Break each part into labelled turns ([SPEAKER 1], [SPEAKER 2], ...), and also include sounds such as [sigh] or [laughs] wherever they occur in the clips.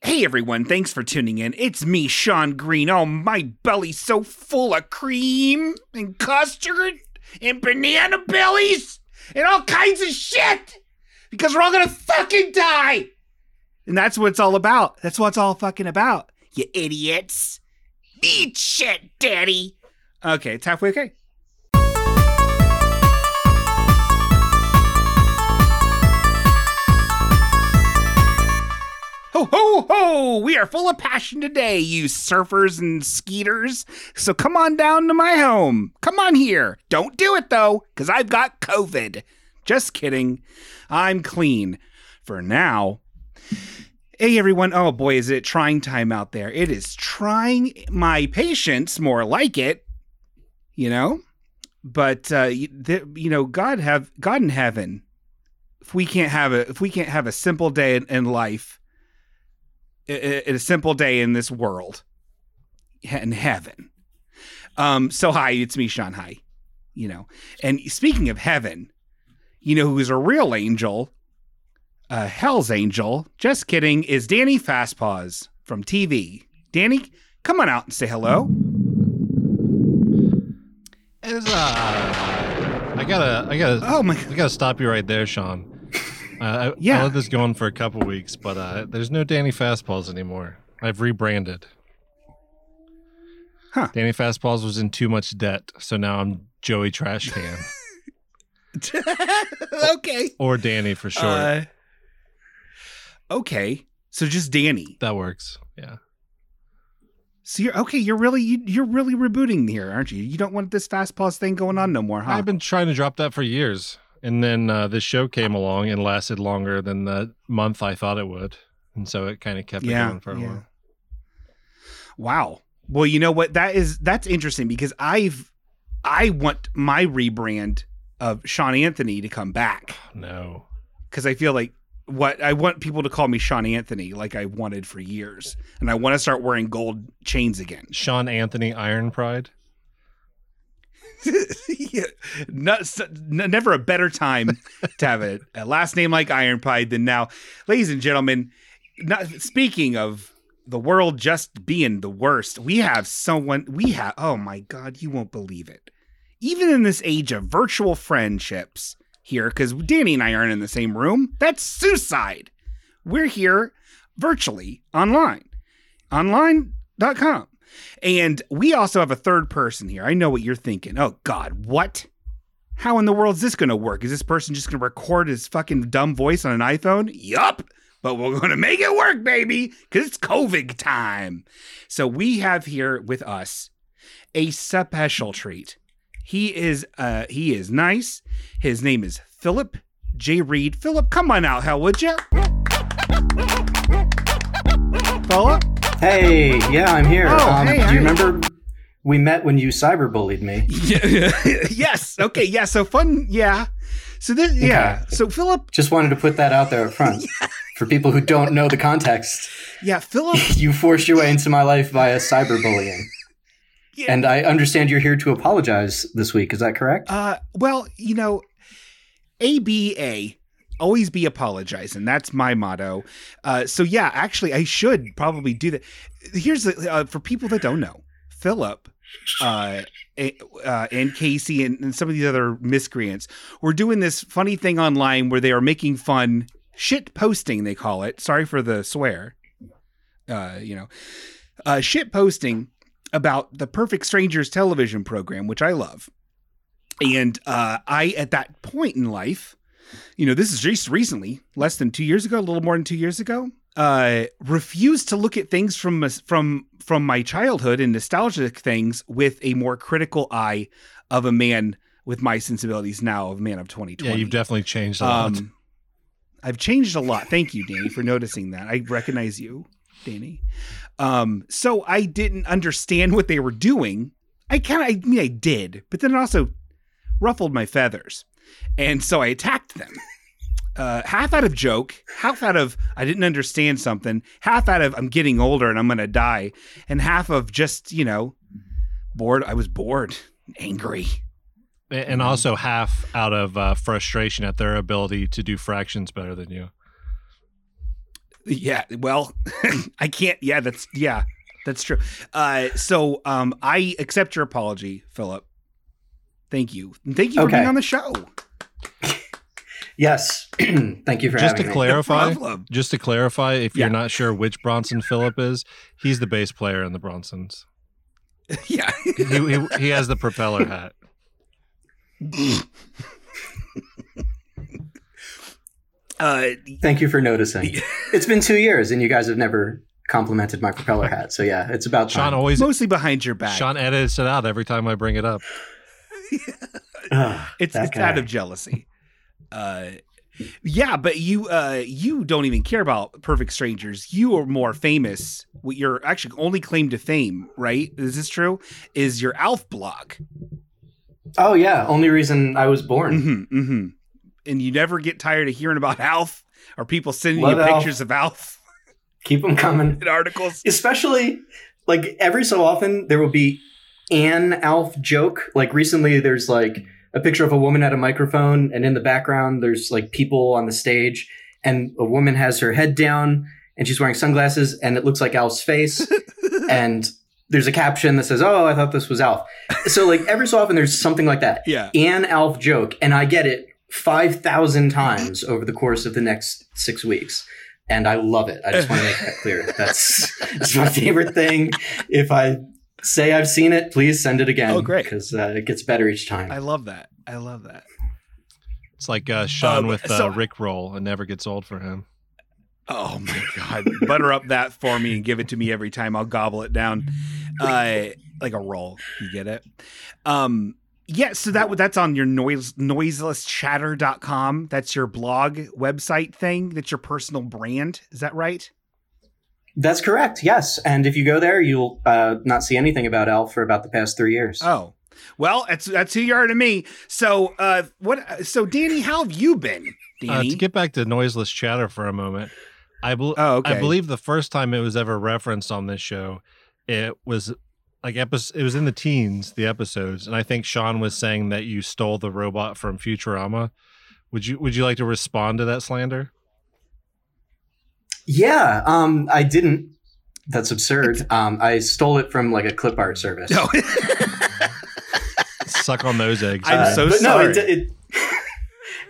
[SPEAKER 1] Hey everyone, thanks for tuning in. It's me, Sean Green. Oh, my belly's so full of cream and custard and banana bellies and all kinds of shit because we're all gonna fucking die. And that's what it's all about. That's what it's all fucking about. You idiots. Eat shit, daddy. Okay, it's halfway okay. Ho, ho, ho! We are full of passion today, you surfers and skeeters. So come on down to my home. Come on here. Don't do it, though, because I've got COVID. Just kidding. I'm clean for now. Hey, everyone. Oh, boy, is it trying time out there. It is trying my patience, more like it, you know? But, uh, you th- you know, God have God in heaven. If we can't have a if we can't have a simple day in, in life, i- i- in a simple day in this world in heaven um so hi it's me sean hi you know and speaking of heaven you know who's a real angel a hell's angel just kidding is danny fastpaws from tv danny come on out and say hello
[SPEAKER 2] Is, uh, I gotta, I gotta,
[SPEAKER 1] oh my
[SPEAKER 2] I gotta stop you right there, Sean. Uh, I,
[SPEAKER 1] Yeah.
[SPEAKER 2] I let this go on for a couple weeks, but uh, there's no Danny Fastballs anymore. I've rebranded.
[SPEAKER 1] Huh.
[SPEAKER 2] Danny Fastballs was in too much debt, so now I'm
[SPEAKER 1] [laughs]
[SPEAKER 2] Joey Trashcan
[SPEAKER 1] okay
[SPEAKER 2] or Danny for short.
[SPEAKER 1] Uh, okay so just danny
[SPEAKER 2] that works. Yeah.
[SPEAKER 1] So you're okay. You're really you, you're really rebooting here, aren't you? You don't want this fast pause thing going on no more, huh?
[SPEAKER 2] I've been trying to drop that for years, and then uh, this show came along and lasted longer than the month I thought it would, and so it kind of kept it going for a while.
[SPEAKER 1] Wow. Well, you know what? That is that's interesting because I've I want my rebrand of Sean Anthony to come back
[SPEAKER 2] No.
[SPEAKER 1] because I feel like what I want people to call me Sean Anthony, like I wanted for years, and I want to start wearing gold chains again.
[SPEAKER 2] Sean Anthony Iron Pride.
[SPEAKER 1] [laughs] yeah. Not, s- n- never a better time to have a, a last name like Iron Pie than now. Ladies and gentlemen, not, speaking of the world just being the worst, we have someone, we have, oh my God, you won't believe it. Even in this age of virtual friendships here, because Danny and I aren't in the same room, that's suicide. We're here virtually online, online.com. And we also have a third person here. I know what you're thinking. Oh God, what? How in the world is this going to work? Is this person just going to record his fucking dumb voice on an iPhone? Yup. But we're going to make it work, baby, because it's COVID time. So we have here with us a special treat. He is uh he is nice. His name is Philip J. Reed. Philip, come on out, hell would you? [laughs] Philip?
[SPEAKER 3] Hey, yeah, I'm here.
[SPEAKER 1] Oh,
[SPEAKER 3] um,
[SPEAKER 1] hey,
[SPEAKER 3] do
[SPEAKER 1] hi.
[SPEAKER 3] you remember we met when you cyberbullied me?
[SPEAKER 1] Yeah. [laughs] yes. Okay. Yeah. So fun. Yeah. So this. Yeah. So Philip.
[SPEAKER 3] Just wanted to put that out there up front for people who don't know the context.
[SPEAKER 1] Yeah. Philip.
[SPEAKER 3] You forced your way into my life via cyberbullying,
[SPEAKER 1] Yeah.
[SPEAKER 3] and uh, I understand you're here to apologize this week. Is that correct?
[SPEAKER 1] Uh. Well, you know, ABA. Always be apologizing. That's my motto. Uh, so yeah, actually, I should probably do that. Here's the, uh, for people that don't know, Philip uh, a- uh, and Casey and, and some of these other miscreants were doing this funny thing online where they are making fun shit posting. They call it. Sorry for the swear. uh, you know, uh, shit posting about the Perfect Strangers television program, which I love. And uh, I, at that point in life, you know, this is just recently, less than two years ago, a little more than two years ago, uh, refused to look at things from from from my childhood and nostalgic things with a more critical eye of a man with my sensibilities now, of a man of 2020.
[SPEAKER 2] Yeah, you've definitely changed a lot.
[SPEAKER 1] Um, I've changed a lot. Thank you, Danny, for noticing that. I recognize you, Danny. Um, so I didn't understand what they were doing. I kind of, I mean, I did, but then it also ruffled my feathers, and so I attacked them. Uh, half out of joke, half out of I didn't understand something, half out of I'm getting older and I'm gonna die, and half of just you know, bored. I was bored, angry.
[SPEAKER 2] A-
[SPEAKER 1] mm-hmm.
[SPEAKER 2] and also half out of uh, frustration at their ability to do fractions better than you.
[SPEAKER 1] Yeah, well, [laughs] I can't. Yeah, that's yeah, that's true. Uh, so um, I accept your apology, Philip. Thank you. And Thank you for
[SPEAKER 3] Okay.
[SPEAKER 1] being on the show.
[SPEAKER 3] Yes. [clears throat] Thank you for
[SPEAKER 2] Just to
[SPEAKER 3] having me.
[SPEAKER 1] No [laughs]
[SPEAKER 2] clarify,
[SPEAKER 1] problem.
[SPEAKER 2] just to clarify, if
[SPEAKER 1] Yeah.
[SPEAKER 2] you're not sure which Bronson Phillip is, he's the bass player in the Bronsons.
[SPEAKER 1] Yeah.
[SPEAKER 2] He, he, he has the
[SPEAKER 1] [laughs]
[SPEAKER 2] propeller hat.
[SPEAKER 1] Uh,
[SPEAKER 3] Thank you for noticing. it's been two years, and you guys have never complimented my propeller hat. So yeah, it's about
[SPEAKER 2] Sean
[SPEAKER 3] time.
[SPEAKER 2] always
[SPEAKER 1] mostly behind your back.
[SPEAKER 2] Sean edits it out every time I bring it up.
[SPEAKER 3] Ugh,
[SPEAKER 1] it's
[SPEAKER 3] that
[SPEAKER 1] it's out
[SPEAKER 3] guy.
[SPEAKER 1] of jealousy. Uh, yeah, but you uh, you don't even care about Perfect Strangers. You are more famous. What your actually only claim to fame, right? Is this true? Is your Alf blog?
[SPEAKER 3] [sighs] oh yeah, only reason I was born.
[SPEAKER 1] hmm hmm And you never get tired of hearing about [laughs] Alf or people sending
[SPEAKER 3] Love
[SPEAKER 1] you
[SPEAKER 3] Alf.
[SPEAKER 1] pictures of Alf
[SPEAKER 3] Keep them coming.
[SPEAKER 1] in
[SPEAKER 3] [laughs]
[SPEAKER 1] articles.
[SPEAKER 3] Especially like every so often there will be an Alf joke. Like recently, there's like a picture of a woman at a microphone, and in the background there's like people on the stage, and a woman has her head down and she's wearing sunglasses, and it looks like Alf's face, and there's a caption that says, "Oh, I thought this was Alf." So like every so often there's something like that.
[SPEAKER 1] Yeah.
[SPEAKER 3] an Alf joke, and I get it 5,000 times over the course of the next six weeks. And I love it. I just want to make that clear.
[SPEAKER 1] [laughs]
[SPEAKER 3] That's, that's my favorite thing. If I say I've seen it, please send it again.
[SPEAKER 1] Oh, great.
[SPEAKER 3] Because uh, it gets better each time.
[SPEAKER 1] I love that. I love that.
[SPEAKER 2] It's like uh, Sean
[SPEAKER 1] Um,
[SPEAKER 2] with uh,
[SPEAKER 1] so-
[SPEAKER 2] Rick Roll. It never gets old for him.
[SPEAKER 1] Oh my god! Butter up that for me and give it to me every time. I'll gobble it down, uh, like a roll. You get it? Um, yeah. So that that's on your noise noiselesschatter.com. That's your blog website thing. That's your personal brand. Is that right?
[SPEAKER 3] That's correct. Yes. And if you go there, you'll uh, not see anything about Alf for about the past three years.
[SPEAKER 1] Oh, well, that's that's who you are to me. So uh, what? So Danny, how have you been,
[SPEAKER 2] Uh,
[SPEAKER 1] Danny?
[SPEAKER 2] to get back to noiseless chatter for a moment, I, bel
[SPEAKER 1] oh, okay.
[SPEAKER 2] I believe the first time it was ever referenced on this show, it was like episode. It was in the teens, the episodes, and I think Sean was saying that you stole the robot from Futurama. Would you Would you like to respond to that slander?
[SPEAKER 3] Yeah. Um, I didn't.
[SPEAKER 1] [laughs]
[SPEAKER 3] That's absurd. Um, I stole it from like a clip art service.
[SPEAKER 1] No.
[SPEAKER 2] Suck on those
[SPEAKER 1] [laughs]
[SPEAKER 2] eggs.
[SPEAKER 1] I'm
[SPEAKER 3] Uh,
[SPEAKER 1] so
[SPEAKER 3] but
[SPEAKER 1] sorry.
[SPEAKER 3] No, it, [laughs] it,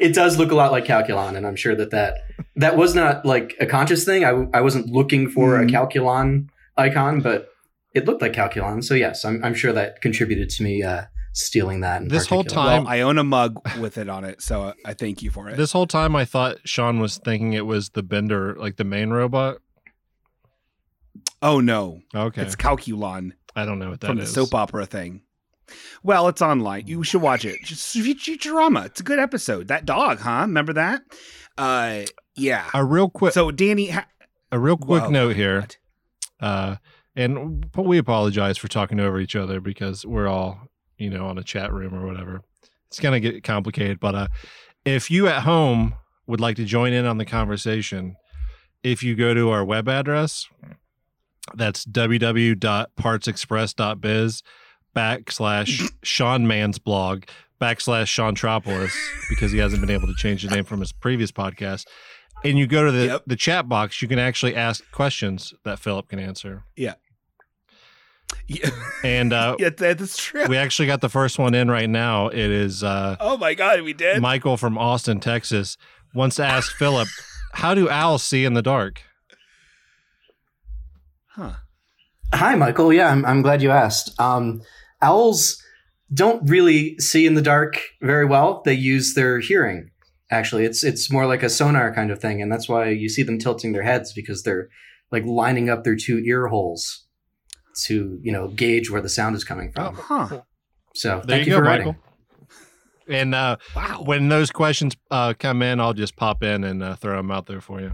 [SPEAKER 3] it does look a lot like Calculon, and I'm sure that that, that was not like a conscious thing. I, w- I wasn't looking for
[SPEAKER 1] Mhm.
[SPEAKER 3] a Calculon icon, but it looked like Calculon. So yes, I'm, I'm sure that contributed to me uh, stealing that. in
[SPEAKER 2] This whole
[SPEAKER 3] particular.
[SPEAKER 2] time-
[SPEAKER 1] well, I own a mug with it on it, so I, I thank you for it.
[SPEAKER 2] This whole time, I thought Sean was thinking it was the Bender, like the main robot.
[SPEAKER 1] oh no,
[SPEAKER 2] Okay,
[SPEAKER 1] it's Calculon.
[SPEAKER 2] I don't know what that is.
[SPEAKER 1] from the soap opera thing. Well, it's online. You should watch it. Just Futurama. It's a good episode. That dog, huh? Remember that? Uh, yeah.
[SPEAKER 2] A real quick,
[SPEAKER 1] So Danny, ha-
[SPEAKER 2] a real quick
[SPEAKER 1] Whoa.
[SPEAKER 2] note here. Uh, and p- we apologize for talking over each other because we're all, you know, on a chat room or whatever. It's going to get complicated. But uh, if you at home would like to join in on the conversation, if you go to our web address, that's www.partsexpress.biz backslash Sean Mann's blog backslash Sean Tropolis because he hasn't been able to change the name from his previous podcast. And you go to the,
[SPEAKER 1] Yep.
[SPEAKER 2] the chat box, you can actually ask questions that Philip can answer.
[SPEAKER 1] [laughs] yeah,
[SPEAKER 2] And uh,
[SPEAKER 1] [laughs] yeah, that- that's true.
[SPEAKER 2] we actually got the first one in right now. It is uh,
[SPEAKER 1] oh my god, we did.
[SPEAKER 2] Michael from Austin, Texas, wants to ask Philip, how do owls see in the dark?
[SPEAKER 1] huh?
[SPEAKER 3] Hi, Michael. Yeah, I'm, I'm glad you asked. Um, owls don't really see in the dark very well. They use their hearing. Actually, it's it's more like a sonar kind of thing, and that's why you see them tilting their heads because they're like lining up their two ear holes to you know gauge where the sound is coming
[SPEAKER 1] Oh,
[SPEAKER 3] from.
[SPEAKER 1] huh?
[SPEAKER 3] So
[SPEAKER 2] There
[SPEAKER 3] thank
[SPEAKER 2] you
[SPEAKER 3] you,
[SPEAKER 2] go,
[SPEAKER 3] for
[SPEAKER 2] Michael.
[SPEAKER 3] writing.
[SPEAKER 2] And uh,
[SPEAKER 1] Wow.
[SPEAKER 2] when those questions uh, come in, I'll just pop in and uh, throw them out there for you.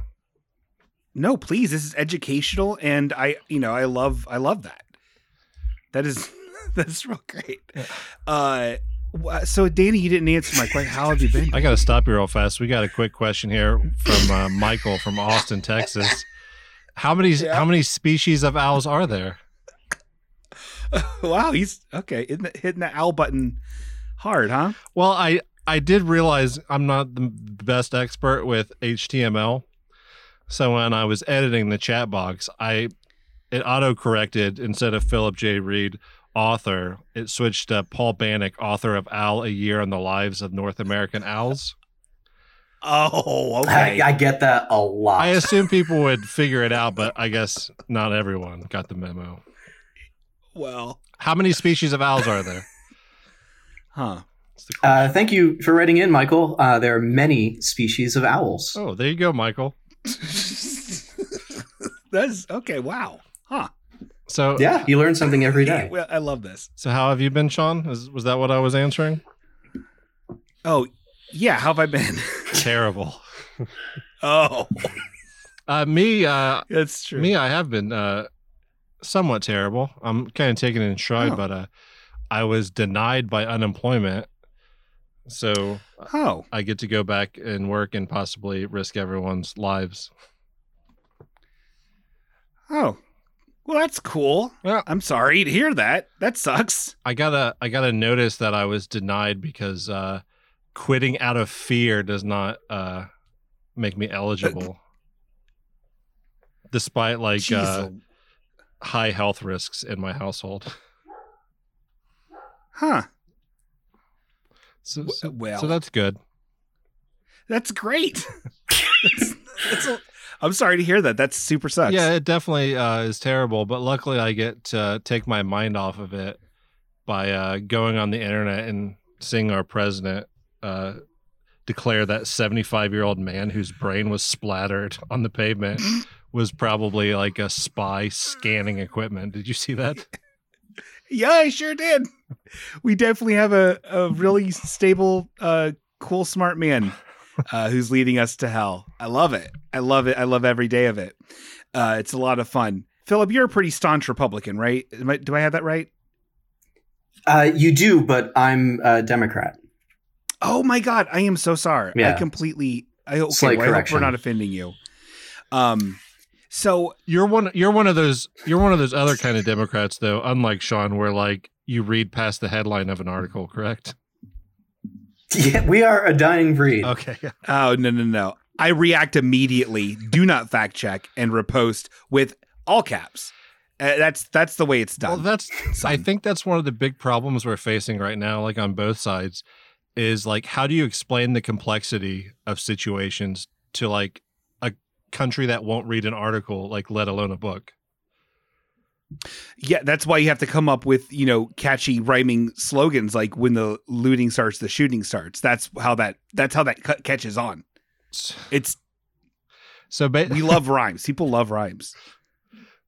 [SPEAKER 1] No, please. This is educational, and I, you know, I love, I love that. That is, [laughs] that's real great. Uh, wh- so Danny, you didn't answer my question. How have you [laughs] been?
[SPEAKER 2] I got to stop you real fast. We got a quick question here from uh, Michael from Austin, Texas. How many
[SPEAKER 1] Yeah.
[SPEAKER 2] how many species of owls are there?
[SPEAKER 1] wow, he's okay. Hitting the, hitting the owl button hard, huh?
[SPEAKER 2] Well, I I did realize I'm not the best expert with HTML, So when I was editing the chat box, I it auto corrected instead of Philip J. Reed author, it switched to Paul Bannock, author of Owl A Year on the Lives of North American Owls.
[SPEAKER 1] Oh, okay.
[SPEAKER 3] I, I get that a lot.
[SPEAKER 2] I assume people would figure it out, but I guess not everyone got the memo.
[SPEAKER 1] well,
[SPEAKER 2] How many species of owls are there?
[SPEAKER 1] huh. [laughs]
[SPEAKER 2] It's the question.
[SPEAKER 3] uh, thank you for writing in, Michael. Uh, there are many species of owls.
[SPEAKER 2] oh, there you go, Michael.
[SPEAKER 1] That's okay. Wow. Huh.
[SPEAKER 2] So
[SPEAKER 3] Yeah, you learn something every day.
[SPEAKER 1] Well, I love this.
[SPEAKER 2] So how have you been, Sean? Is, was that what I was answering?
[SPEAKER 1] Oh, yeah. How have I been? [laughs]
[SPEAKER 2] Terrible.
[SPEAKER 1] oh,
[SPEAKER 2] Uh, me, uh,
[SPEAKER 1] that's true.
[SPEAKER 2] me, I have been uh, somewhat terrible. I'm kind of taking it in stride,
[SPEAKER 1] Oh.
[SPEAKER 2] but uh, I was denied by unemployment, so
[SPEAKER 1] Oh,
[SPEAKER 2] I get to go back and work and possibly risk everyone's lives.
[SPEAKER 1] oh. Well, that's cool.
[SPEAKER 2] Yeah.
[SPEAKER 1] I'm sorry to hear that. That sucks.
[SPEAKER 2] I got a I got a notice that I was denied because uh, quitting out of fear does not uh, make me eligible, despite like
[SPEAKER 1] Jeez,
[SPEAKER 2] uh, high health risks in my household. [laughs]
[SPEAKER 1] huh.
[SPEAKER 2] So,
[SPEAKER 1] W- uh,
[SPEAKER 2] so,
[SPEAKER 1] well,
[SPEAKER 2] so that's good.
[SPEAKER 1] that's great.
[SPEAKER 2] [laughs]
[SPEAKER 1] that's, that's a, I'm sorry to hear that. That super sucks.
[SPEAKER 2] Yeah, it definitely uh, is terrible, but luckily I get to take my mind off of it by uh, going on the internet and seeing our president uh, declare that 75 year old man whose brain was splattered on the pavement was probably like a spy scanning equipment. Did you see that?
[SPEAKER 1] Yeah, I sure did. We definitely have a, a really stable, uh, cool, smart man uh, who's leading us to hell. I love it. I love it. I love every day of it. Uh, it's a lot of fun. Philip, you're a pretty staunch Republican, right? Am I, do I have that right?
[SPEAKER 3] Uh, you do, but I'm a Democrat.
[SPEAKER 1] Oh my God, I am so sorry. I
[SPEAKER 3] Yeah.
[SPEAKER 1] completely. I, okay,
[SPEAKER 3] Slight
[SPEAKER 1] well, I hope we're
[SPEAKER 3] correction.
[SPEAKER 1] not offending you. Um, so
[SPEAKER 2] You're one. You're one of those. You're one of those other kind of Democrats, though. Unlike Sean, where like you read past the headline of an article, correct?
[SPEAKER 3] [laughs] Yeah, we are a dying breed. [laughs]
[SPEAKER 2] Okay.
[SPEAKER 1] Oh no no no! I react immediately. Do not fact check and repost with all caps. Uh, that's that's the way it's
[SPEAKER 2] Well,
[SPEAKER 1] done.
[SPEAKER 2] that's I
[SPEAKER 1] Son.
[SPEAKER 2] think that's one of the big problems we're facing right now, like on both sides, is like how do you explain the complexity of situations to like a country that won't read an article, like let alone a book?
[SPEAKER 1] yeah, that's why you have to come up with you know catchy rhyming slogans like "When the looting starts, the shooting starts." That's how that that's how that cut catches on. It's
[SPEAKER 2] So ba-
[SPEAKER 1] we
[SPEAKER 2] we
[SPEAKER 1] love rhymes. People love
[SPEAKER 2] [laughs]
[SPEAKER 1] rhymes.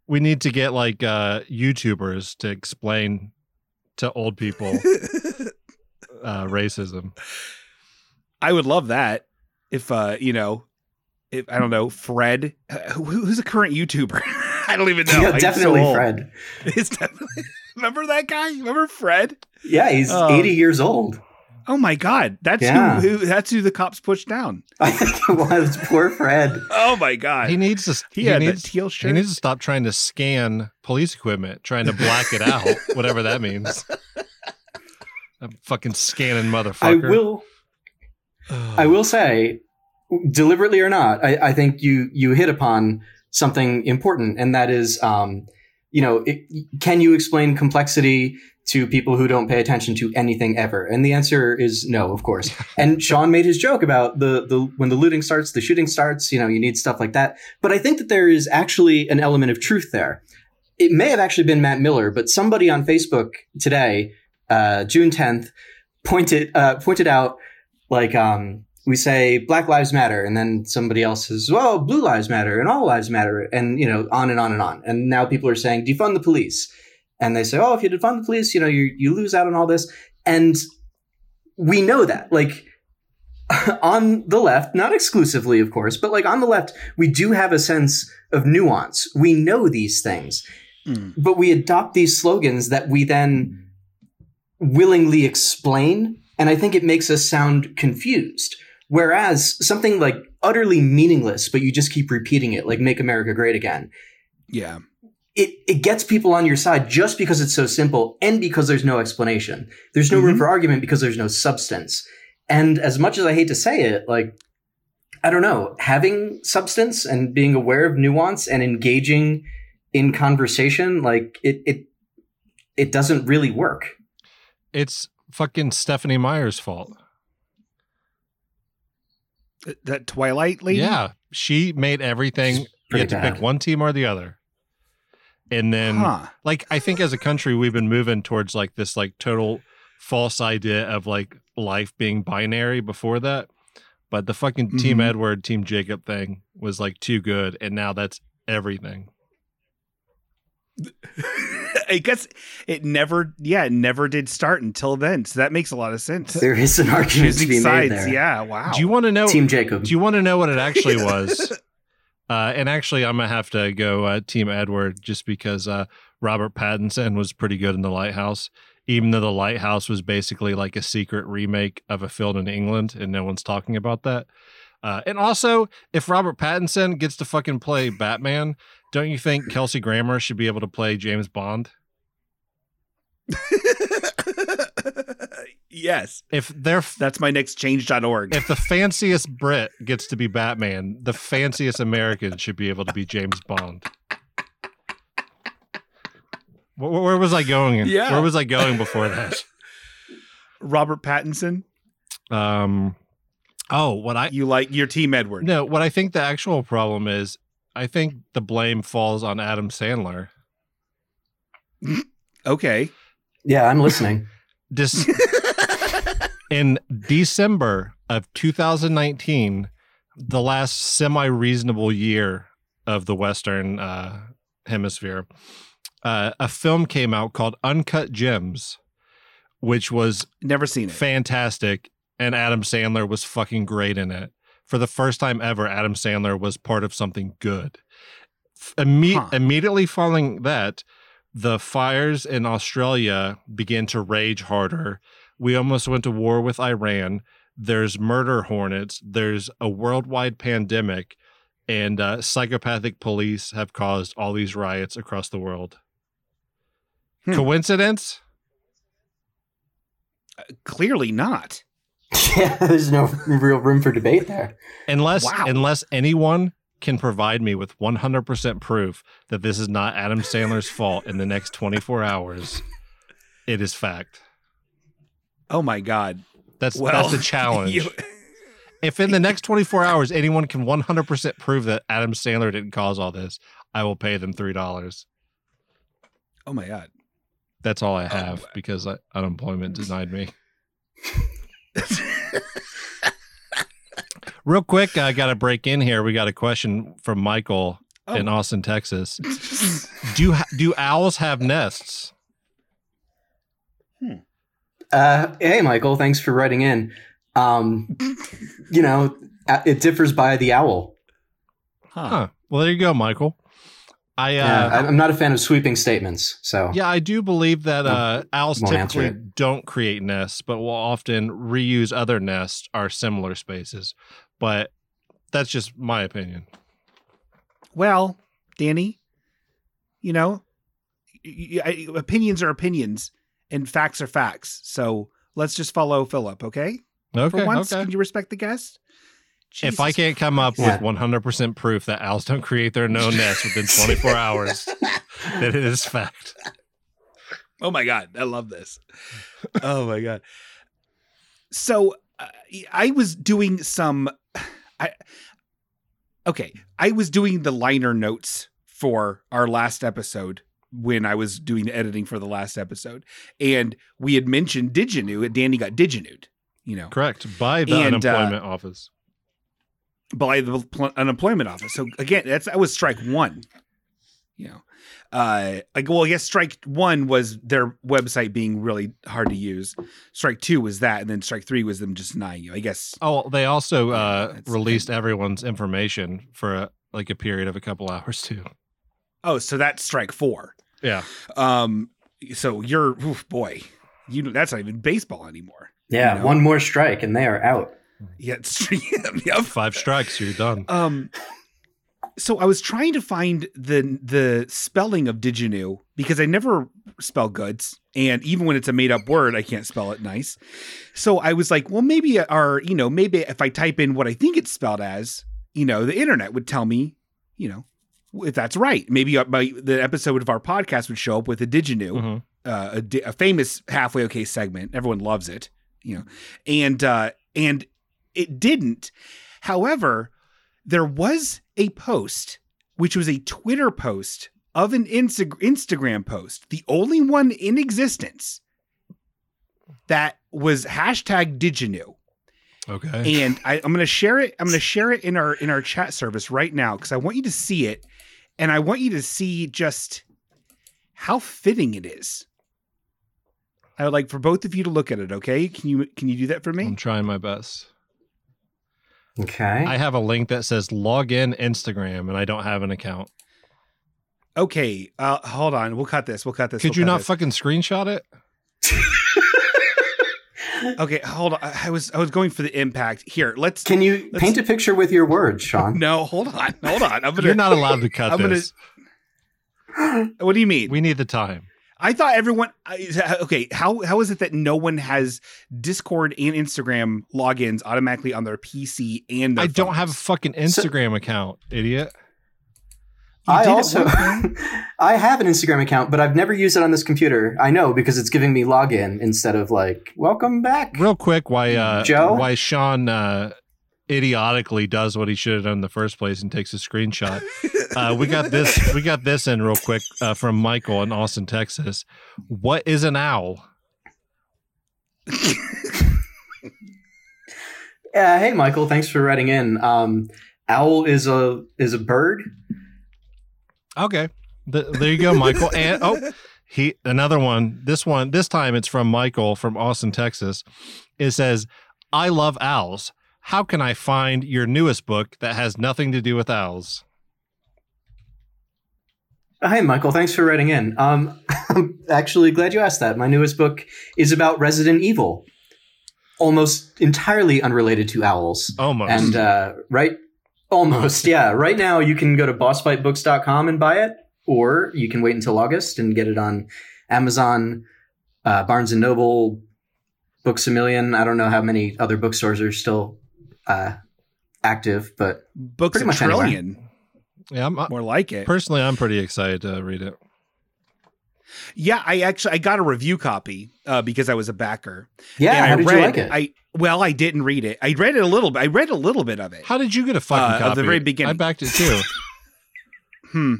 [SPEAKER 2] we need to get like uh YouTubers to explain to old people uh racism.
[SPEAKER 1] I would love that if uh you know if I don't know Fred uh, who, who's a current YouTuber. [laughs] I don't even know.
[SPEAKER 3] Yeah,
[SPEAKER 1] I'm so
[SPEAKER 3] definitely
[SPEAKER 1] old. [laughs]
[SPEAKER 3] Fred.
[SPEAKER 1] It's definitely. Remember that guy? Remember Fred?
[SPEAKER 3] Yeah, he's
[SPEAKER 1] Oh.
[SPEAKER 3] 80 years old. [laughs]
[SPEAKER 1] Oh my God, that's
[SPEAKER 3] Yeah.
[SPEAKER 1] who, who. That's who the cops pushed down.
[SPEAKER 3] I think it was poor Fred.
[SPEAKER 1] Oh my God,
[SPEAKER 2] He
[SPEAKER 1] he,
[SPEAKER 2] needs to he,
[SPEAKER 1] had
[SPEAKER 2] needs
[SPEAKER 1] that teal shirt.
[SPEAKER 2] he needs to stop trying to scan police equipment, trying to black it out, whatever that means. I'm fucking scanning motherfucker. [sighs]
[SPEAKER 3] I will I will say, deliberately or not, I, I think you you hit upon something important, and that is, um, you know, it, can you explain complexity to people who don't pay attention to anything ever? And the answer is no, of course. and Sean made his joke about the the when the looting starts, the shooting starts. You know, you need stuff like that. But I think that there is actually an element of truth there. It may have actually been Matt Miller, but somebody on Facebook today, uh, June tenth, pointed uh, pointed out like um we say black lives matter and then somebody else says well blue lives matter and all lives matter and you know on and on and on and now people are saying defund the police and they say oh if you defund the police you know you you lose out on all this and we know that like [laughs] on the left not exclusively of course but like on the left we do have a sense of nuance we know these things
[SPEAKER 1] Mm.
[SPEAKER 3] but we adopt these slogans that we then willingly explain and i think it makes us sound confused whereas something like utterly meaningless but you just keep repeating it like make america great again
[SPEAKER 1] Yeah,
[SPEAKER 3] it, it gets people on your side just because it's so simple and because there's no explanation there's no room
[SPEAKER 1] Mhm.
[SPEAKER 3] for argument because there's no substance and as much as i hate to say it like I don't know, having substance and being aware of nuance and engaging in conversation, like it it it doesn't really work.
[SPEAKER 2] It's fucking Stephanie Meyer's fault.
[SPEAKER 1] That Twilight lady.
[SPEAKER 2] Yeah, she made everything. You
[SPEAKER 3] pretty
[SPEAKER 2] had to
[SPEAKER 3] bad.
[SPEAKER 2] pick one team or the other. And then,
[SPEAKER 1] Huh. [laughs]
[SPEAKER 2] like, I think as a country, we've been moving towards like this, like, total false idea of like life being binary before that. But the fucking Team
[SPEAKER 1] Mhm.
[SPEAKER 2] Edward, Team Jacob thing was like too good. And now that's everything.
[SPEAKER 1] I guess it never. Yeah, it never did start until then. So that makes a lot of sense.
[SPEAKER 3] There is an argument to
[SPEAKER 1] Choosing
[SPEAKER 3] be made
[SPEAKER 1] sides.
[SPEAKER 3] there.
[SPEAKER 1] Yeah. Wow.
[SPEAKER 2] Do you want to know?
[SPEAKER 3] Team
[SPEAKER 2] [laughs]
[SPEAKER 3] Jacob.
[SPEAKER 2] Do you want to know what it actually was? uh, and actually, I'm gonna have to go uh, Team Edward just because uh, Robert Pattinson was pretty good in The Lighthouse, even though The Lighthouse was basically like a secret remake of a film in England, and no one's talking about that. Uh, and also, if Robert Pattinson gets to fucking play Batman, don't you think Kelsey Grammer should be able to play James Bond?
[SPEAKER 1] yes.
[SPEAKER 2] If they're
[SPEAKER 1] That's my next change.org.
[SPEAKER 2] if the fanciest Brit gets to be Batman, the fanciest American should be able to be James Bond. Where, where was I going?
[SPEAKER 1] Yeah.
[SPEAKER 2] Where was I going before that?
[SPEAKER 1] Robert Pattinson,
[SPEAKER 2] Um, oh, what I
[SPEAKER 1] you like your team Edward.
[SPEAKER 2] no, what I think the actual problem is, I think the blame falls on Adam Sandler.
[SPEAKER 1] Okay.
[SPEAKER 3] yeah, I'm listening.
[SPEAKER 2] Dis- in December of 2019, the last semi reasonable year of the Western uh, hemisphere, uh, a film came out called Uncut Gems, which was
[SPEAKER 1] Never seen it.
[SPEAKER 2] fantastic. And Adam Sandler was fucking great in it. For the first time ever, Adam Sandler was part of something good. F- imme-
[SPEAKER 1] Huh.
[SPEAKER 2] Immediately following that, the fires in Australia began to rage harder. We almost went to war with Iran. There's murder hornets. There's a worldwide pandemic. And uh, psychopathic police have caused all these riots across the world.
[SPEAKER 1] Hmm.
[SPEAKER 2] Coincidence?
[SPEAKER 1] Clearly not.
[SPEAKER 3] yeah, there's no real room for debate there.
[SPEAKER 2] unless
[SPEAKER 1] Wow.
[SPEAKER 2] unless anyone can provide me with 100% proof that this is not Adam Sandler's fault in the next 24 hours it is fact
[SPEAKER 1] Oh my God.
[SPEAKER 2] that's
[SPEAKER 1] Well, [laughs]
[SPEAKER 2] that's a challenge
[SPEAKER 1] you-
[SPEAKER 2] if in the next 24 hours anyone can 100% prove that Adam Sandler didn't cause all this i will pay them $3
[SPEAKER 1] oh my
[SPEAKER 2] [laughs]
[SPEAKER 1] God.
[SPEAKER 2] that's all i
[SPEAKER 1] Oh,
[SPEAKER 2] have because I, unemployment
[SPEAKER 1] [laughs]
[SPEAKER 2] denied me real quick i got to break in here we got a question from Michael
[SPEAKER 1] Oh.
[SPEAKER 2] in Austin Texas do do owls have nests
[SPEAKER 3] Uh, hey, Michael, thanks for writing in. Um, you know, uh, it differs by the owl.
[SPEAKER 1] Huh.
[SPEAKER 2] Huh. Well, there you go, Michael. I uh,
[SPEAKER 3] Yeah, I- I'm not a fan of sweeping statements, so
[SPEAKER 1] [laughs]
[SPEAKER 2] yeah, I do believe that uh, owls
[SPEAKER 3] won't Oh, answer
[SPEAKER 2] typically don't create nests, but will often reuse other nests or similar spaces. But that's just my opinion.
[SPEAKER 1] Well, Danny, you know, y- y- I- opinions are opinions and facts are facts. So let's just follow Philip, okay?
[SPEAKER 2] Okay,
[SPEAKER 1] For once,
[SPEAKER 2] okay.
[SPEAKER 1] can you respect the guest?
[SPEAKER 2] If I
[SPEAKER 1] Jesus
[SPEAKER 2] can't come up
[SPEAKER 3] Yeah.
[SPEAKER 2] with 100% proof that owls don't create their own nests
[SPEAKER 1] [laughs]
[SPEAKER 2] within 24 hours, then it is fact.
[SPEAKER 1] [laughs] Oh my god, I love this. oh my god. So uh, I was doing some [sighs] I Okay, I was doing the liner notes for our last episode when I was doing the editing for the last episode and we had mentioned Diginu and Danny got Diginude, you know,
[SPEAKER 2] Correct. By the
[SPEAKER 1] And, uh,
[SPEAKER 2] unemployment office.
[SPEAKER 1] by the pl- unemployment office. So again, that's that was strike 1. You know. Uh like well, I guess strike 1 was their website being really hard to use. Strike 2 was that and then strike 3 was them just denying you. I guess
[SPEAKER 2] Oh, they also
[SPEAKER 1] Yeah,
[SPEAKER 2] uh,
[SPEAKER 1] that's-
[SPEAKER 2] released everyone's information for a, like a period of a couple hours too.
[SPEAKER 1] Oh, so that's strike 4.
[SPEAKER 2] Yeah.
[SPEAKER 1] Um so you're oof, boy. You know that's not even baseball anymore.
[SPEAKER 3] yeah,
[SPEAKER 1] No.
[SPEAKER 3] one more strike and they are out.
[SPEAKER 1] [laughs] Yeah, it's, yep.
[SPEAKER 2] [laughs] Five strikes, you're done.
[SPEAKER 1] Um So I was trying to find the the spelling of Diginu because I never spell goods, and even when it's a made up word, I can't spell it nice. So I was like, well, maybe our you know maybe if I type in what I think it's spelled as, you know, the internet would tell me, you know, if that's right. Maybe uh, my, the episode of our podcast would show up with a Diginu,
[SPEAKER 2] Mhm.
[SPEAKER 1] uh, a, di- a famous halfway okay segment. Everyone loves it, you know, and uh, and it didn't. However, there was a post which was a Twitter post of an Insta- Instagram post, the only one in existence that was hashtag Diginu.
[SPEAKER 2] Okay.
[SPEAKER 1] And I, I'm going to share it. I'm going to share it in our in our chat service right now because I want you to see it, and I want you to see just how fitting it is. I would like for both of you to look at it. Okay, can you can you do that for
[SPEAKER 2] I'm
[SPEAKER 1] me?
[SPEAKER 2] trying my best.
[SPEAKER 3] Okay.
[SPEAKER 2] I have a link that says log in Instagram, and I don't have an account.
[SPEAKER 1] Okay, uh, hold on. We'll cut this. We'll cut this.
[SPEAKER 2] Could
[SPEAKER 1] we'll
[SPEAKER 2] you
[SPEAKER 1] cut
[SPEAKER 2] not
[SPEAKER 1] this.
[SPEAKER 2] fucking screenshot it?
[SPEAKER 1] okay, hold on. I I was I was going for the impact. Here, let's.
[SPEAKER 3] Can you
[SPEAKER 1] Let's-
[SPEAKER 3] paint a picture with your words, Sean?
[SPEAKER 1] No, hold on, hold on. I'm gonna.
[SPEAKER 2] You're not allowed to
[SPEAKER 1] [laughs]
[SPEAKER 2] cut
[SPEAKER 1] I'm gonna-
[SPEAKER 2] this.
[SPEAKER 1] what do you mean?
[SPEAKER 2] We need the time.
[SPEAKER 1] I thought everyone. I- Okay, how how is it that no one has Discord and Instagram logins automatically on their PC and their
[SPEAKER 2] I don't
[SPEAKER 1] phones?
[SPEAKER 2] have a fucking Instagram account, idiot.
[SPEAKER 1] You
[SPEAKER 3] I
[SPEAKER 1] did at
[SPEAKER 3] also
[SPEAKER 1] one point.
[SPEAKER 3] [laughs] I have an Instagram account, but I've never used it on this computer. I know because it's giving me login instead of like welcome back.
[SPEAKER 2] Real quick, why uh
[SPEAKER 3] Joe?
[SPEAKER 2] why Sean uh idiotically does what he should have done in the first place and takes a
[SPEAKER 3] [laughs]
[SPEAKER 2] screenshot. Uh, we got this we got this in real quick uh, from Michael in Austin, Texas. What is an owl?
[SPEAKER 3] Uh, hey Michael, thanks for writing in. Um, owl is a is a bird.
[SPEAKER 2] Okay. Th- there you go,
[SPEAKER 3] [laughs]
[SPEAKER 2] Michael. And oh, he another one. This one, this time it's from Michael from Austin, Texas. It says, "I love owls. How can I find your newest book that has nothing to do with owls?"
[SPEAKER 3] Uh, Hey Michael, thanks for writing in. Um, [laughs] I'm actually glad you asked that. My newest book is about Resident Evil, almost entirely unrelated to owls.
[SPEAKER 2] Almost.
[SPEAKER 3] And uh, right, almost, yeah. Right now, you can go to bossfightbooks.com and buy it, or you can wait until August and get it on Amazon, uh, Barnes and Noble, Books a Million. I don't know how many other bookstores are still uh, active, but
[SPEAKER 1] [laughs] Books
[SPEAKER 3] Pretty
[SPEAKER 1] a
[SPEAKER 3] much anywhere.
[SPEAKER 1] trillion,
[SPEAKER 2] yeah, I'm, I,
[SPEAKER 1] more like it.
[SPEAKER 2] personally, I'm pretty excited to read it.
[SPEAKER 1] yeah, I actually I got a review copy uh, because I was a backer.
[SPEAKER 3] yeah.
[SPEAKER 1] And
[SPEAKER 3] how
[SPEAKER 1] I
[SPEAKER 3] did
[SPEAKER 1] read,
[SPEAKER 3] you like it?
[SPEAKER 1] I well, I didn't read it. I read it a little. bit. I read a little bit of it.
[SPEAKER 2] How did you get a fucking
[SPEAKER 1] Uh,
[SPEAKER 2] copy?
[SPEAKER 1] of the very
[SPEAKER 2] I
[SPEAKER 1] beginning.
[SPEAKER 2] backed it too.
[SPEAKER 1] Hmm.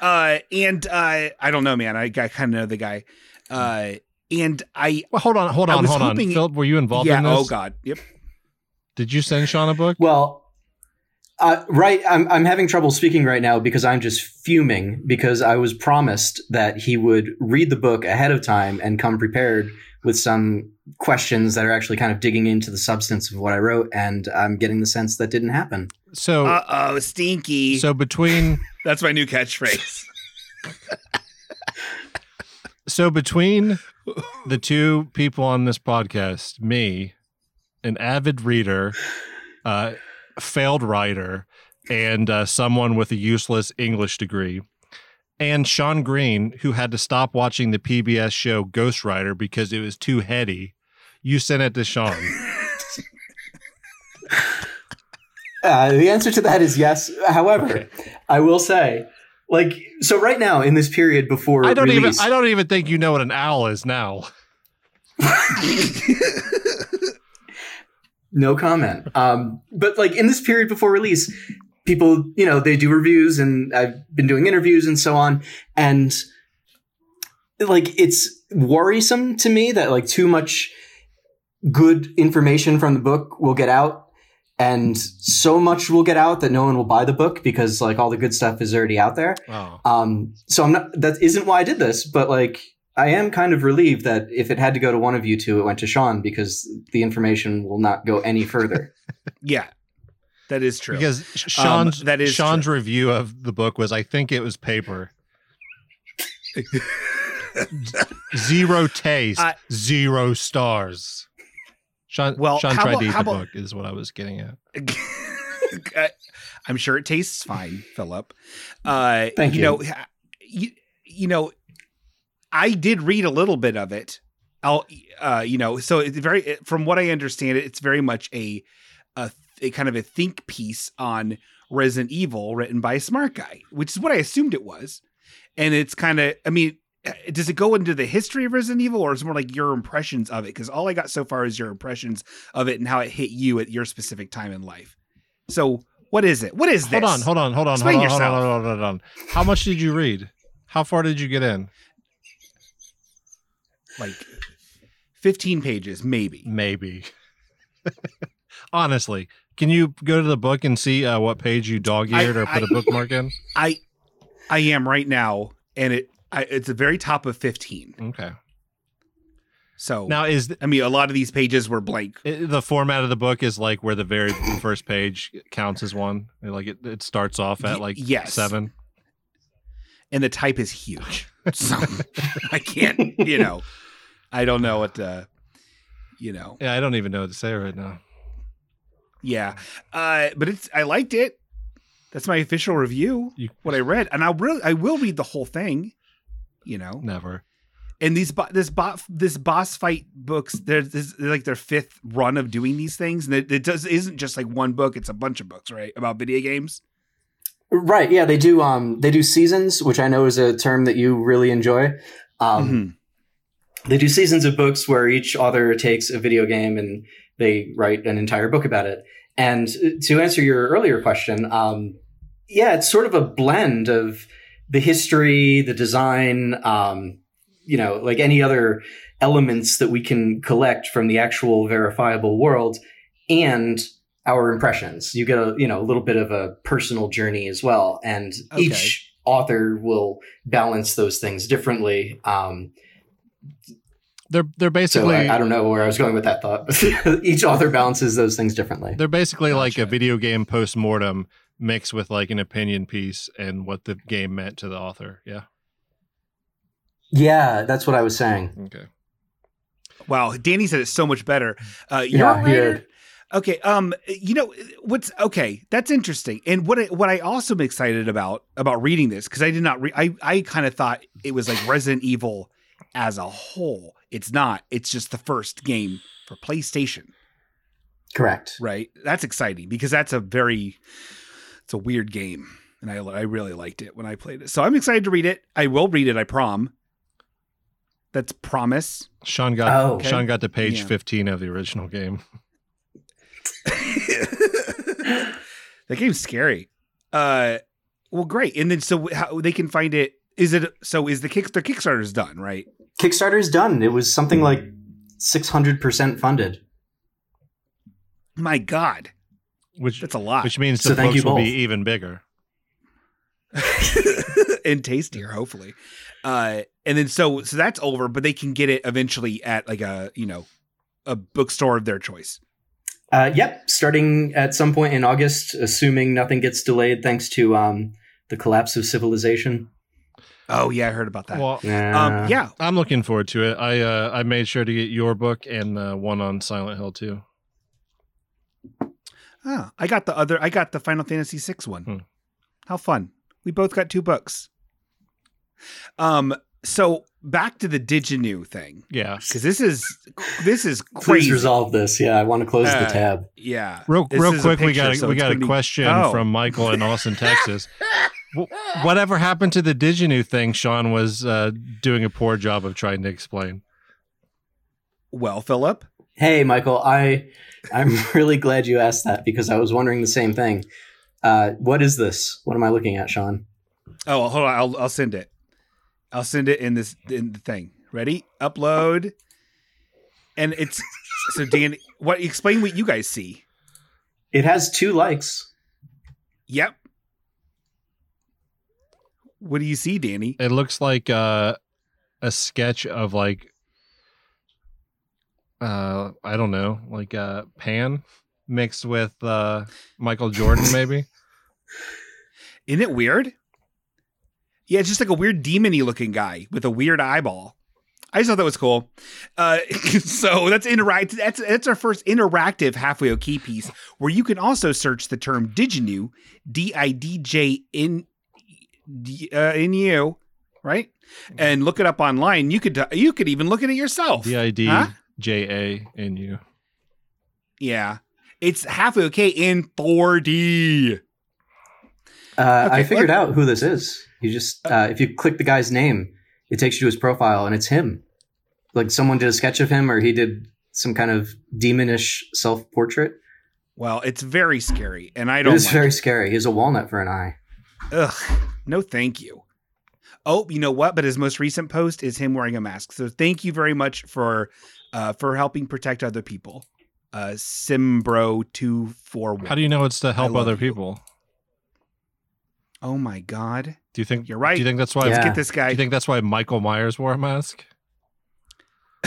[SPEAKER 1] Uh, and uh, I don't know, man. I, I kind of know the guy. Uh, and I.
[SPEAKER 2] Well, hold on, hold
[SPEAKER 1] I
[SPEAKER 2] on,
[SPEAKER 1] was
[SPEAKER 2] hold on.
[SPEAKER 1] hoping-
[SPEAKER 2] Philip, were you involved
[SPEAKER 1] yeah.
[SPEAKER 2] in this?
[SPEAKER 1] Oh God. Yep.
[SPEAKER 2] Did you send Sean a book?
[SPEAKER 3] Well, uh, right, I'm I'm having trouble speaking right now because I'm just fuming because I was promised that he would read the book ahead of time and come prepared with some questions that are actually kind of digging into the substance of what I wrote, and I'm getting the sense that didn't happen.
[SPEAKER 2] So,
[SPEAKER 1] Uh oh, stinky.
[SPEAKER 2] so between
[SPEAKER 1] That's my new catchphrase.
[SPEAKER 2] so between the two people on this podcast, me, an avid reader, uh, failed writer, and uh, someone with a useless English degree, and Sean Green, who had to stop watching the PBS show Ghostwriter because it was too heady. You sent it to Sean.
[SPEAKER 3] Uh, the answer to that is yes. However,
[SPEAKER 2] Okay.
[SPEAKER 3] I will say, like, so right now in this period before
[SPEAKER 2] I don't even
[SPEAKER 3] release-
[SPEAKER 2] I don't even think you know what an owl is now.
[SPEAKER 3] No comment. Um, but like in this period before release, people, you know, they do reviews and I've been doing interviews and so on. And like it's worrisome to me that like too much good information from the book will get out and so much will get out that no one will buy the book because like all the good stuff is already out there.
[SPEAKER 2] Oh.
[SPEAKER 3] Um, so I'm not, that isn't why I did this, but like, I am kind of relieved that if it had to go to one of you two, it went to Sean because the information will not go any further.
[SPEAKER 1] yeah, that is true.
[SPEAKER 2] Because Sean's
[SPEAKER 1] that is
[SPEAKER 2] Sean's review of the book was I think it
[SPEAKER 1] [laughs]
[SPEAKER 2] was paper. Zero taste,
[SPEAKER 1] I-
[SPEAKER 2] zero stars. Sean
[SPEAKER 1] Well,
[SPEAKER 2] Sean
[SPEAKER 1] how
[SPEAKER 2] tried
[SPEAKER 1] about-
[SPEAKER 2] to eat
[SPEAKER 1] how
[SPEAKER 2] the
[SPEAKER 1] about-
[SPEAKER 2] book is what I was getting at.
[SPEAKER 1] [laughs] I- I'm sure it tastes fine, Philip. Uh,
[SPEAKER 3] Thank
[SPEAKER 1] you.
[SPEAKER 3] you.
[SPEAKER 1] Know, you, you know, I did read a little bit of it. I'll, uh, you know, so it's very, from what I understand, it, it's very much a, a, a kind of a think piece on Resident Evil written by a smart guy, which is what I assumed it was. And it's kind of, I mean, eh, does it go into the history of Resident Evil or is it more like your impressions of it? Because all I got so far is your impressions of it and how it hit you at your specific time in life. So what is it? What is
[SPEAKER 2] Hold
[SPEAKER 1] this?
[SPEAKER 2] on, hold on, hold on, hold
[SPEAKER 1] Explain
[SPEAKER 2] on, hold on,
[SPEAKER 1] yourself.
[SPEAKER 2] hold on, hold on. How much did you read? How far did you get in?
[SPEAKER 1] Like 15 pages, maybe.
[SPEAKER 2] Maybe. [laughs] Honestly, can you go to the book and see uh, what page you dog-eared
[SPEAKER 1] I-
[SPEAKER 2] or put a
[SPEAKER 1] I-
[SPEAKER 2] bookmark in?
[SPEAKER 1] I I am right now, and it I, it's the very top of 15.
[SPEAKER 2] Okay.
[SPEAKER 1] So
[SPEAKER 2] Now is th-
[SPEAKER 1] I mean, a lot of these pages were blank.
[SPEAKER 2] i- the format of the book is like where the
[SPEAKER 3] [coughs]
[SPEAKER 2] very first page counts as one. Like it, it starts off at
[SPEAKER 1] Y-
[SPEAKER 2] like
[SPEAKER 1] yes.
[SPEAKER 2] seven.
[SPEAKER 1] and the type is huge. So [laughs] I can't, you know, I don't know what, uh, you know,
[SPEAKER 2] Yeah, I don't even know what to say right now.
[SPEAKER 1] yeah. Uh, but it's, I liked it. That's my official review.
[SPEAKER 2] You-
[SPEAKER 1] What I read, and I will, I will read the whole thing. You know,
[SPEAKER 2] Never.
[SPEAKER 1] and these bo- this bot this boss fight books they're, this, they're like their fifth run of doing these things and it, it does isn't just like one book it's a bunch of books right about video games
[SPEAKER 3] Right. Yeah, they do. Um, they do seasons, which I know is a term that you really enjoy. Um,
[SPEAKER 1] Mhm.
[SPEAKER 3] They do seasons of books where each author takes a video game and they write an entire book about it. And to answer your earlier question, um, yeah, it's sort of a blend of the history, the design, um, you know, like any other elements that we can collect from the actual verifiable world and our impressions. You get a, you know, a little bit of a personal journey as well. And each author will balance those things differently. Um,
[SPEAKER 2] They're they're
[SPEAKER 3] so
[SPEAKER 2] basically
[SPEAKER 3] I, I don't know where I was going with that thought. [laughs] Each author balances those things differently.
[SPEAKER 2] They're basically like
[SPEAKER 1] Gotcha.
[SPEAKER 2] a video game post-mortem mixed with like an opinion piece and what the game meant to the author. Yeah.
[SPEAKER 3] Yeah, that's what I was saying.
[SPEAKER 2] Okay.
[SPEAKER 1] wow danny said it's so much better uh you're
[SPEAKER 3] Yeah,
[SPEAKER 1] a
[SPEAKER 3] he
[SPEAKER 1] writer?
[SPEAKER 3] did.
[SPEAKER 1] Okay. Um. You know what's okay. That's interesting. And what I, what I also am excited about about reading this because I did not. Re- I I kind of thought it was like Resident Evil as a whole. It's not. It's just the first game for PlayStation.
[SPEAKER 3] Correct.
[SPEAKER 1] Right. That's exciting because that's a very it's a weird game, and I I really liked it when I played it. So I'm excited to read it. I will read it. I prom. That's promise.
[SPEAKER 2] Sean got
[SPEAKER 3] Oh. Okay.
[SPEAKER 2] Sean got to page
[SPEAKER 1] Yeah.
[SPEAKER 2] 15 of the original game.
[SPEAKER 1] [laughs] that game's scary. Uh, well, great. And then so how they can find it? Is it so? Is the kick the Kickstarter's done right?
[SPEAKER 3] Kickstarter's done. It was something like 600% funded.
[SPEAKER 1] My God,
[SPEAKER 2] Which
[SPEAKER 1] that's a lot
[SPEAKER 2] which means
[SPEAKER 3] ah, So
[SPEAKER 2] the
[SPEAKER 3] thank you
[SPEAKER 2] books will be
[SPEAKER 3] both.
[SPEAKER 2] even bigger.
[SPEAKER 1] [laughs] and tastier, hopefully. Uh, and then so so that's over, but they can get it eventually at like a you know a bookstore of their choice.
[SPEAKER 3] Uh, yep, starting at some point in August, assuming nothing gets delayed thanks to um, the collapse of civilization.
[SPEAKER 1] Oh yeah, I heard about that.
[SPEAKER 2] Well,
[SPEAKER 3] Nah.
[SPEAKER 1] um, yeah,
[SPEAKER 2] I'm looking forward to it. I uh, I made sure to get your book and uh, one on Silent Hill too.
[SPEAKER 1] Ah, I got the other. I got the Final Fantasy VI one.
[SPEAKER 2] Hmm.
[SPEAKER 1] How fun! We both got two books. Um. So back to the Diginu thing
[SPEAKER 2] Yeah.
[SPEAKER 1] because this is this is
[SPEAKER 3] Please
[SPEAKER 1] crazy.
[SPEAKER 3] resolve this. Yeah, I want to close
[SPEAKER 1] Uh,
[SPEAKER 3] the tab.
[SPEAKER 1] Yeah.
[SPEAKER 2] Real
[SPEAKER 1] This
[SPEAKER 2] real
[SPEAKER 1] is a
[SPEAKER 2] quick, we
[SPEAKER 1] picture,
[SPEAKER 2] got a,
[SPEAKER 1] so
[SPEAKER 2] we
[SPEAKER 1] it's
[SPEAKER 2] got a
[SPEAKER 1] pretty-
[SPEAKER 2] question
[SPEAKER 1] Oh.
[SPEAKER 2] from Michael
[SPEAKER 1] [laughs]
[SPEAKER 2] in Austin, Texas. Wh- Whatever happened to the Diginu thing? Sean was uh, doing a poor job of trying to explain.
[SPEAKER 1] Well, Philip.
[SPEAKER 3] Hey, Michael, I I'm [laughs] really glad you asked that because I was wondering the same thing. Uh, what is this? What am I looking at, Sean?
[SPEAKER 1] Oh, well, hold on. I'll I'll send it. I'll send it in this in the thing. Ready? Upload. And it's so Dan. What? Explain what you guys see.
[SPEAKER 3] It has two likes.
[SPEAKER 1] Yep. What do you see, Danny?
[SPEAKER 2] It looks like uh, a sketch of like uh, I don't know, like uh, Pan mixed with uh, Michael Jordan,
[SPEAKER 1] [laughs]
[SPEAKER 2] maybe.
[SPEAKER 1] Isn't it weird? Yeah, it's just like a weird demony looking guy with a weird eyeball. I just thought that was cool. Uh, [laughs] so that's interact. That's that's our first interactive halfway okay piece where you can also search the term "didginu," D I D J N D- uh, N U, right? And look it up online. You could you could even look at it yourself.
[SPEAKER 2] D I D
[SPEAKER 1] Huh?
[SPEAKER 2] J A N U.
[SPEAKER 1] Yeah, it's halfway okay in 4D.
[SPEAKER 3] Uh,
[SPEAKER 1] Okay, Oh.
[SPEAKER 3] I figured
[SPEAKER 1] let-
[SPEAKER 3] out who this is. You just uh, if you click the guy's name, it takes you to his profile, and it's him. Like someone did a sketch of him, or he did some kind of demonish self portrait.
[SPEAKER 1] Well, it's very scary, and I
[SPEAKER 3] It
[SPEAKER 1] don't.
[SPEAKER 3] is
[SPEAKER 1] like
[SPEAKER 3] very scary. He has a walnut for an eye.
[SPEAKER 1] Ugh, no thank you. Oh, you know what? But his most recent post is him wearing a mask. So thank you very much for uh for helping protect other people. Uh Simbro two four
[SPEAKER 2] How
[SPEAKER 1] one.
[SPEAKER 2] do you know it's to help
[SPEAKER 1] love
[SPEAKER 2] other
[SPEAKER 1] you.
[SPEAKER 2] people?
[SPEAKER 1] Oh my god.
[SPEAKER 2] Do you think
[SPEAKER 1] You're right.
[SPEAKER 2] Do you think that's why?
[SPEAKER 3] Yeah.
[SPEAKER 1] Get this
[SPEAKER 2] Do
[SPEAKER 1] guy.
[SPEAKER 2] you think that's why Michael Myers wore a mask?
[SPEAKER 1] [laughs]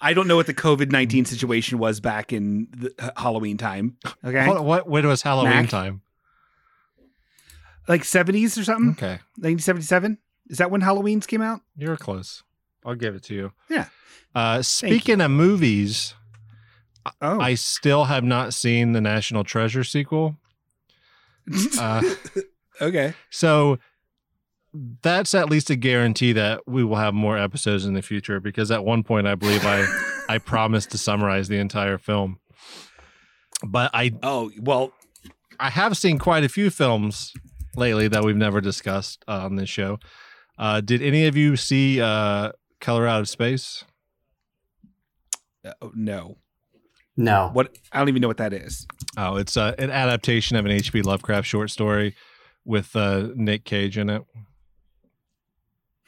[SPEAKER 1] I don't know what the COVID nineteen situation was back in the uh, Halloween time. Okay,
[SPEAKER 2] What, what when was Halloween
[SPEAKER 1] Mac?
[SPEAKER 2] time?
[SPEAKER 1] like seventies or something.
[SPEAKER 2] Okay,
[SPEAKER 1] Nineteen seventy seven. Is that when Halloween's came out?
[SPEAKER 2] you're close. I'll give it to you.
[SPEAKER 1] Yeah.
[SPEAKER 2] Uh, speaking of movies,
[SPEAKER 1] Oh,
[SPEAKER 2] I still have not seen the National Treasure sequel. Uh,
[SPEAKER 1] [laughs] [laughs] okay.
[SPEAKER 2] So that's at least a guarantee that we will have more episodes in the future because at one point I believe I
[SPEAKER 1] [laughs]
[SPEAKER 2] I promised to summarize the entire film. But I
[SPEAKER 1] Oh well,
[SPEAKER 2] I have seen quite a few films lately that we've never discussed uh, on this show. Uh, did any of you see uh, Color Out of Space?
[SPEAKER 1] uh, no.
[SPEAKER 3] No,
[SPEAKER 1] What I don't even know what that is.
[SPEAKER 2] Oh, it's uh, an adaptation of an H.P. Lovecraft short story with uh, Nick Cage in it.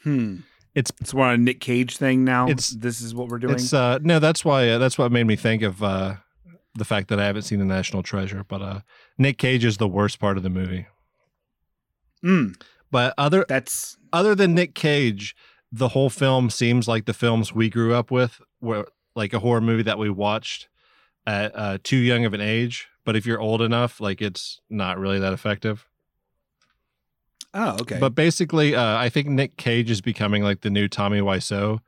[SPEAKER 1] Hmm.
[SPEAKER 2] It's-
[SPEAKER 1] it's more a Nick Cage thing now.
[SPEAKER 2] It's-
[SPEAKER 1] this is what we're doing.
[SPEAKER 2] It's uh no, that's why uh, that's what made me think of uh the fact that I haven't seen the National Treasure, but uh Nick Cage is the worst part of the movie.
[SPEAKER 1] Mm,
[SPEAKER 2] But other
[SPEAKER 1] that's
[SPEAKER 2] other than Nick Cage, the whole film seems like the films we grew up with were like a horror movie that we watched at uh too young of an age, but if you're old enough, like it's not really that effective.
[SPEAKER 1] oh okay.
[SPEAKER 2] But basically, uh, I think Nick Cage is becoming like the new Tommy Wiseau.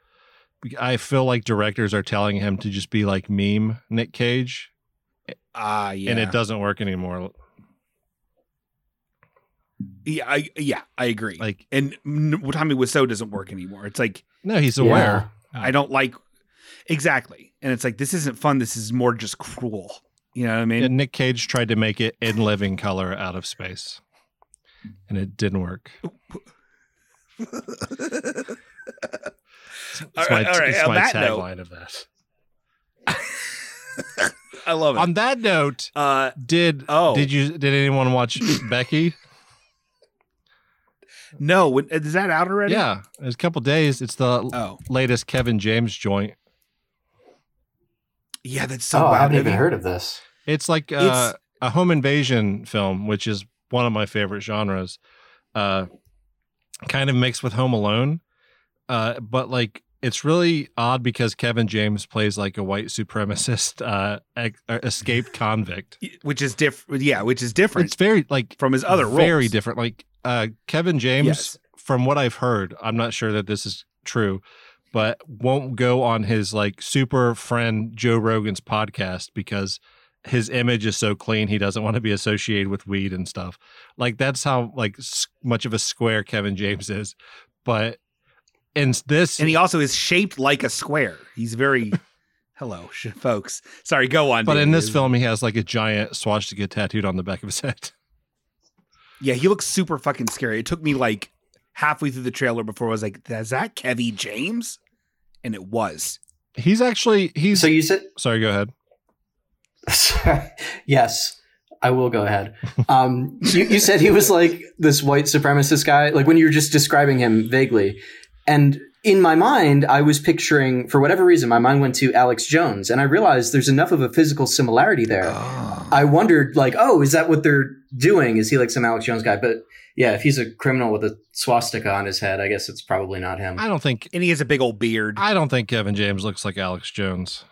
[SPEAKER 2] I feel like directors are telling him to just be like meme Nick Cage
[SPEAKER 1] Ah yeah.
[SPEAKER 2] and it doesn't work anymore.
[SPEAKER 1] Yeah, I, yeah, I agree.
[SPEAKER 2] Like,
[SPEAKER 1] and n- Tommy Wiseau doesn't work anymore. It's like
[SPEAKER 2] no, he's
[SPEAKER 3] Yeah.
[SPEAKER 2] aware.
[SPEAKER 1] I don't like exactly, and it's like this isn't fun. This is more just cruel. You know what I mean?
[SPEAKER 2] And Nick Cage tried to make it in living color out of space, and it didn't work. That's my,
[SPEAKER 1] [laughs] All right, all right,
[SPEAKER 2] it's
[SPEAKER 1] on
[SPEAKER 2] my
[SPEAKER 1] that note-
[SPEAKER 2] tagline of that.
[SPEAKER 1] I love it.
[SPEAKER 2] On that note,
[SPEAKER 1] uh,
[SPEAKER 2] did
[SPEAKER 1] Oh.
[SPEAKER 2] did you did
[SPEAKER 1] [coughs]
[SPEAKER 2] anyone watch Becky?
[SPEAKER 1] no, when, uh, is that out already?
[SPEAKER 2] Yeah, it was a couple days. It's the
[SPEAKER 1] Oh,
[SPEAKER 2] latest Kevin James joint.
[SPEAKER 1] yeah. That's so.
[SPEAKER 3] oh,
[SPEAKER 1] wild.
[SPEAKER 3] I haven't even
[SPEAKER 1] mean,
[SPEAKER 3] heard of this.
[SPEAKER 2] It's like uh,
[SPEAKER 1] It's-
[SPEAKER 2] a home invasion film, which is one of my favorite genres. Uh, kind of mixed with Home Alone, uh, but like it's really odd because Kevin James plays like a white supremacist uh, ex- uh, escaped convict.
[SPEAKER 1] Which is different. Yeah, which is different
[SPEAKER 2] It's very like
[SPEAKER 1] from his other roles.
[SPEAKER 2] very different. Like uh, Kevin James,
[SPEAKER 1] Yes.
[SPEAKER 2] from what I've heard, I'm not sure that this is true, but won't go on his like super friend Joe Rogan's podcast because his image is so clean he doesn't want to be associated with weed and stuff. Like that's how like s- much of a square Kevin James is, but in this
[SPEAKER 1] and he also is shaped like a square. He's
[SPEAKER 2] [laughs]
[SPEAKER 1] very hello, sh- folks. Sorry, go on.
[SPEAKER 2] but in
[SPEAKER 1] David.
[SPEAKER 2] this film he has like a giant swastika tattooed on the back of his head. [laughs]
[SPEAKER 1] yeah, he looks super fucking scary. It took me like halfway through the trailer before I was like, "Is that Kevy James?" And it was.
[SPEAKER 2] He's actually he's
[SPEAKER 3] So you said
[SPEAKER 2] sorry go ahead.
[SPEAKER 3] [laughs] yes. I will go ahead. Um, you, you said he was like this white supremacist guy, like when you were just describing him vaguely. And in my mind, I was picturing, for whatever reason, my mind went to Alex Jones, and I realized there's enough of a physical similarity there. I wondered, like, oh, is that what they're doing? Is he like some Alex Jones guy? But yeah, if he's a criminal with a swastika on his head, I guess it's probably not
[SPEAKER 1] Mm.
[SPEAKER 3] him.
[SPEAKER 2] I don't think
[SPEAKER 1] and he has a big old beard.
[SPEAKER 2] I don't think Kevin James looks like Alex Jones.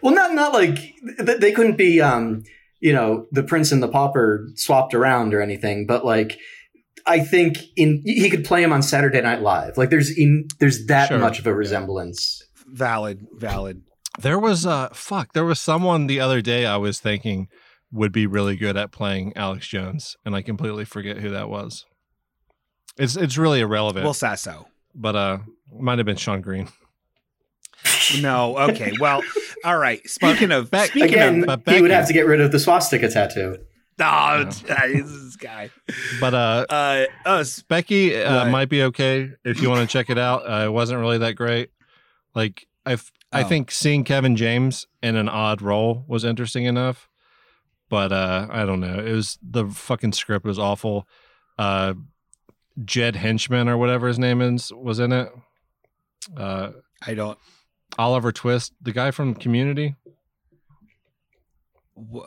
[SPEAKER 3] Well, not not like th- they couldn't be, um, you know, the prince and the pauper swapped around or anything. But like, I think in he could play him on Saturday Night Live. Like there's in there's that
[SPEAKER 2] Sure.
[SPEAKER 3] much of a resemblance.
[SPEAKER 1] Valid, valid.
[SPEAKER 2] There was uh fuck, there was someone the other day I was thinking would be really good at playing Alex Jones, and I completely forget who that was. It's it's really irrelevant.
[SPEAKER 1] Will Sasso.
[SPEAKER 2] but uh might have been Sean Green.
[SPEAKER 1] No, okay.
[SPEAKER 2] [laughs]
[SPEAKER 1] Well, all right. Speaking of
[SPEAKER 2] Back-
[SPEAKER 1] speaking
[SPEAKER 3] Again,
[SPEAKER 1] of
[SPEAKER 2] but
[SPEAKER 3] he
[SPEAKER 2] back
[SPEAKER 3] would
[SPEAKER 2] in-
[SPEAKER 3] have to get rid of the swastika tattoo.
[SPEAKER 1] oh, [laughs] this guy.
[SPEAKER 2] But uh
[SPEAKER 1] Uh, us.
[SPEAKER 2] Becky uh,
[SPEAKER 1] Right.
[SPEAKER 2] might be okay if you
[SPEAKER 1] [laughs]
[SPEAKER 2] want to check it out. Uh, it wasn't really that great. Like I, f- I
[SPEAKER 1] Oh.
[SPEAKER 2] think seeing Kevin James in an odd role was interesting enough, but uh, I don't know. It was the fucking script was awful. Uh, Jed Henchman or whatever his name is was in it. Uh,
[SPEAKER 1] I don't.
[SPEAKER 2] Oliver Twist, the guy from Community.
[SPEAKER 1] wha-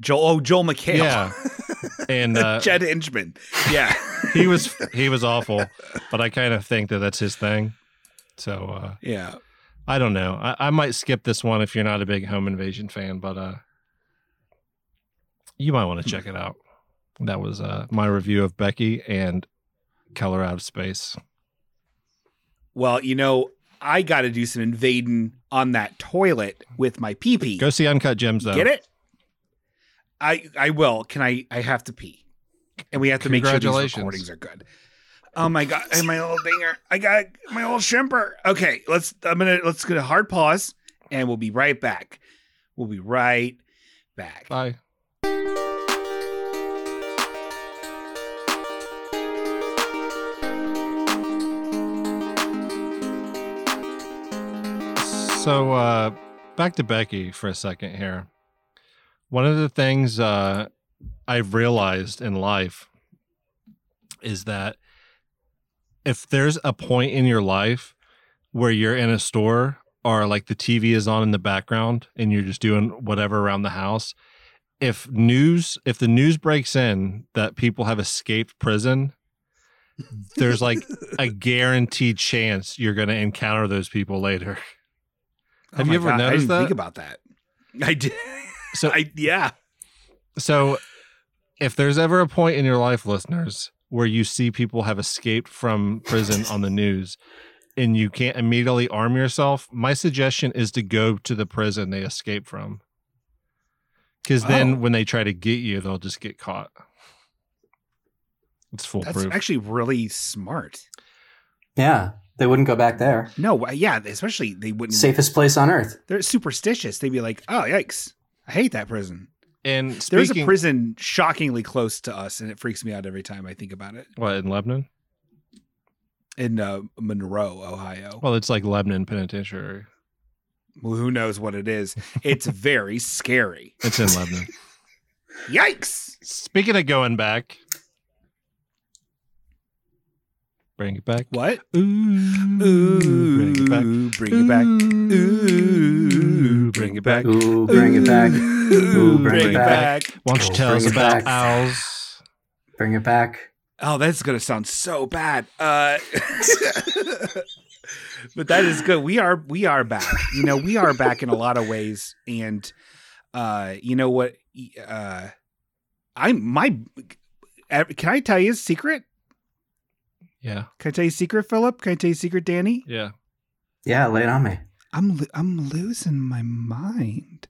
[SPEAKER 1] Joel. Oh, Joel McHale.
[SPEAKER 2] Yeah,
[SPEAKER 1] [laughs]
[SPEAKER 2] and uh,
[SPEAKER 1] Jed Hinchman. Yeah.
[SPEAKER 2] [laughs] he was he was awful. But I kind of think that that's his thing. So. Uh,
[SPEAKER 1] yeah.
[SPEAKER 2] I don't know. I, I might skip this one if you're not a big home invasion fan, but uh you might want to check it out. That was uh my review of Becky and Color Out of Space.
[SPEAKER 1] Well, you know, I got to do some invading on that toilet with my pee pee.
[SPEAKER 2] Go see Uncut Gems though.
[SPEAKER 1] Get it? I I will. Can I? I have to pee, and we have to make sure these
[SPEAKER 2] Congratulations.
[SPEAKER 1] recordings are good. Oh my god! And my old dinger. I got my old shimper. Okay, let's. I'm gonna let's get a hard pause, and we'll be right back. We'll be right back.
[SPEAKER 2] Bye. So uh back to Becky for a second here. One of the things uh I've realized in life is that if there's a point in your life where you're in a store or like the TV is on in the background and you're just doing whatever around the house, if news if the news breaks in that people have escaped prison, there's like
[SPEAKER 1] [laughs]
[SPEAKER 2] a guaranteed chance you're going to encounter those people later.
[SPEAKER 1] Oh
[SPEAKER 2] Have
[SPEAKER 1] my
[SPEAKER 2] you ever
[SPEAKER 1] God, I
[SPEAKER 2] noticed
[SPEAKER 1] didn't
[SPEAKER 2] that?
[SPEAKER 1] Think about that. I did. [laughs]
[SPEAKER 2] So
[SPEAKER 1] I yeah.
[SPEAKER 2] So, if there's ever a point in your life, listeners, where you see people have escaped from prison on the news and you can't immediately arm yourself, my suggestion is to go to the prison they escaped from. Because then
[SPEAKER 1] Oh.
[SPEAKER 2] when they try to get you, they'll just get caught. It's
[SPEAKER 1] That's
[SPEAKER 2] foolproof.
[SPEAKER 1] actually really smart.
[SPEAKER 3] Yeah, they wouldn't go back there.
[SPEAKER 1] No, uh, yeah, especially they wouldn't.
[SPEAKER 3] Safest place on earth.
[SPEAKER 1] They're superstitious. They'd be like, "Oh, yikes! I hate that prison."
[SPEAKER 2] and
[SPEAKER 1] There's
[SPEAKER 2] speaking,
[SPEAKER 1] a prison shockingly close to us, and it freaks me out every time I think about it.
[SPEAKER 2] What, in Lebanon?
[SPEAKER 1] In uh, Monroe, Ohio. Well,
[SPEAKER 2] Well, it's like Lebanon Penitentiary.
[SPEAKER 1] who knows what it is? [laughs] It's very scary.
[SPEAKER 2] It's in Lebanon.
[SPEAKER 1] Yikes!
[SPEAKER 2] [laughs] Speaking of going back, bring it back.
[SPEAKER 1] What?
[SPEAKER 2] Ooh,
[SPEAKER 1] Ooh,
[SPEAKER 2] bring it back.
[SPEAKER 1] Bring it back. Ooh, bring it back.
[SPEAKER 3] Ooh, bring it back.
[SPEAKER 1] Ooh, bring, it back.
[SPEAKER 2] Why don't you
[SPEAKER 3] Oh,
[SPEAKER 2] tell us
[SPEAKER 3] bring it
[SPEAKER 2] about
[SPEAKER 3] back.
[SPEAKER 2] owls?
[SPEAKER 3] Bring it back.
[SPEAKER 1] Oh, that's gonna sound so bad. Uh, [laughs] but that is good. We are we are back. You know, we are back in a lot of ways, and uh, you know what? Uh, I'm my. e, Can I tell you a secret?
[SPEAKER 2] Yeah,
[SPEAKER 1] Can I tell you a secret, Philip? Can I tell you a secret, Danny?
[SPEAKER 2] yeah.
[SPEAKER 3] Yeah, lay it on me.
[SPEAKER 1] I'm lo- I'm losing my mind.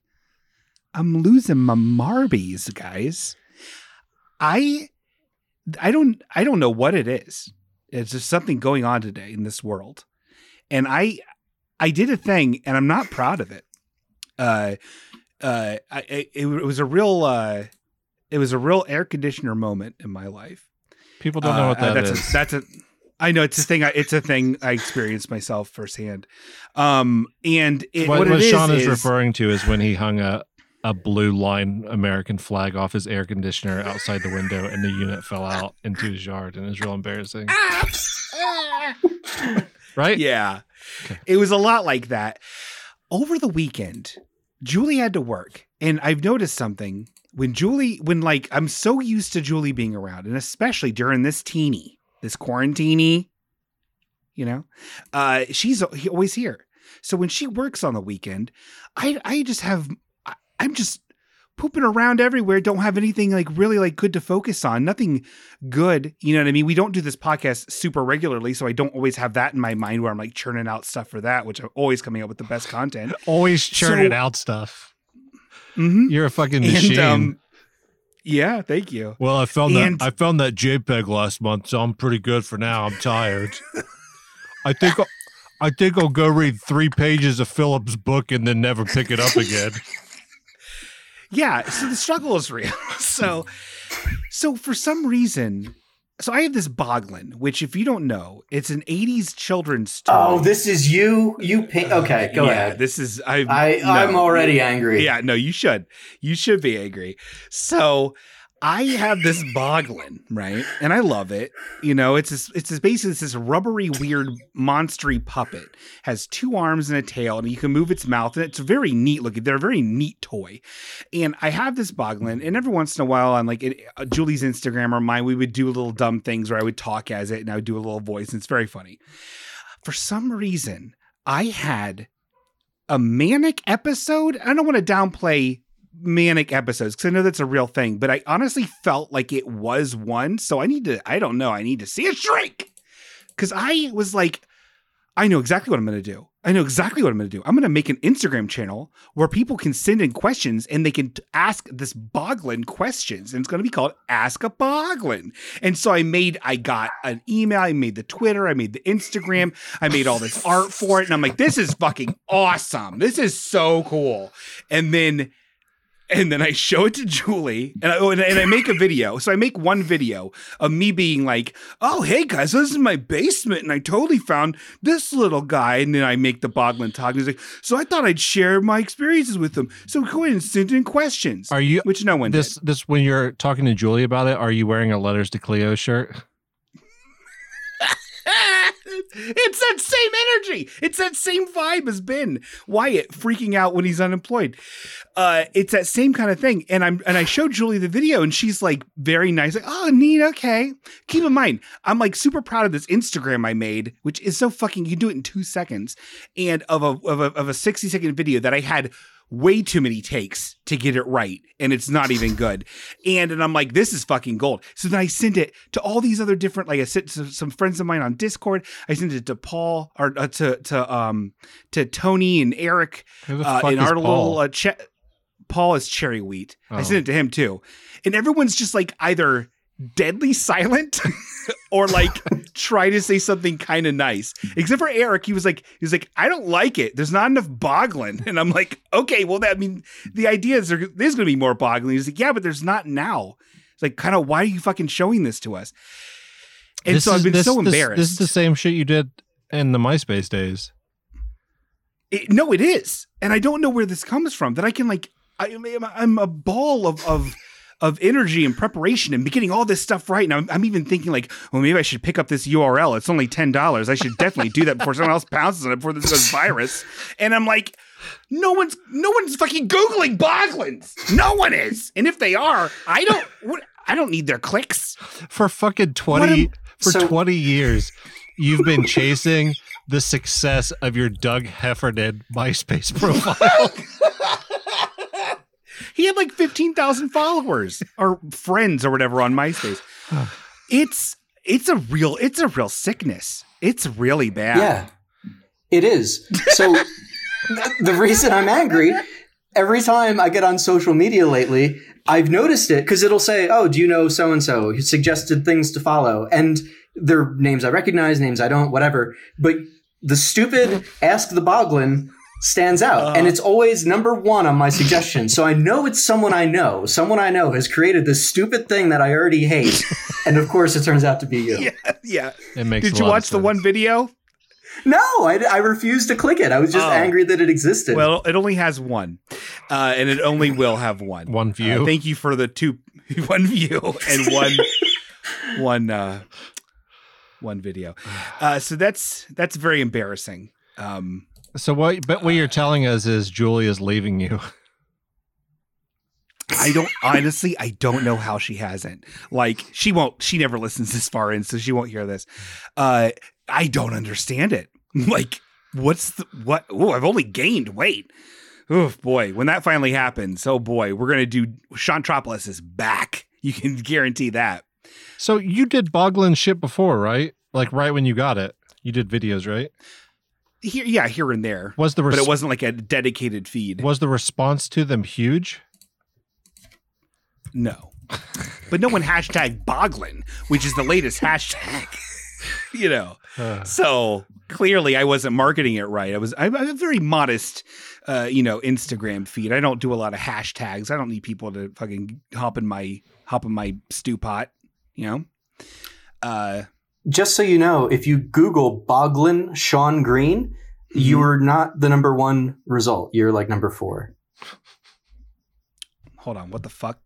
[SPEAKER 1] I'm losing my marbies, guys. I I don't I don't know what it is. It's just something going on today in this world. And I I did a thing and I'm not proud of it. Uh uh I, I it was a real uh it was a real air conditioner moment in my life.
[SPEAKER 2] People don't know what
[SPEAKER 1] Uh,
[SPEAKER 2] that
[SPEAKER 1] that's
[SPEAKER 2] is.
[SPEAKER 1] A, that's a. I know it's a thing. I, it's a thing I experienced myself firsthand. Um, and it,
[SPEAKER 2] what
[SPEAKER 1] what,
[SPEAKER 2] what
[SPEAKER 1] it is
[SPEAKER 2] Sean is,
[SPEAKER 1] is
[SPEAKER 2] referring to is when he hung a a blue line American flag off his air conditioner outside the window, and the unit fell out into his yard, and it was real embarrassing,
[SPEAKER 1] Ah!
[SPEAKER 2] right?
[SPEAKER 1] yeah, it was a lot like that. Over the weekend, Julie had to work, and I've noticed something when Julie, when like I'm so used to Julie being around, and especially during this teeny, this quarantini, you know, uh, she's a- he- always here. So when she works on the weekend, I I just have I, I'm just pooping around everywhere, don't have anything like really like good to focus on. Nothing good. You know what I mean? We don't do this podcast super regularly, so I don't always have that in my mind where I'm like churning out stuff for that, which I'm always coming up with the best content.
[SPEAKER 2] Always churning
[SPEAKER 1] So-
[SPEAKER 2] out stuff.
[SPEAKER 1] Mm-hmm.
[SPEAKER 2] You're
[SPEAKER 1] [laughs]
[SPEAKER 2] a fucking machine.
[SPEAKER 1] yeah, thank you.
[SPEAKER 2] well, I found
[SPEAKER 1] um, and-
[SPEAKER 2] that I found that JPEG last month, so I'm pretty good for now. I'm
[SPEAKER 1] [laughs]
[SPEAKER 2] tired. I think I- I think I'll go read three pages of Philip's book and then never pick it
[SPEAKER 1] [laughs]
[SPEAKER 2] up again.
[SPEAKER 1] yeah so the struggle is real [laughs] so so for some reason so i have this boglin which if you don't know it's an 80s children's toy
[SPEAKER 3] Oh, this is you. You paint. Okay, go
[SPEAKER 1] yeah,
[SPEAKER 3] ahead.
[SPEAKER 1] this is i
[SPEAKER 3] I
[SPEAKER 1] no.
[SPEAKER 3] I'm already angry.
[SPEAKER 1] yeah no you should you should be angry so i have this boglin right and i love it you know it's this, it's this basically it's this rubbery weird monstery puppet has two arms and a tail and you can move its mouth and it's very neat looking they're a very neat toy and i have this boglin and every once in a while on like it, uh, julie's instagram or mine we would do little dumb things where i would talk as it and i would do a little voice and it's very funny for some reason i had a manic episode i don't want to downplay manic episodes because i know that's a real thing but i honestly felt like it was one so i need to i don't know i need to see a shrink because i was like I know exactly what I'm going to do. I know exactly what I'm going to do. I'm going to make an Instagram channel where people can send in questions and they can t- ask this Boglin questions. And it's going to be called Ask a Boglin. And so I made, I got an email, I made the Twitter, I made the Instagram, I made all this art for it. And I'm like, this is fucking awesome. This is so cool. And then. And then I show it to Julie, and I, oh, and, I- and I make a video. So I make one video of me being like, "Oh, hey guys, this is my basement, and I totally found this little guy, and then I make the Boglin talk. And he's like, so I thought I'd share my experiences with them. So go ahead and send in questions, [laughs]
[SPEAKER 2] Are you
[SPEAKER 1] which no one
[SPEAKER 2] this
[SPEAKER 1] did.
[SPEAKER 2] this when you're talking to Julie about it? Are you wearing a Letters to Cleo shirt?
[SPEAKER 1] [laughs] it's that same energy. It's that same vibe as Ben Wyatt freaking out when he's unemployed. Uh, it's that same kind of thing. And I'm and I showed Julie the video, and she's like very nice, like, oh, neat, okay. Keep in mind, I'm like super proud of this Instagram I made, which is so fucking. You can do it in two seconds, and of a of a of a 60 second video that I had way too many takes to get it right and it's not even good and and i'm like this is fucking gold so then i send it to all these other different like i sent to some friends of mine on discord i sent it to paul or uh, to to um to tony and eric
[SPEAKER 2] Who the
[SPEAKER 1] uh,
[SPEAKER 2] fuck
[SPEAKER 1] in
[SPEAKER 2] is
[SPEAKER 1] our
[SPEAKER 2] Paul?
[SPEAKER 1] little uh, che- Paul is cherry wheat. I
[SPEAKER 2] Oh.
[SPEAKER 1] sent it to him too, and everyone's just like either deadly silent [laughs] or like try to say something kind of nice. Except for Eric, he was like, he was like, I don't like it. There's not enough boglin, and I'm like, okay, well that I mean the idea is there, there's going to be more boglin. He's like, yeah, but there's not now. It's like, kind of, why are you fucking showing this to us? And
[SPEAKER 2] This
[SPEAKER 1] so
[SPEAKER 2] is-
[SPEAKER 1] I've been
[SPEAKER 2] this-
[SPEAKER 1] so
[SPEAKER 2] this-
[SPEAKER 1] embarrassed.
[SPEAKER 2] This, is the same shit you did in the MySpace days.
[SPEAKER 1] It, no, it is, and I don't know where this comes from. That I can like, I, am I'm a ball of of of energy and preparation and getting all this stuff right. And I'm, I'm even thinking like, well, maybe I should pick up this URL. It's only ten dollars. I should definitely do that before someone else pounces on it before this goes virus. And I'm like, no one's no one's fucking googling Boglins. No one is. And if they are, I don't. What, I don't need their clicks.
[SPEAKER 2] For fucking 20
[SPEAKER 1] am-
[SPEAKER 2] for
[SPEAKER 3] so-
[SPEAKER 2] 20 years, you've been chasing the success of your Doug Heffernan MySpace profile.
[SPEAKER 1] He had like 15,000 followers or friends or whatever on
[SPEAKER 2] [sighs]
[SPEAKER 1] MySpace. It's it's a real it's a real sickness. It's really bad.
[SPEAKER 3] Yeah, it is. So th- the reason I'm angry every time I get on social media lately, I've noticed it because it'll say, "Oh, do you know so and so?" Suggested things to follow, and their names I recognize, names I don't, whatever. But the stupid ask the Boglin stands out, and it's always number one on my suggestion. So I know it's someone I know. Someone I know has created this stupid thing that I already hate, and of course, it turns out to be you.
[SPEAKER 1] Yeah. [laughs] yeah.
[SPEAKER 2] [laughs] It makes a
[SPEAKER 1] Did you
[SPEAKER 2] lot of
[SPEAKER 1] watch the
[SPEAKER 2] sense.
[SPEAKER 1] one video?
[SPEAKER 3] No, I, I refused to click it. I was just
[SPEAKER 1] Oh.
[SPEAKER 3] angry that it existed.
[SPEAKER 1] Well, it only has one. Uh, and it only will have one.
[SPEAKER 2] one view?
[SPEAKER 1] Uh, thank you for the two [laughs] one view and one one uh one video. Uh so that's that's very embarrassing. Um
[SPEAKER 2] so what but what you're telling us is Julie is leaving you.
[SPEAKER 1] I don't honestly, I don't know how she hasn't. Like she won't she never listens this far in, so she won't hear this. Uh I don't understand it. Like what's the what oh I've only gained weight. Oof, boy, when that finally happens, oh boy, we're gonna do. Shantropolis is back. You can guarantee that.
[SPEAKER 2] So you did Boglin shit before, right? Like right when you got it, you did videos, right?
[SPEAKER 1] Here, yeah, here and there,
[SPEAKER 2] Was the
[SPEAKER 1] but
[SPEAKER 2] res-
[SPEAKER 1] it wasn't like a dedicated feed.
[SPEAKER 2] was the response to them huge?
[SPEAKER 1] No. But no one hashtag Boglin, which is the latest hashtag. [laughs] you know,
[SPEAKER 2] Uh,
[SPEAKER 1] so clearly I wasn't marketing it right. I was I'm I'm a very modest, uh, you know, Instagram feed. I don't do a lot of hashtags. I don't need people to fucking hop in my hop in my stew pot. You know, uh,
[SPEAKER 3] Just so you know, if you Google Boglin Sean Green,
[SPEAKER 1] mm-hmm.
[SPEAKER 3] you're not the number one result. You're like number four.
[SPEAKER 1] hold on, what the fuck?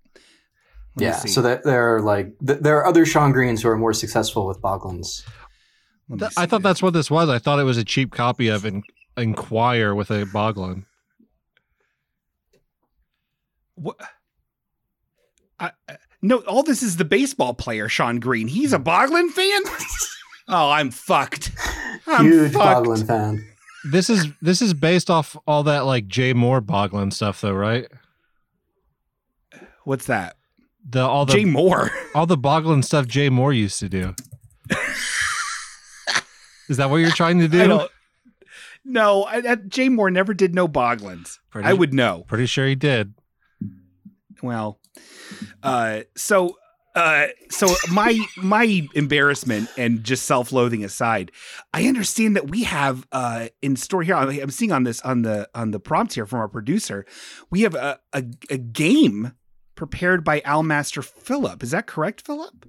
[SPEAKER 1] Let me
[SPEAKER 3] yeah.
[SPEAKER 1] see.
[SPEAKER 3] So that there are like th- there are other Sean Greens who are more successful with Boglins.
[SPEAKER 1] Let me
[SPEAKER 2] th- I
[SPEAKER 1] see this.
[SPEAKER 2] thought that's what this was. I thought it was a cheap copy of in- Inquire with a Boglin.
[SPEAKER 1] What? I, I- no, all this is the baseball player, Sean Green. He's
[SPEAKER 3] Mm.
[SPEAKER 1] a Boglin
[SPEAKER 3] [laughs]
[SPEAKER 1] fan? oh, I'm fucked. I'm
[SPEAKER 3] Huge
[SPEAKER 1] fucked.
[SPEAKER 3] Boglin fan.
[SPEAKER 2] This is this is based off all that like Jay Moore Boglin stuff, though, right?
[SPEAKER 1] What's that?
[SPEAKER 2] The all the
[SPEAKER 1] Jay Moore.
[SPEAKER 2] all the Boglin stuff Jay Moore used to do. is that what you're trying to
[SPEAKER 1] [laughs]
[SPEAKER 2] do?
[SPEAKER 1] I don't. No, I, I, Jay Moore never did no Boglins.
[SPEAKER 2] Pretty-
[SPEAKER 1] I would know.
[SPEAKER 2] Pretty sure he did.
[SPEAKER 1] Well, uh, so uh, so my my embarrassment and just self loathing aside, I understand that we have uh, in store here. I'm I'm seeing on this on the on the prompt here from our producer, we have a a, a game prepared by Al Master Philip. Is that correct, Philip?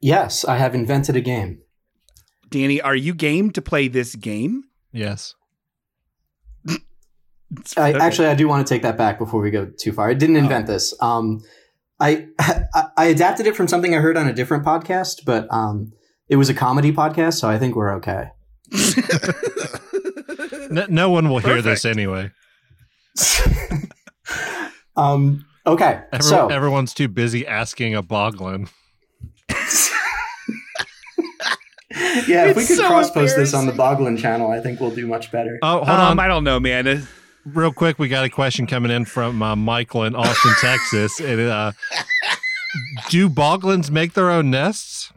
[SPEAKER 3] Yes, I have invented a game.
[SPEAKER 1] Danny, are you game to play this game?
[SPEAKER 2] Yes.
[SPEAKER 3] I,
[SPEAKER 1] Okay. Oh.
[SPEAKER 3] Actually, I do want to take that back before we go too far. I didn't invent this. Um, I, [laughs] I I adapted it from something I heard on a different podcast, but um, it was a comedy podcast, so I think we're okay.
[SPEAKER 2] No, no one will hear this anyway.
[SPEAKER 3] um, okay,
[SPEAKER 2] Every-
[SPEAKER 3] so
[SPEAKER 2] everyone's too busy asking a Boglin.
[SPEAKER 3] yeah, if we
[SPEAKER 1] It's
[SPEAKER 3] could
[SPEAKER 1] so
[SPEAKER 3] cross post this on the Boglin channel, I think we'll do much better.
[SPEAKER 2] Oh, hold
[SPEAKER 1] um,
[SPEAKER 2] on.
[SPEAKER 1] I don't know, man.
[SPEAKER 2] Real quick, we got a question coming in from uh, Michael in Austin, Texas. And, uh, do Boglins make their own nests?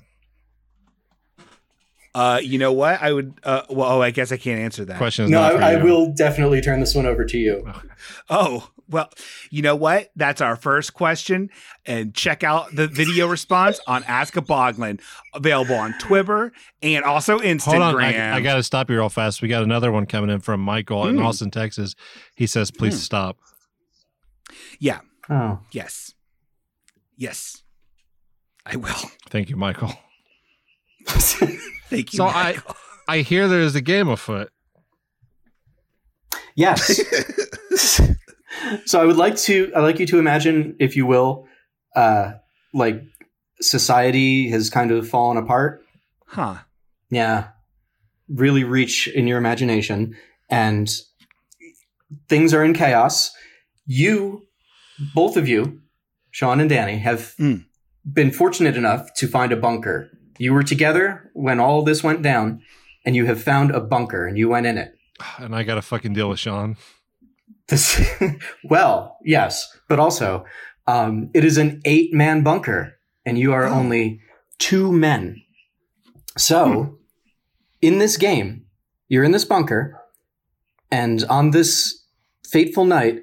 [SPEAKER 1] Uh, you know what? I would. Uh, well, oh, I guess I can't answer that.
[SPEAKER 2] Question is
[SPEAKER 3] no,
[SPEAKER 2] not for
[SPEAKER 3] I, I
[SPEAKER 2] you.
[SPEAKER 3] will definitely turn this one over to you.
[SPEAKER 1] Oh, well, you know what? That's our first question. And check out the video response on Ask a Boglin, available on Twitter and also Instagram.
[SPEAKER 2] Hold on, I, I got to stop you real fast. We got another one coming in from Michael in
[SPEAKER 1] Hmm.
[SPEAKER 2] Austin, Texas. He says, "Please
[SPEAKER 1] Hmm.
[SPEAKER 2] stop."
[SPEAKER 1] yeah.
[SPEAKER 3] Oh, [laughs]
[SPEAKER 1] Yes. Yes. I will. [laughs]
[SPEAKER 2] Thank you, Michael.
[SPEAKER 1] Thank you.
[SPEAKER 2] So I-
[SPEAKER 1] Michael.
[SPEAKER 2] I hear there is a game afoot.
[SPEAKER 1] [laughs]
[SPEAKER 3] yes. so I would like to I'd like you to imagine, if you will, uh, like society has kind of fallen apart
[SPEAKER 1] huh.
[SPEAKER 3] yeah really reach in your imagination and things are in chaos you both of you sean and danny have
[SPEAKER 1] Mm.
[SPEAKER 3] been fortunate enough to find a bunker you were together when all this went down and you have found a bunker and you went in it
[SPEAKER 2] And I got to fucking deal with Sean.
[SPEAKER 3] this [laughs] well yes but also um, it is an eight man bunker and you are
[SPEAKER 1] Oh.
[SPEAKER 3] only two men so
[SPEAKER 1] Hmm.
[SPEAKER 3] in this game you're in this bunker and on this fateful night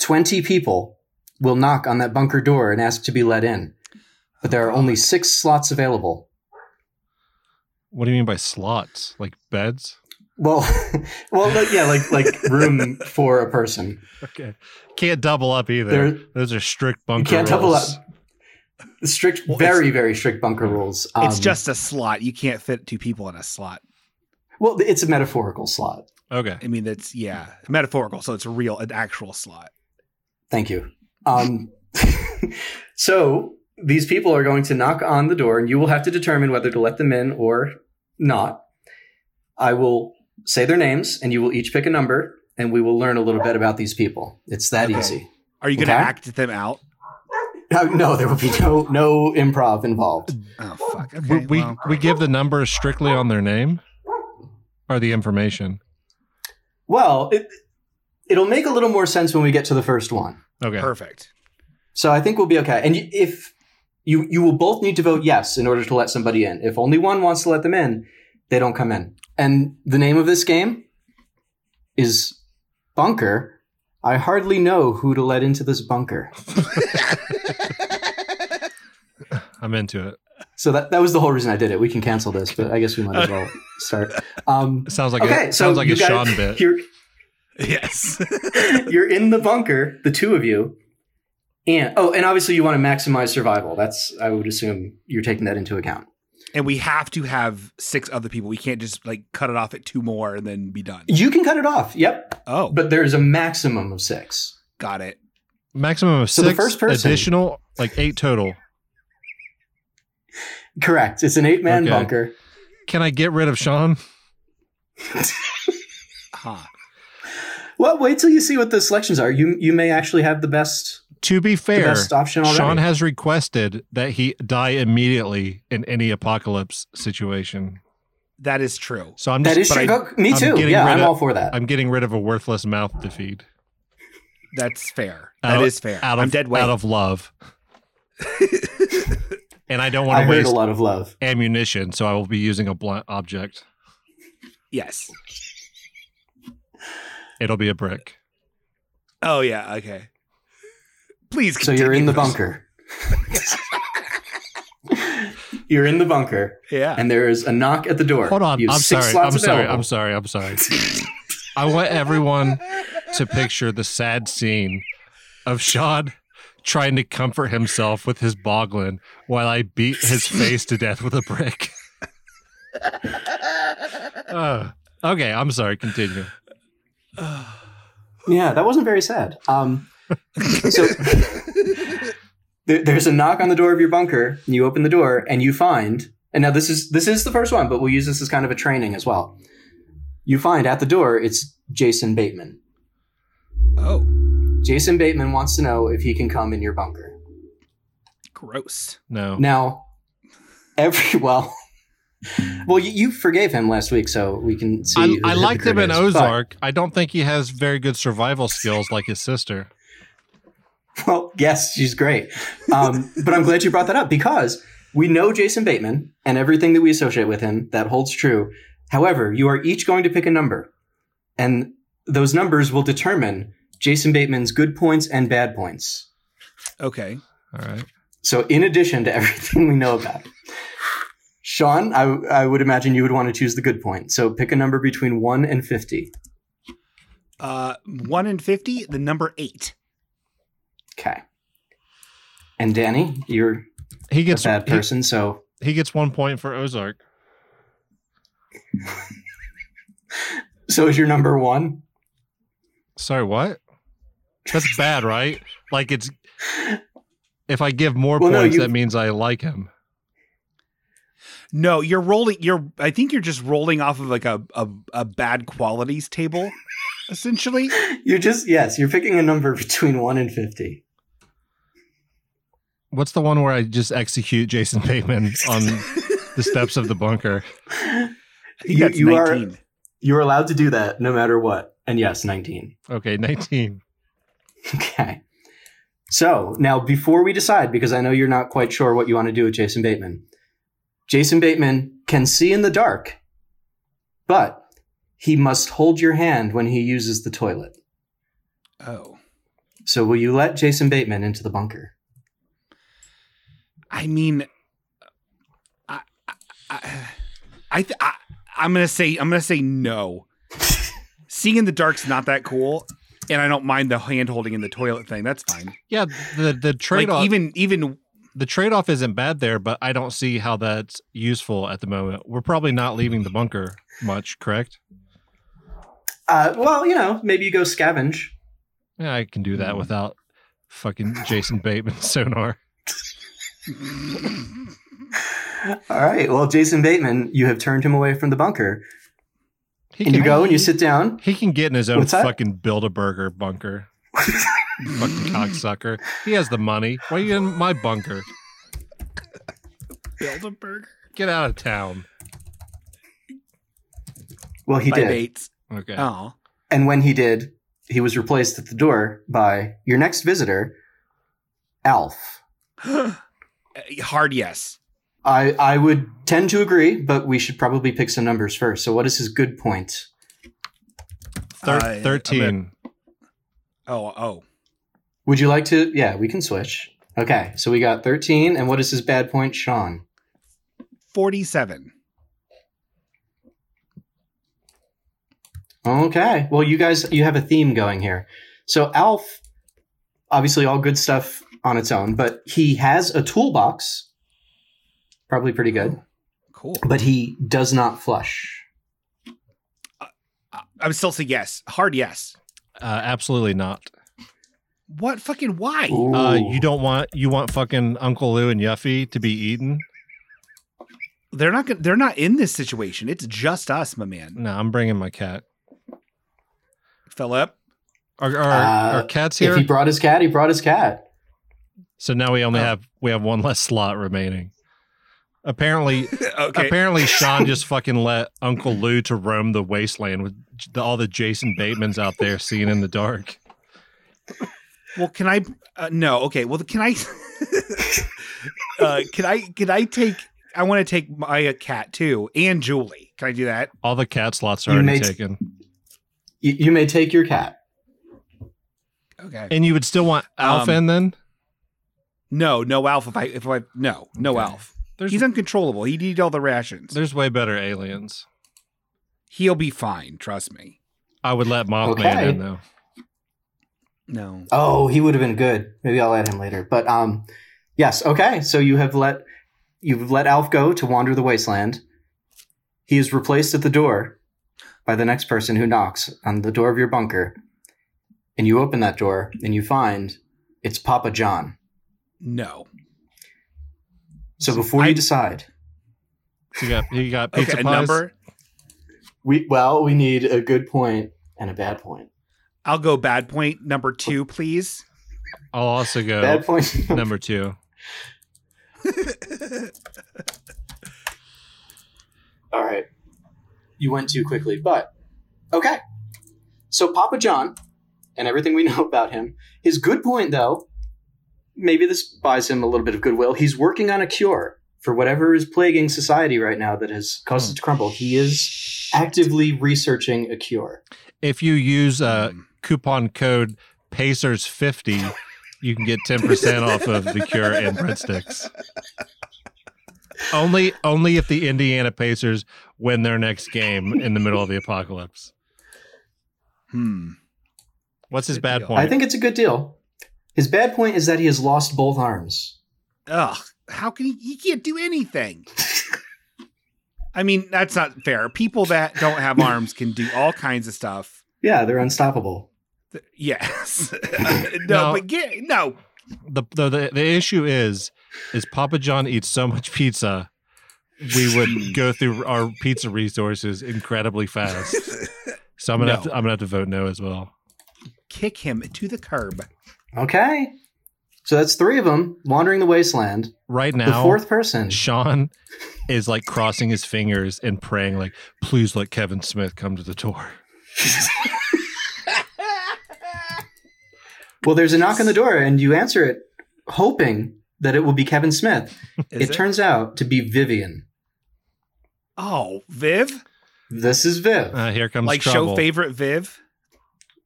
[SPEAKER 3] 20 people will knock on that bunker door and ask to be let in
[SPEAKER 1] Oh,
[SPEAKER 3] but there are only six slots available
[SPEAKER 2] What do you mean by slots? Like beds?
[SPEAKER 3] well [laughs] well like- yeah like like
[SPEAKER 1] [laughs]
[SPEAKER 3] room for a person
[SPEAKER 2] Okay. Can't double up either.
[SPEAKER 3] There-
[SPEAKER 2] Those are strict
[SPEAKER 3] you
[SPEAKER 2] bunker
[SPEAKER 3] can't double up
[SPEAKER 2] rules.
[SPEAKER 3] strict
[SPEAKER 1] Well, it's-
[SPEAKER 3] very very strict bunker rules
[SPEAKER 1] it's
[SPEAKER 3] Um,
[SPEAKER 1] just a slot. You can't fit two people in a slot.
[SPEAKER 3] Well, it's a metaphorical slot.
[SPEAKER 2] Okay.
[SPEAKER 1] I mean, that's yeah, metaphorical. So it's a real, an actual slot.
[SPEAKER 3] Thank you. Um, [laughs] so these people are going to knock on the door, and you will have to determine whether to let them in or not. I will say their names, and you will each pick a number, and we will learn a little bit about these people. It's that
[SPEAKER 1] Okay.
[SPEAKER 3] easy.
[SPEAKER 1] Are you going to
[SPEAKER 3] Okay.
[SPEAKER 1] act them out?
[SPEAKER 3] No, no, there will be no no improv involved.
[SPEAKER 1] Oh fuck.
[SPEAKER 2] We-
[SPEAKER 1] Okay,
[SPEAKER 2] we
[SPEAKER 1] well.
[SPEAKER 2] we give the numbers strictly on their name or the information.
[SPEAKER 3] Well, it, it'll make a little more sense when we get to the first one.
[SPEAKER 2] Okay.
[SPEAKER 1] Perfect. [laughs]
[SPEAKER 3] So I think we'll be okay. And y- if you you will both need to vote yes in order to let somebody in. If only one wants to let them in, they don't come in. And the name of this game is Bunker. I hardly know who to let into this bunker.
[SPEAKER 2] I'm into it.
[SPEAKER 3] So that, that was the whole reason I did it. We can cancel this, but I guess we might as well start. Um,
[SPEAKER 2] It sounds like
[SPEAKER 3] okay,
[SPEAKER 2] a,
[SPEAKER 3] so
[SPEAKER 2] sounds like
[SPEAKER 3] you
[SPEAKER 2] a
[SPEAKER 3] guys-
[SPEAKER 2] Sean
[SPEAKER 3] [laughs]
[SPEAKER 2] bit.
[SPEAKER 3] You're,
[SPEAKER 1] Yes. [laughs]
[SPEAKER 3] you're in the bunker, the two of you. And oh, and obviously you want to maximize survival. That's I would assume you're taking that into account.
[SPEAKER 1] and we have to have six other people. We can't just like cut it off at two more and then be done.
[SPEAKER 3] You can cut it off. Yep.
[SPEAKER 1] Oh,
[SPEAKER 3] But there's a maximum of 6.
[SPEAKER 1] got it.
[SPEAKER 2] Maximum of
[SPEAKER 3] So
[SPEAKER 2] six.
[SPEAKER 3] the first person-
[SPEAKER 2] additional, like eight total.
[SPEAKER 3] Correct. It's an eight man
[SPEAKER 2] Okay.
[SPEAKER 3] bunker.
[SPEAKER 2] Can I get rid of Sean?
[SPEAKER 1] Huh.
[SPEAKER 3] Well, wait till you see what the selections are. You you may actually have the best
[SPEAKER 2] To be
[SPEAKER 3] the
[SPEAKER 2] fair,
[SPEAKER 3] best option already.
[SPEAKER 2] Sean has requested that he die immediately in any apocalypse situation.
[SPEAKER 1] That is true.
[SPEAKER 2] So I'm just,
[SPEAKER 3] that is
[SPEAKER 2] but
[SPEAKER 3] true.
[SPEAKER 2] I-
[SPEAKER 3] Oh, me
[SPEAKER 2] I'm
[SPEAKER 3] too.
[SPEAKER 2] getting
[SPEAKER 3] yeah,
[SPEAKER 2] rid
[SPEAKER 3] I'm
[SPEAKER 2] of-
[SPEAKER 3] all for that.
[SPEAKER 2] I'm getting rid of a worthless mouth to feed.
[SPEAKER 1] That's fair.
[SPEAKER 2] Out
[SPEAKER 1] That
[SPEAKER 2] of-
[SPEAKER 1] is fair.
[SPEAKER 2] Out of
[SPEAKER 1] I'm dead weight.
[SPEAKER 2] out of love. and I don't
[SPEAKER 3] I
[SPEAKER 2] want to
[SPEAKER 3] heard
[SPEAKER 2] waste
[SPEAKER 3] a lot of love.
[SPEAKER 2] ammunition, so I will be using a blunt object.
[SPEAKER 1] yes.
[SPEAKER 2] It'll be a brick.
[SPEAKER 1] Oh yeah. Okay. Please.
[SPEAKER 3] So you're in
[SPEAKER 1] continue.
[SPEAKER 3] the bunker. [laughs] you're in the bunker,
[SPEAKER 1] Yeah.
[SPEAKER 3] and there is a knock at the door.
[SPEAKER 2] Hold on.
[SPEAKER 3] You have
[SPEAKER 2] I'm
[SPEAKER 3] six
[SPEAKER 2] sorry.
[SPEAKER 3] slots
[SPEAKER 2] I'm sorry.
[SPEAKER 3] available.
[SPEAKER 2] I'm sorry. I'm sorry. I want everyone to picture the sad scene of Sean trying to comfort himself with his boglin while I beat his face to death with a brick. Uh, okay, I'm sorry. Continue.
[SPEAKER 3] Yeah, that wasn't very sad.
[SPEAKER 2] [laughs]
[SPEAKER 3] Um, so there, there's a knock on the door of your bunker. And you open the door and you find. And now this is this is the first one, but we'll use this as kind of a training as well. You find at the door it's Jason Bateman.
[SPEAKER 1] [sighs] oh,
[SPEAKER 3] Jason Bateman wants to know if he can come in your bunker.
[SPEAKER 1] gross.
[SPEAKER 2] No.
[SPEAKER 3] Now, every [laughs] well, well, you, you forgave him last week, so we can see.
[SPEAKER 2] I,
[SPEAKER 3] who
[SPEAKER 2] I
[SPEAKER 3] the
[SPEAKER 2] liked him in
[SPEAKER 3] hypocrite is. But-
[SPEAKER 2] Ozark. I don't think he has very good survival skills like his sister.
[SPEAKER 3] [laughs] Well, yes, she's great. Um, but I'm glad you brought that up because we know Jason Bateman and everything that we associate with him that holds true. However, you are each going to pick a number, and those numbers will determine Jason Bateman's good points and bad points.
[SPEAKER 1] Okay.
[SPEAKER 2] All right.
[SPEAKER 3] So, in addition to [laughs] everything we know about him. Sean, I, I would imagine you would want to choose the good point. So, pick a number between 1 and 50.
[SPEAKER 1] Uh, one in fifty. The number eight.
[SPEAKER 3] Okay. And Danny, you're
[SPEAKER 2] He
[SPEAKER 3] a
[SPEAKER 2] gets
[SPEAKER 3] bad
[SPEAKER 2] he,
[SPEAKER 3] person, so
[SPEAKER 2] he gets one point for Ozark.
[SPEAKER 3] so is your number 1.
[SPEAKER 2] Sorry, what? That's bad, right? Like it's if I give more
[SPEAKER 3] Well, no,
[SPEAKER 2] points,
[SPEAKER 3] you-
[SPEAKER 2] that means I like him.
[SPEAKER 1] No, you're rolling. You're. I think you're just rolling off of like a a, a bad qualities table, essentially.
[SPEAKER 3] You're just yes, you're picking a number [laughs] between one and fifty.
[SPEAKER 2] What's the one where I just execute Jason Bateman
[SPEAKER 3] [laughs]
[SPEAKER 2] on the steps of the bunker?
[SPEAKER 1] I think
[SPEAKER 3] You-
[SPEAKER 1] that's
[SPEAKER 3] you are-
[SPEAKER 1] nineteen.
[SPEAKER 3] You're allowed to do that no matter what. And yes, nineteen.
[SPEAKER 2] Okay, nineteen.
[SPEAKER 3] [laughs] Okay. So now before we decide, because I know you're not quite sure what you want to do with Jason Bateman, Jason Bateman can see in the dark, but he must hold your hand when he uses the toilet.
[SPEAKER 1] Oh.
[SPEAKER 3] So will you let Jason Bateman into the bunker?
[SPEAKER 1] I mean, I, I- I, I, th- I, I'm gonna say, I'm gonna say
[SPEAKER 2] [laughs]
[SPEAKER 1] no. Seeing in the dark's not that cool, and I don't mind the hand holding in the toilet thing. That's fine.
[SPEAKER 2] Yeah, the the trade off
[SPEAKER 1] Like even,
[SPEAKER 2] [laughs]
[SPEAKER 1] even
[SPEAKER 2] the trade off isn't bad there, but I don't see how that's useful at the moment. We're probably not leaving the bunker much, correct?
[SPEAKER 3] Uh, well, you know, maybe you go scavenge.
[SPEAKER 2] Yeah, I can do that
[SPEAKER 3] Mm.
[SPEAKER 2] without fucking Jason Bateman [laughs] sonar.
[SPEAKER 3] All right. Well, Jason Bateman, you have turned him away from the bunker,
[SPEAKER 2] He
[SPEAKER 3] and you go and you sit down.
[SPEAKER 2] He can get in his own
[SPEAKER 3] What's that?
[SPEAKER 2] fucking build a burger bunker.
[SPEAKER 3] [laughs]
[SPEAKER 2] fucking cocksucker. He has the money. Why are you in my bunker?
[SPEAKER 1] build a burger.
[SPEAKER 2] Get out of town.
[SPEAKER 3] Well, he
[SPEAKER 1] by
[SPEAKER 3] did.
[SPEAKER 1] Bates.
[SPEAKER 2] Okay.
[SPEAKER 1] Oh,
[SPEAKER 3] Uh, And when he did, he was replaced at the door by your next visitor, Alf.
[SPEAKER 1] Oh. [gasps] Uh, Hard yes.
[SPEAKER 3] I, I would tend to agree, but we should probably pick some numbers first. So, what is his good point?
[SPEAKER 2] Thir-
[SPEAKER 1] Uh,
[SPEAKER 2] 13.
[SPEAKER 1] Oh, oh.
[SPEAKER 3] Would you like to? Yeah, we can switch. Okay, so we got 13. And what is his bad point, Sean?
[SPEAKER 1] 47.
[SPEAKER 3] Okay. Well, you guys, you have a theme going here. So, Alf, obviously, all good stuff on its own, but he has a toolbox, probably pretty good,
[SPEAKER 1] Cool.
[SPEAKER 3] but he does not flush.
[SPEAKER 1] I- I'm still saying yes. Hard yes.
[SPEAKER 2] Uh, absolutely not.
[SPEAKER 1] What fucking why?
[SPEAKER 2] Uh,
[SPEAKER 3] Ooh.
[SPEAKER 2] you don't want you want fucking Uncle Lou and Yuffie to be eaten.
[SPEAKER 1] They're not gonna, they're not in this situation. It's just us, my man.
[SPEAKER 2] No, I'm bringing my cat.
[SPEAKER 1] Philip.
[SPEAKER 2] Are are,
[SPEAKER 3] Uh,
[SPEAKER 2] are cats
[SPEAKER 3] If
[SPEAKER 2] here?
[SPEAKER 3] he brought his cat, he brought his cat.
[SPEAKER 2] so now we only
[SPEAKER 1] Oh.
[SPEAKER 2] have we have one less slot remaining. Apparently,
[SPEAKER 1] [laughs]
[SPEAKER 3] [laughs]
[SPEAKER 1] okay.
[SPEAKER 2] apparently, Sean just fucking let Uncle Lou to roam the wasteland with the, all the Jason Batemans out there seeing in the dark.
[SPEAKER 1] Well, can I? Uh, no. Okay. Well, can I? [laughs] uh, can I? Can I take? I want to take my uh, cat too and Julie. Can I do that?
[SPEAKER 2] All the cat slots are
[SPEAKER 3] You
[SPEAKER 2] already
[SPEAKER 3] may-
[SPEAKER 2] taken,
[SPEAKER 3] You, you may take your cat.
[SPEAKER 1] Okay.
[SPEAKER 2] and you would still want Alpha
[SPEAKER 1] Um,
[SPEAKER 2] in then.
[SPEAKER 1] No, no Alf. If I, if I, no, no
[SPEAKER 2] Okay.
[SPEAKER 1] Alf.
[SPEAKER 2] There's
[SPEAKER 1] He's uncontrollable. He would eat all the rations.
[SPEAKER 2] there's way better aliens.
[SPEAKER 1] He'll be fine. Trust me.
[SPEAKER 2] I would let Mothman
[SPEAKER 3] Okay.
[SPEAKER 2] in though.
[SPEAKER 1] No.
[SPEAKER 3] Oh, he would have been good. Maybe I'll add him later. But um, yes, okay. So you have let you've let Alf go to wander the wasteland. He is replaced at the door by the next person who knocks on the door of your bunker, and you open that door and you find it's Papa John.
[SPEAKER 1] No.
[SPEAKER 3] So before
[SPEAKER 1] I-
[SPEAKER 3] you decide,
[SPEAKER 2] You got you got pizza
[SPEAKER 1] okay. A
[SPEAKER 2] pies?
[SPEAKER 1] number.
[SPEAKER 3] we well we need a good point and a bad point.
[SPEAKER 1] I'll go bad point number two, please.
[SPEAKER 2] I'll also go
[SPEAKER 3] [laughs] Bad point.
[SPEAKER 2] number two.
[SPEAKER 3] All right. You went too quickly, but okay. So Papa John and everything we [laughs] know about him. His good point though, maybe this buys him a little bit of goodwill. He's working on a cure for whatever is plaguing society right now that has caused it
[SPEAKER 2] Hmm.
[SPEAKER 3] to crumble. He is actively researching a cure.
[SPEAKER 2] If you use uh,
[SPEAKER 1] Um,
[SPEAKER 2] coupon code Pacers fifty, you can get ten percent off of the cure and breadsticks. Only, only if the Indiana Pacers win their next game in the middle of the apocalypse.
[SPEAKER 1] hmm.
[SPEAKER 2] What's his
[SPEAKER 1] Good
[SPEAKER 2] bad
[SPEAKER 1] deal.
[SPEAKER 2] point?
[SPEAKER 3] I think it's a good deal. His bad point is that he has lost both arms.
[SPEAKER 1] Ugh. How can he? He can't do anything. I mean, that's not fair. People that don't
[SPEAKER 2] [laughs]
[SPEAKER 1] have arms can do all kinds of stuff.
[SPEAKER 3] Yeah, they're unstoppable.
[SPEAKER 1] Th- Yes. [laughs] no,
[SPEAKER 2] No.
[SPEAKER 1] but get no.
[SPEAKER 2] the, the the the issue is is Papa John eats so much pizza, we
[SPEAKER 1] Hmm.
[SPEAKER 2] would go through our pizza resources incredibly fast. So I'm gonna have to,
[SPEAKER 1] No.
[SPEAKER 2] I'm gonna have to vote no as well.
[SPEAKER 1] Kick him to the curb.
[SPEAKER 3] Okay. So that's three of them wandering the wasteland.
[SPEAKER 2] Right now,
[SPEAKER 3] the fourth person.
[SPEAKER 2] Sean is like crossing his fingers and praying, like, please let Kevin Smith come to the door.
[SPEAKER 3] Well, there's a knock on the door, and you answer it, hoping that it will be Kevin Smith.
[SPEAKER 1] Is
[SPEAKER 3] it, turns out to be Vivian.
[SPEAKER 1] Oh, Viv?
[SPEAKER 3] This is Viv,
[SPEAKER 2] Uh, here comes
[SPEAKER 1] Like
[SPEAKER 2] trouble.
[SPEAKER 1] show favorite Viv?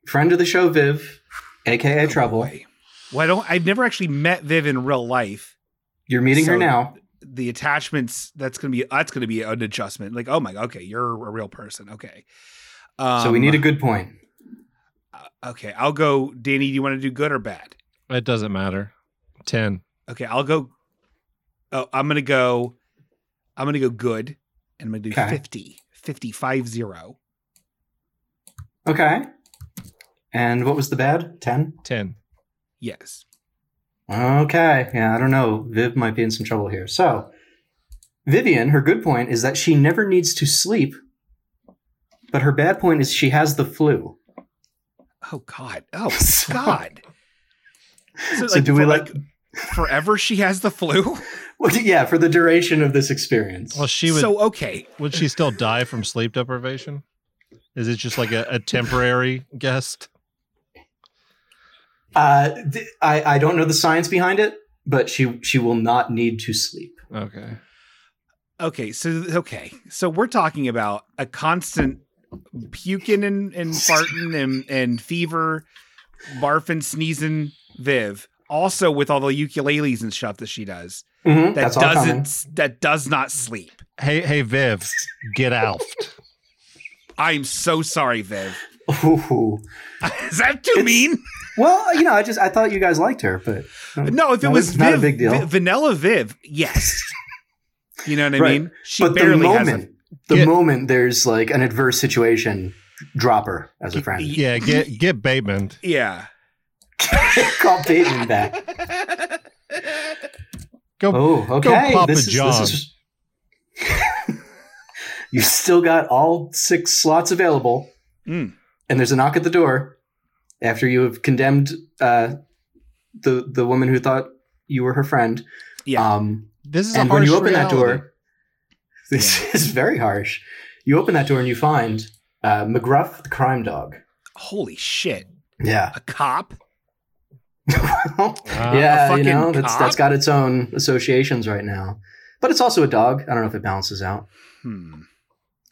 [SPEAKER 3] friend of the show, Viv, aka Trouble.
[SPEAKER 1] Oh, Boy. Well, I don't I've never actually met Viv in real life.
[SPEAKER 3] You're meeting her
[SPEAKER 1] So-
[SPEAKER 3] now.
[SPEAKER 1] The attachments that's gonna be that's gonna be an adjustment. Like, oh my okay, you're a real person. Okay. Um,
[SPEAKER 3] So we need a good point.
[SPEAKER 1] uh, okay, I'll go Danny, do you want to do good or bad?
[SPEAKER 2] It doesn't matter. Ten.
[SPEAKER 1] Okay, I'll go oh I'm gonna go I'm gonna go good and I'm gonna do
[SPEAKER 3] Okay.
[SPEAKER 1] 50. 50 five zero.
[SPEAKER 3] Okay. And what was the bad? 10?
[SPEAKER 2] Ten.
[SPEAKER 1] Yes.
[SPEAKER 3] Okay. Yeah, I don't know. Viv might be in some trouble here. So, Vivian, her good point is that she never needs to sleep, but her bad point is she has the flu.
[SPEAKER 1] Oh
[SPEAKER 3] [laughs]
[SPEAKER 1] God! Oh God! So,
[SPEAKER 3] So do we
[SPEAKER 1] for,
[SPEAKER 3] like-
[SPEAKER 1] forever? She has the flu.
[SPEAKER 3] Well, [laughs] yeah, for the duration of this experience.
[SPEAKER 2] Well, she would.
[SPEAKER 1] so okay.
[SPEAKER 2] would she still die from sleep deprivation? Is it just like a, a temporary guest?
[SPEAKER 3] Uh, th- I I don't know the science behind it, but she she will not need to sleep.
[SPEAKER 2] Okay.
[SPEAKER 1] Okay, so okay, so we're talking about a constant puking and,
[SPEAKER 3] [laughs]
[SPEAKER 1] and farting and and fever, barfing, sneezing, Viv. Also with all the ukuleles and stuff that she does, that
[SPEAKER 3] Mhm, that's all coming.
[SPEAKER 1] doesn't that does not sleep.
[SPEAKER 2] Hey, hey, Viv, get
[SPEAKER 3] [laughs]
[SPEAKER 2] alfed.
[SPEAKER 1] I'm so sorry, Viv.
[SPEAKER 3] Ooh.
[SPEAKER 1] Is that too mean?
[SPEAKER 3] Well, you know, I just I thought you guys liked her, but
[SPEAKER 1] No, if it
[SPEAKER 3] No,
[SPEAKER 1] was
[SPEAKER 3] it's not a
[SPEAKER 1] Viv,
[SPEAKER 3] big deal.
[SPEAKER 1] Vi- Vanilla Viv, yes. You know what I
[SPEAKER 3] Right.
[SPEAKER 1] mean? She
[SPEAKER 3] but the
[SPEAKER 1] barely
[SPEAKER 3] moment
[SPEAKER 1] has
[SPEAKER 3] the
[SPEAKER 2] Yeah.
[SPEAKER 3] moment there's like an adverse situation, drop her as a friend.
[SPEAKER 2] Yeah, get get Bateman.
[SPEAKER 1] a yeah.
[SPEAKER 3] [laughs] Call Peyton back.
[SPEAKER 2] Go
[SPEAKER 3] Oh, okay.
[SPEAKER 2] Papa
[SPEAKER 3] this is-
[SPEAKER 2] John.
[SPEAKER 3] This is, [laughs] you still got all six slots available,
[SPEAKER 2] Hmm.
[SPEAKER 1] Mm.
[SPEAKER 3] and there's a knock at the door after you have condemned uh, the the woman who thought you were her friend.
[SPEAKER 1] Yeah.
[SPEAKER 3] Um,
[SPEAKER 2] This is
[SPEAKER 3] and
[SPEAKER 2] a harsh
[SPEAKER 3] when you open
[SPEAKER 2] reality.
[SPEAKER 3] that door, [laughs] this is very harsh. You open that door and you find uh, McGruff, the crime dog.
[SPEAKER 1] Holy shit.
[SPEAKER 3] Yeah. [laughs]
[SPEAKER 1] A cop?
[SPEAKER 3] Oh,
[SPEAKER 2] Ah,
[SPEAKER 3] yeah, you
[SPEAKER 1] Uh, fucking
[SPEAKER 3] know, that's,
[SPEAKER 1] cop?
[SPEAKER 3] that's got its own associations right now. But it's also a dog. I don't know if it balances out.
[SPEAKER 1] Hmm.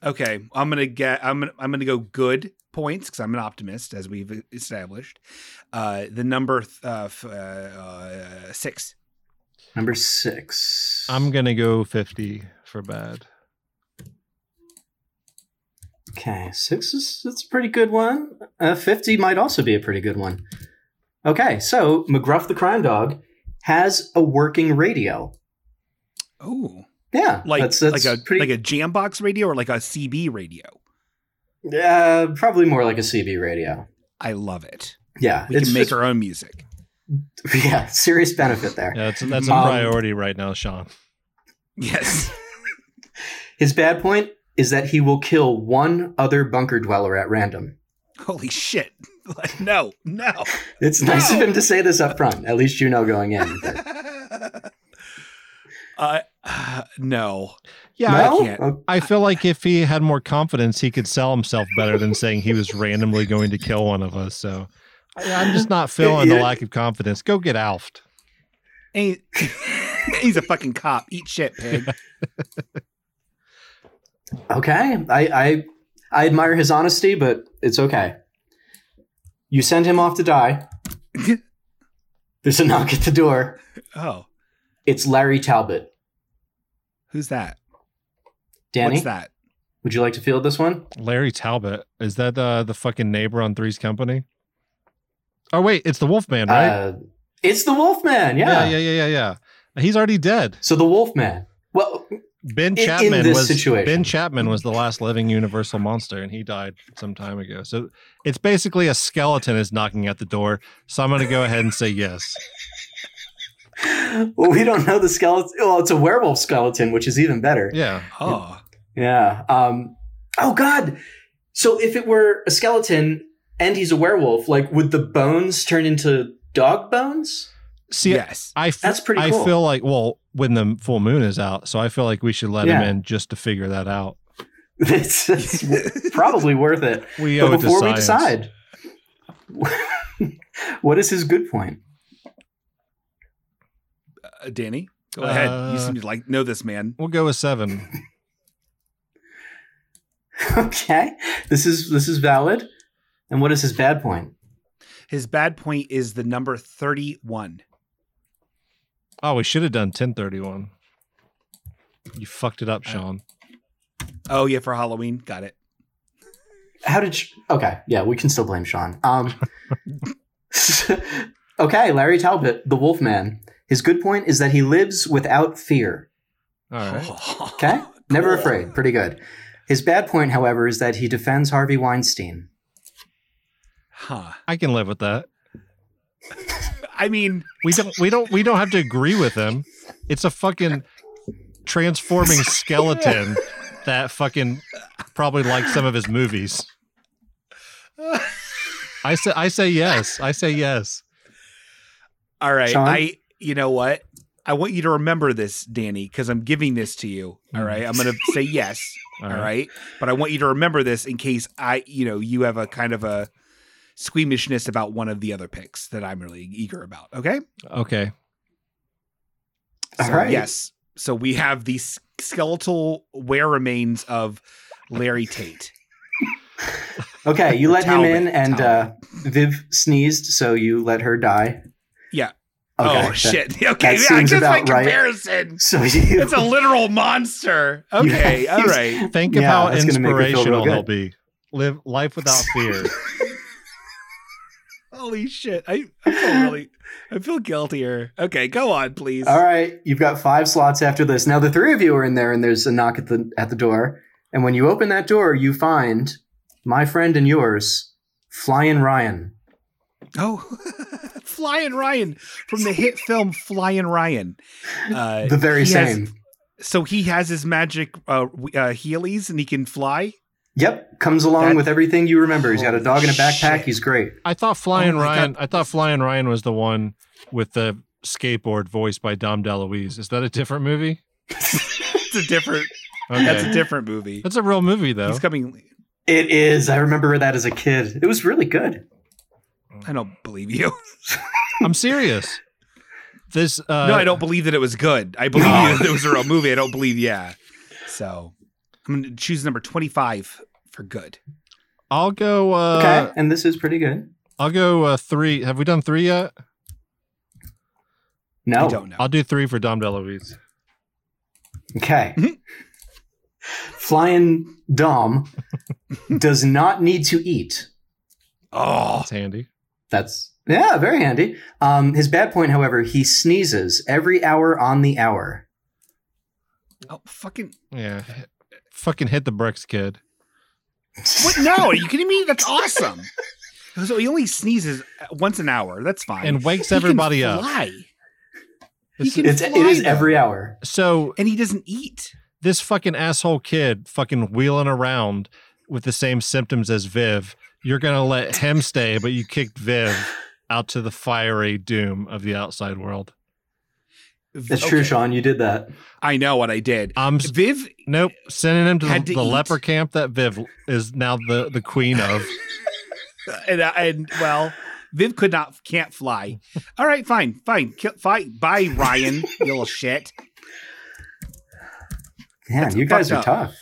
[SPEAKER 1] Okay, I'm gonna get. I'm gonna. I'm gonna go good points because I'm an optimist, as we've established. Uh, the number th- uh, f- uh, uh, six.
[SPEAKER 3] Number six.
[SPEAKER 2] I'm gonna go fifty for bad.
[SPEAKER 3] okay, six is that's a pretty good one. Uh, 50 might also be a pretty good one. Okay, so McGruff the crime dog has a working radio.
[SPEAKER 1] Oh,
[SPEAKER 3] Yeah,
[SPEAKER 1] like
[SPEAKER 3] that's, that's
[SPEAKER 1] like a
[SPEAKER 3] pretty,
[SPEAKER 1] like a Jambox radio or like a CB radio.
[SPEAKER 3] uh, probably more like a CB radio.
[SPEAKER 1] I love it.
[SPEAKER 3] Yeah,
[SPEAKER 1] We can make
[SPEAKER 3] [laughs] it's-
[SPEAKER 1] our own music.
[SPEAKER 3] yeah serious benefit there.
[SPEAKER 2] Yeah, that's that's a
[SPEAKER 3] Um,
[SPEAKER 2] priority right now, Sean.
[SPEAKER 1] Yes. [laughs]
[SPEAKER 3] His bad point is that he will kill one other bunker dweller at random.
[SPEAKER 1] Holy shit! Like, no, no. [laughs]
[SPEAKER 3] It's nice
[SPEAKER 1] No.
[SPEAKER 3] of him to say this up front. At least you know
[SPEAKER 1] [laughs]
[SPEAKER 3] going in. but-
[SPEAKER 1] uh, [sighs] uh, no.
[SPEAKER 2] Yeah,
[SPEAKER 1] I
[SPEAKER 3] no?
[SPEAKER 1] can't.
[SPEAKER 3] Oh,
[SPEAKER 2] I feel like if he had more confidence, he could sell himself better than saying he was randomly going to kill one of us. So I- I'm just not feeling the
[SPEAKER 3] [laughs] Yeah.
[SPEAKER 2] lack of confidence. Go get alfed.
[SPEAKER 1] Ain't- [laughs] He's a fucking cop. Eat shit, pig.
[SPEAKER 3] [laughs] okay. I, I I admire his honesty, but it's okay. You send him off to
[SPEAKER 1] [laughs]
[SPEAKER 3] die. There's a knock at the door.
[SPEAKER 1] Oh,
[SPEAKER 3] It's Larry Talbot.
[SPEAKER 1] who's that?
[SPEAKER 3] Danny,
[SPEAKER 1] What's that?
[SPEAKER 3] would you like to field this one?
[SPEAKER 2] Larry Talbot is that uh, the fucking neighbor on Three's Company? Oh wait, it's the Wolfman, right?
[SPEAKER 3] Uh, it's the Wolfman. Yeah.
[SPEAKER 2] yeah, yeah, yeah, yeah, yeah. He's already dead.
[SPEAKER 3] So the Wolfman. Well, [laughs]
[SPEAKER 2] Ben
[SPEAKER 3] in
[SPEAKER 2] Chapman
[SPEAKER 3] this
[SPEAKER 2] was
[SPEAKER 3] situation.
[SPEAKER 2] Ben Chapman was the last living Universal monster, and he died some time ago. So it's basically a skeleton is knocking at the door. So I'm going to go ahead and say yes.
[SPEAKER 3] well, we don't know the skeleton. Well, it's a werewolf skeleton, which is even better.
[SPEAKER 2] Yeah,
[SPEAKER 1] Oh,
[SPEAKER 3] Yeah. Um, oh God. So if it were a skeleton and he's a werewolf, like would the bones turn into dog bones?
[SPEAKER 2] see, [laughs]
[SPEAKER 1] yes.
[SPEAKER 2] I f-
[SPEAKER 3] That's pretty
[SPEAKER 2] I
[SPEAKER 3] cool. [laughs]
[SPEAKER 2] feel like well, when the full moon is out, so I feel like we should let him
[SPEAKER 3] Yeah.
[SPEAKER 2] in just to figure that out.
[SPEAKER 3] That's,
[SPEAKER 1] Uh,
[SPEAKER 3] that's probably
[SPEAKER 2] [laughs]
[SPEAKER 3] worth it.
[SPEAKER 2] We owe
[SPEAKER 3] But
[SPEAKER 2] it to
[SPEAKER 3] before we
[SPEAKER 2] science.
[SPEAKER 3] decide, [laughs] what is his good point? [laughs]
[SPEAKER 1] Uh, Danny, go ahead. You
[SPEAKER 2] Uh,
[SPEAKER 1] seem to like know this man.
[SPEAKER 2] we'll go with seven.
[SPEAKER 3] Okay, this is this is valid. And what is his bad point?
[SPEAKER 1] His bad point is the number thirty-one.
[SPEAKER 2] Oh, we should have done ten thirty one. You fucked it up, Sean.
[SPEAKER 1] Oh yeah, for Halloween. Got it.
[SPEAKER 3] How did? Sh- okay, yeah, we can still blame Sean. Um, [laughs] okay, Larry Talbot, the Wolfman. His good point is that he lives without fear.
[SPEAKER 2] All right.
[SPEAKER 1] [laughs]
[SPEAKER 3] Okay. Never
[SPEAKER 1] [gasps] Cool.
[SPEAKER 3] afraid. Pretty good. His bad point, however, is that he defends Harvey Weinstein.
[SPEAKER 1] Huh.
[SPEAKER 2] I can live with that.
[SPEAKER 1] I mean,
[SPEAKER 2] We don't we don't we don't have to agree with him. It's a fucking transforming skeleton that fucking probably likes some of his movies. I say I say yes. I say yes.
[SPEAKER 1] all right.
[SPEAKER 3] Sean?
[SPEAKER 1] I. You know what? I want you to remember this, Danny, because I'm giving this to you. All
[SPEAKER 2] Mm.
[SPEAKER 1] right. I'm gonna say yes.
[SPEAKER 2] [laughs] All
[SPEAKER 1] All
[SPEAKER 2] right.
[SPEAKER 1] right. But I want you to remember this in case I, you know, you have a kind of a squeamishness about one of the other picks that I'm really eager about. Okay.
[SPEAKER 2] Okay.
[SPEAKER 1] So,
[SPEAKER 3] All right.
[SPEAKER 1] Yes. So we have the s- skeletal wear remains of Larry Tate.
[SPEAKER 3] Okay, you let him
[SPEAKER 1] Talbot,
[SPEAKER 3] in, and uh,
[SPEAKER 1] Talbot.
[SPEAKER 3] Viv sneezed, so you let her die.
[SPEAKER 1] Yeah.
[SPEAKER 3] Okay,
[SPEAKER 1] oh
[SPEAKER 3] that-
[SPEAKER 1] shit. [laughs] Okay.
[SPEAKER 3] that
[SPEAKER 1] Yeah, I
[SPEAKER 3] seems
[SPEAKER 1] just my
[SPEAKER 3] about right.
[SPEAKER 1] comparison.
[SPEAKER 3] [laughs] So you.
[SPEAKER 1] It's a literal
[SPEAKER 3] [laughs]
[SPEAKER 1] monster. Okay.
[SPEAKER 3] Yeah.
[SPEAKER 1] All right.
[SPEAKER 2] Think
[SPEAKER 3] Yeah,
[SPEAKER 2] of how
[SPEAKER 3] that's gonna make her feel real
[SPEAKER 2] inspirational
[SPEAKER 3] good.
[SPEAKER 2] he'll be. Live life
[SPEAKER 3] [laughs]
[SPEAKER 2] without fear.
[SPEAKER 1] Holy shit. I, I
[SPEAKER 3] [laughs]
[SPEAKER 1] feel really, I feel guiltier. Okay. Go on, please.
[SPEAKER 3] All right, you've got five slots after this. Now the three of you are in there, and there's a knock at the at the door. And when you open that door, you find my friend and yours, Flying Ryan.
[SPEAKER 1] Oh, [laughs] Flying Ryan from the hit film Flying Ryan. Uh,
[SPEAKER 3] The very
[SPEAKER 1] he has-
[SPEAKER 3] same.
[SPEAKER 1] so he has his magic uh, w- uh, heelys and he can fly.
[SPEAKER 3] Yep, comes along
[SPEAKER 1] That-
[SPEAKER 3] with everything you remember. He's got a dog in a backpack.
[SPEAKER 1] Shit.
[SPEAKER 3] He's great.
[SPEAKER 2] I thought Flying
[SPEAKER 1] Oh my
[SPEAKER 2] Ryan. I thought Flying Ryan was the one with the skateboard voiced by Dom DeLuise. Is that a different movie?
[SPEAKER 1] It's a different. That's
[SPEAKER 2] Okay. That's
[SPEAKER 1] a
[SPEAKER 2] a,
[SPEAKER 1] different movie.
[SPEAKER 2] real movie though.
[SPEAKER 1] He's coming.
[SPEAKER 3] It is. I remember that as a kid. It was really good.
[SPEAKER 1] I don't believe you.
[SPEAKER 2] I'm serious. This uh,
[SPEAKER 1] no, I don't believe that it was good. I believe
[SPEAKER 3] No.
[SPEAKER 1] that [laughs] it was a real movie. I don't believe. Yeah. So I'm gonna choose number twenty-five for good.
[SPEAKER 2] I'll go. Uh,
[SPEAKER 3] Okay, and this is pretty good.
[SPEAKER 2] I'll go uh, three. Have we done three yet?
[SPEAKER 1] I
[SPEAKER 3] No.
[SPEAKER 1] don't know.
[SPEAKER 2] I'll do three for Dom DeLuise.
[SPEAKER 1] [laughs]
[SPEAKER 3] Okay.
[SPEAKER 1] Mhm.
[SPEAKER 3] Flying Dom does not need to eat.
[SPEAKER 1] Oh,
[SPEAKER 2] That's handy.
[SPEAKER 3] That's yeah, very handy. Um, his bad point, however, he sneezes every hour on the hour.
[SPEAKER 1] oh, fucking
[SPEAKER 2] Yeah. Hit- Fucking hit the bricks, kid.
[SPEAKER 3] [laughs]
[SPEAKER 1] what? No, are you kidding me? That's awesome. [laughs] So he only sneezes once an hour. That's fine.
[SPEAKER 2] And wakes everybody up.
[SPEAKER 1] He can
[SPEAKER 3] It's,
[SPEAKER 1] fly,
[SPEAKER 3] it is
[SPEAKER 1] though.
[SPEAKER 3] every hour.
[SPEAKER 2] So
[SPEAKER 1] and he doesn't eat.
[SPEAKER 2] this fucking asshole kid fucking wheeling around with the same symptoms as Viv. You're gonna let him stay, but you kicked Viv out to the fiery doom of the outside world.
[SPEAKER 3] That's
[SPEAKER 1] Okay.
[SPEAKER 3] true, Sean. You did that.
[SPEAKER 1] I know what I did.
[SPEAKER 2] I'm s-
[SPEAKER 1] Viv,
[SPEAKER 2] nope sending him to
[SPEAKER 1] Had
[SPEAKER 2] the,
[SPEAKER 1] to
[SPEAKER 2] the
[SPEAKER 1] eat.
[SPEAKER 2] leper camp that Viv is now the the queen of.
[SPEAKER 1] uh, and, and well, Viv could not can't fly. All right, fine, fine, Kill, fine. Bye, Ryan, you little shit.
[SPEAKER 3] Man,
[SPEAKER 1] That's
[SPEAKER 3] you guys are
[SPEAKER 1] fucked
[SPEAKER 3] tough.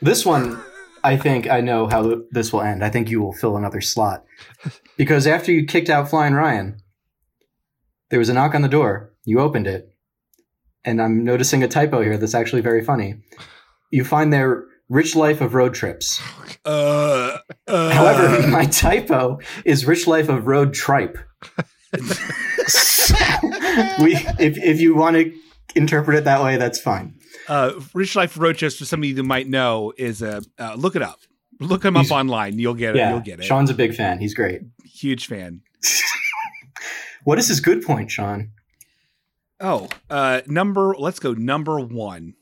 [SPEAKER 3] This one, I think I know how this will end. I think you will fill
[SPEAKER 1] [laughs]
[SPEAKER 3] another slot. Because after you kicked out Flying Ryan, there was a knock on the door. You opened it. And I'm noticing a typo here that's actually very funny. You find their rich life of road trips.
[SPEAKER 1] Uh, uh,
[SPEAKER 3] However, [laughs] my typo is Rich Life of Road Tripe. so, we, if, if you want to interpret it that way, that's fine.
[SPEAKER 1] uh, Rich Life Roaches, for some of you that might know, is a uh, look it up. Look him up
[SPEAKER 3] He's-
[SPEAKER 1] online. You'll get it.
[SPEAKER 3] Yeah,
[SPEAKER 1] You'll get it.
[SPEAKER 3] Sean's a big fan. He's great.
[SPEAKER 1] Huge fan.
[SPEAKER 3] What is his good point, Sean?
[SPEAKER 1] Oh, uh, number. Let's go number one.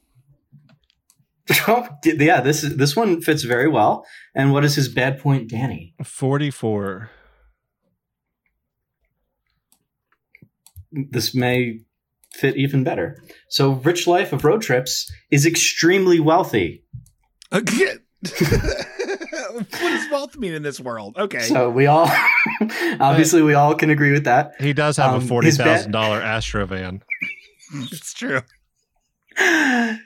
[SPEAKER 1] [laughs]
[SPEAKER 3] [laughs] yeah, this is this one fits very well. And what is his bad point, Danny?
[SPEAKER 2] Forty four.
[SPEAKER 3] This may fit even better. So, Rich Life of Road Trips is extremely wealthy.
[SPEAKER 1] Again. what does wealth mean in this world? Okay.
[SPEAKER 3] So we all, [laughs] obviously, we all can agree with that.
[SPEAKER 2] He does have
[SPEAKER 3] Um,
[SPEAKER 2] a
[SPEAKER 3] his
[SPEAKER 2] forty thousand
[SPEAKER 3] bet-
[SPEAKER 2] dollar Astro van.
[SPEAKER 1] it's true.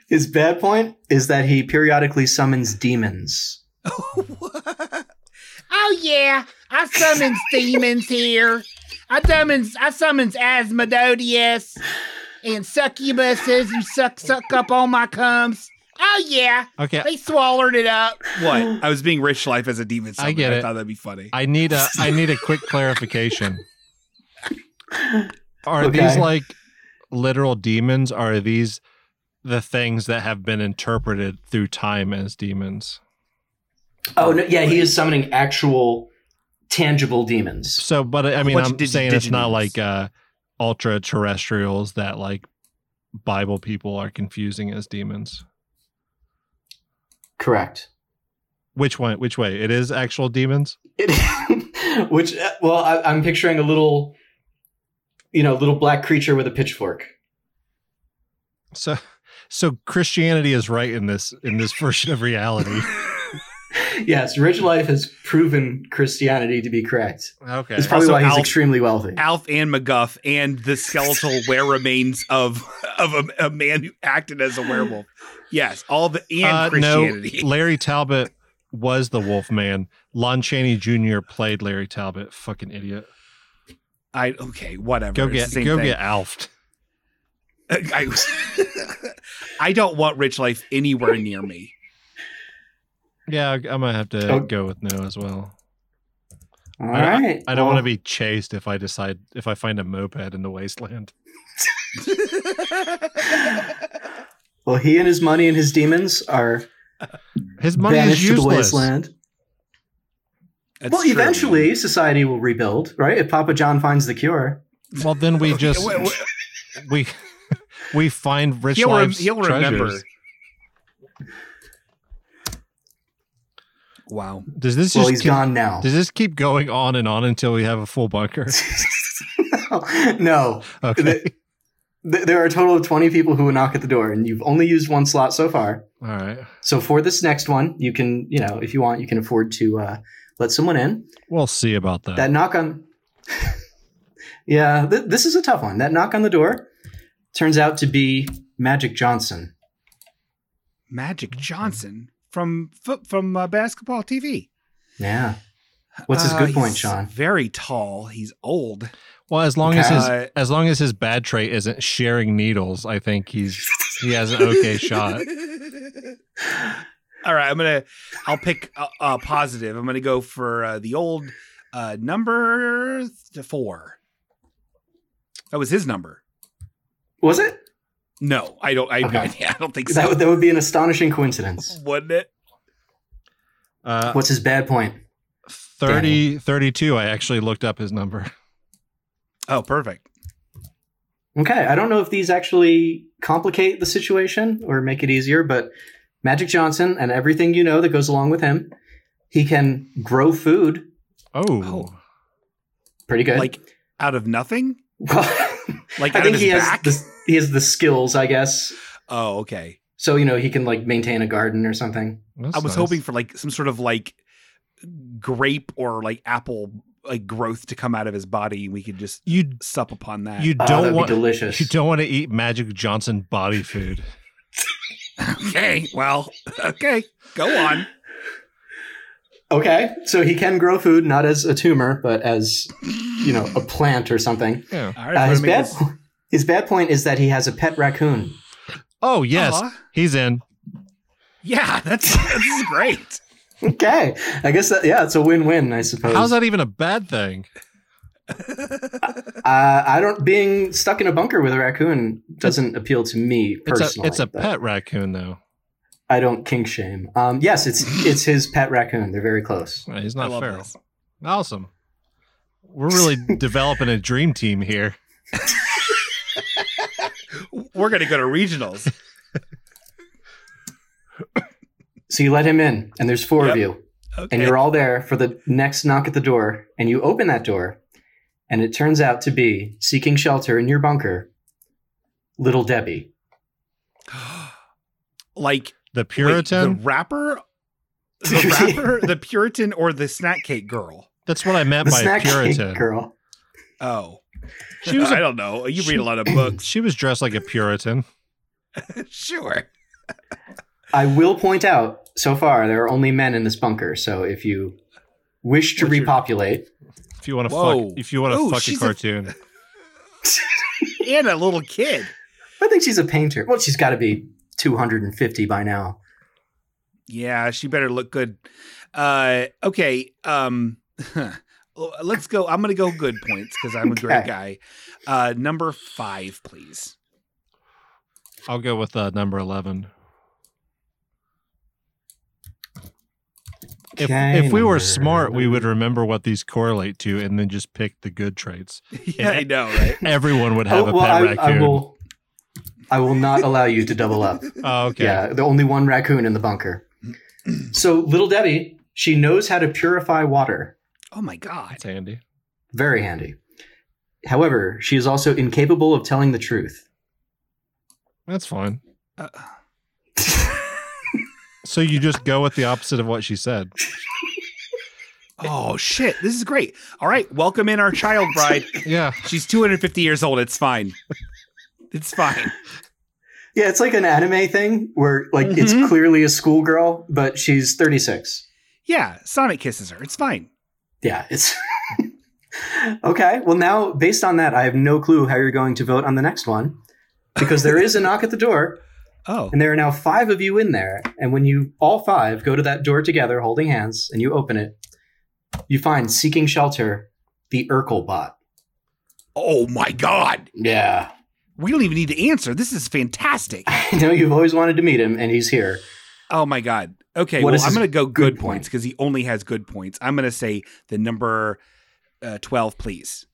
[SPEAKER 3] His bad point is that he periodically summons demons.
[SPEAKER 1] oh yeah, I summons demons here. I summons I summons Asmodeus and succubuses who suck suck up all my cums. Oh yeah,
[SPEAKER 2] Okay,
[SPEAKER 1] they swallowed it up. What? I was being rich life as a demon. Summoner.
[SPEAKER 2] I get
[SPEAKER 1] I
[SPEAKER 2] it.
[SPEAKER 1] thought that'd be funny.
[SPEAKER 2] I need a I need a quick clarification. Are
[SPEAKER 3] Okay.
[SPEAKER 2] these like literal demons? Are these the things that have been interpreted through time as demons?
[SPEAKER 3] Oh no, yeah, he is summoning actual, tangible demons.
[SPEAKER 2] So, but I mean,
[SPEAKER 1] bunch
[SPEAKER 2] I'm
[SPEAKER 1] of digi-
[SPEAKER 2] saying it's not
[SPEAKER 1] digimons.
[SPEAKER 2] like uh, ultra terrestrials that like Bible people are confusing as demons.
[SPEAKER 3] Correct.
[SPEAKER 2] Which one? Which way? It is actual demons.
[SPEAKER 3] It, [laughs] which, uh, well, I, I'm picturing a little, you know, little black creature with a pitchfork.
[SPEAKER 2] So, so Christianity is right in this in this version of reality.
[SPEAKER 3] yes, rich life has proven Christianity to be correct.
[SPEAKER 2] Okay.
[SPEAKER 3] It's probably
[SPEAKER 1] Also,
[SPEAKER 3] why he's
[SPEAKER 1] Alf-
[SPEAKER 3] extremely wealthy.
[SPEAKER 1] Alf and McGuff and the
[SPEAKER 2] [laughs]
[SPEAKER 1] skeletal where remains of of a, a man who acted as a werewolf. Yes, all the and
[SPEAKER 2] Uh,
[SPEAKER 1] Christianity. [laughs]
[SPEAKER 2] No, Larry Talbot was the Wolfman. Lon Chaney Jr. played Larry Talbot. Fucking idiot.
[SPEAKER 1] I okay, whatever.
[SPEAKER 2] Go
[SPEAKER 1] It's
[SPEAKER 2] get
[SPEAKER 1] the same
[SPEAKER 2] go
[SPEAKER 1] thing.
[SPEAKER 2] get Alfed.
[SPEAKER 1] I, I don't want rich life anywhere near
[SPEAKER 3] [laughs]
[SPEAKER 1] me.
[SPEAKER 2] Yeah, I- I'm gonna have to
[SPEAKER 3] Oh.
[SPEAKER 2] go with no as well.
[SPEAKER 3] All
[SPEAKER 2] I-
[SPEAKER 3] right.
[SPEAKER 2] I don't want
[SPEAKER 3] Well,
[SPEAKER 2] to be chased if I decide if I find a moped in the wasteland.
[SPEAKER 3] Well, he and his money and his demons are
[SPEAKER 2] His money
[SPEAKER 3] banished
[SPEAKER 2] is
[SPEAKER 3] to the
[SPEAKER 2] useless.
[SPEAKER 3] wasteland.
[SPEAKER 1] That's
[SPEAKER 3] well,
[SPEAKER 1] true.
[SPEAKER 3] eventually society will rebuild, right? If Papa John finds the cure.
[SPEAKER 2] Well, then we just
[SPEAKER 1] Wait, wait,
[SPEAKER 2] we [laughs] we find rich
[SPEAKER 1] he'll, rem-
[SPEAKER 2] lives.
[SPEAKER 1] he'll remember.
[SPEAKER 2] treasures.
[SPEAKER 1] Wow.
[SPEAKER 2] Does this
[SPEAKER 3] well,
[SPEAKER 2] just
[SPEAKER 3] he's
[SPEAKER 2] keep-
[SPEAKER 3] gone now.
[SPEAKER 2] Does this keep going on and on until we have a full
[SPEAKER 3] [laughs]
[SPEAKER 2] bunker?
[SPEAKER 3] no,
[SPEAKER 2] Okay.
[SPEAKER 3] Th- there are a total of 20 people who will knock at the door, and you've only used one slot so far.
[SPEAKER 2] All right.
[SPEAKER 3] So for this next one, you can, you know, if you want, you can afford to uh, let someone in.
[SPEAKER 2] We'll see about that.
[SPEAKER 3] That knock on. [laughs] yeah, th- this is a tough one. That knock on the door turns out to be Magic Johnson.
[SPEAKER 1] Magic Johnson from fo- from uh, basketball TV.
[SPEAKER 3] Yeah. What's his
[SPEAKER 1] Uh,
[SPEAKER 3] good point,
[SPEAKER 1] he's
[SPEAKER 3] Sean?
[SPEAKER 1] Very tall. He's old.
[SPEAKER 2] well, as long as his
[SPEAKER 1] Uh,
[SPEAKER 2] as long as his bad trait isn't sharing needles, I think he's he has
[SPEAKER 1] [laughs]
[SPEAKER 2] an
[SPEAKER 3] [laughs]
[SPEAKER 2] okay shot.
[SPEAKER 1] All right, I'm gonna. I'll pick a, a positive. I'm gonna go for uh, the old uh, number th- four. That was his number.
[SPEAKER 3] Was it?
[SPEAKER 1] No, I don't. I, [laughs]
[SPEAKER 3] Okay.
[SPEAKER 1] I, don't think
[SPEAKER 3] That
[SPEAKER 1] so.
[SPEAKER 3] would, that would be an astonishing coincidence.
[SPEAKER 1] [laughs] Wouldn't it?
[SPEAKER 2] Uh,
[SPEAKER 3] What's his bad point?
[SPEAKER 2] 30, 32, I actually looked up his number. [laughs]
[SPEAKER 1] Oh, perfect.
[SPEAKER 3] Okay, I don't know if these actually complicate the situation or make it easier, but Magic Johnson and everything you know that goes along with him, he can grow food
[SPEAKER 2] Oh,
[SPEAKER 1] Oh.
[SPEAKER 3] pretty good.
[SPEAKER 1] Like out of nothing.
[SPEAKER 3] [laughs]
[SPEAKER 1] [laughs]
[SPEAKER 3] well,
[SPEAKER 1] Like
[SPEAKER 3] I
[SPEAKER 1] out
[SPEAKER 3] think
[SPEAKER 1] of his
[SPEAKER 3] he has
[SPEAKER 1] back.
[SPEAKER 3] the, he has the skills, I guess.
[SPEAKER 1] oh, okay.
[SPEAKER 3] So you know he can like maintain a garden or something.
[SPEAKER 2] that's
[SPEAKER 1] I was
[SPEAKER 2] nice.
[SPEAKER 1] hoping for like some sort of like grape or like apple like growth to come out of his body. We could just
[SPEAKER 2] you
[SPEAKER 1] sup upon that.
[SPEAKER 2] you
[SPEAKER 3] Oh,
[SPEAKER 2] don't
[SPEAKER 3] that'd
[SPEAKER 2] want
[SPEAKER 3] be delicious.
[SPEAKER 2] you don't want to eat Magic Johnson body food.
[SPEAKER 1] [laughs] okay. Well. [laughs] Okay. Go on.
[SPEAKER 3] Okay, so he can grow food not as a tumor, but as you know a plant or something.
[SPEAKER 2] Yeah.
[SPEAKER 1] All
[SPEAKER 3] Uh,
[SPEAKER 1] we're
[SPEAKER 3] his
[SPEAKER 1] gonna make
[SPEAKER 3] bad
[SPEAKER 1] this-
[SPEAKER 3] his bad point is that he has a pet raccoon.
[SPEAKER 2] Oh yes,
[SPEAKER 1] Aw.
[SPEAKER 2] he's in.
[SPEAKER 1] Uh-huh. Yeah, [laughs] that's this is great.
[SPEAKER 3] Okay, I guess that yeah, it's a win-win, I suppose.
[SPEAKER 2] How's that even a bad thing?
[SPEAKER 3] Uh, I don't. Being stuck in a bunker with a raccoon doesn't appeal to me
[SPEAKER 2] It's a
[SPEAKER 3] personally.
[SPEAKER 2] it's a
[SPEAKER 3] but
[SPEAKER 2] pet raccoon though.
[SPEAKER 3] I don't kink shame. Um,
[SPEAKER 2] [laughs]
[SPEAKER 3] yes, it's it's his pet raccoon. They're very close.
[SPEAKER 2] Yeah, Uh, He's
[SPEAKER 1] I
[SPEAKER 2] not
[SPEAKER 1] love
[SPEAKER 2] feral.
[SPEAKER 1] this.
[SPEAKER 2] Awesome. We're really developing a dream team here.
[SPEAKER 1] We're gonna go to regionals.
[SPEAKER 3] So you let him in, and there's four
[SPEAKER 1] Yep.
[SPEAKER 3] of you,
[SPEAKER 1] Okay.
[SPEAKER 3] and you're all there for the next knock at the door, and you open that door, and it turns out to be seeking shelter in your bunker, Little Debbie.
[SPEAKER 1] [gasps] like
[SPEAKER 2] The
[SPEAKER 1] wait,
[SPEAKER 2] Puritan.
[SPEAKER 1] the
[SPEAKER 3] [laughs]
[SPEAKER 1] rapper, the rapper, the Puritan, or the snack cake girl.
[SPEAKER 2] That's what I meant
[SPEAKER 3] The
[SPEAKER 2] by
[SPEAKER 3] snack cake
[SPEAKER 2] Puritan.
[SPEAKER 3] girl.
[SPEAKER 1] Oh, [laughs]
[SPEAKER 2] She was
[SPEAKER 1] I I
[SPEAKER 2] a,
[SPEAKER 1] don't know. You
[SPEAKER 2] she-
[SPEAKER 1] read a lot of books, [laughs]
[SPEAKER 2] she was dressed like a Puritan.
[SPEAKER 1] sure.
[SPEAKER 3] I will point out, so far there are only men in this bunker. So if you wish to
[SPEAKER 1] What's your-
[SPEAKER 3] repopulate,
[SPEAKER 2] If you want to
[SPEAKER 1] Whoa.
[SPEAKER 2] fuck, if you want
[SPEAKER 1] Ooh,
[SPEAKER 2] to fuck a
[SPEAKER 1] she's a-
[SPEAKER 2] cartoon,
[SPEAKER 1] And a little kid.
[SPEAKER 3] I think she's a painter. Well, she's got to be 250 by now.
[SPEAKER 1] Yeah, she better look good. Uh, okay. Um, [laughs] well, let's go. I'm gonna go good points because I'm a great
[SPEAKER 3] Okay.
[SPEAKER 1] guy. Uh, number five, please. [laughs]
[SPEAKER 2] I'll go with uh, number eleven. If,
[SPEAKER 3] Okay,
[SPEAKER 2] if we were
[SPEAKER 3] number
[SPEAKER 2] smart, we would
[SPEAKER 3] 11.
[SPEAKER 2] remember what these correlate to, and then just pick the good traits.
[SPEAKER 1] Yeah, I know, right?
[SPEAKER 2] Everyone would have
[SPEAKER 3] [laughs] oh,
[SPEAKER 2] a
[SPEAKER 3] well,
[SPEAKER 2] pet
[SPEAKER 3] I,
[SPEAKER 2] raccoon.
[SPEAKER 3] I will. I will not allow you to double up.
[SPEAKER 2] Oh, [laughs] okay.
[SPEAKER 3] Yeah, the only one raccoon in the bunker. So little Debbie, she knows how to purify water.
[SPEAKER 1] Oh my god.
[SPEAKER 2] That's handy.
[SPEAKER 3] Very handy. However, she is also incapable of telling the truth.
[SPEAKER 2] That's fine.
[SPEAKER 1] Uh,
[SPEAKER 2] So you just go with the opposite of what she said.
[SPEAKER 1] Oh shit, this is great. All right, welcome in our child bride.
[SPEAKER 2] Yeah.
[SPEAKER 1] She's 250 years old. It's fine. It's fine.
[SPEAKER 3] [laughs] Yeah, it's like an anime thing where like it's
[SPEAKER 1] Mhm.
[SPEAKER 3] clearly a schoolgirl, but she's 36.
[SPEAKER 1] Yeah, Sonic kisses her. It's fine.
[SPEAKER 3] Yeah, it's [laughs] Okay, well now based on that, I have no clue how you're going to vote on the next one because there is a knock at the door
[SPEAKER 1] Oh.
[SPEAKER 3] and there are now 5 of you in there and when you all 5 go to that door together holding hands and you open it, you find seeking shelter the Urkel bot.
[SPEAKER 1] Oh my god.
[SPEAKER 3] Yeah.
[SPEAKER 1] We don't even need to answer. This is fantastic.
[SPEAKER 3] [laughs] I know you've always wanted to meet him and he's here.
[SPEAKER 1] Oh my god. Okay,
[SPEAKER 3] What
[SPEAKER 1] well
[SPEAKER 3] is
[SPEAKER 1] I'm
[SPEAKER 3] his
[SPEAKER 1] going to go
[SPEAKER 3] good
[SPEAKER 1] good points because he only has good points. I'm going to say the number uh, 12, please.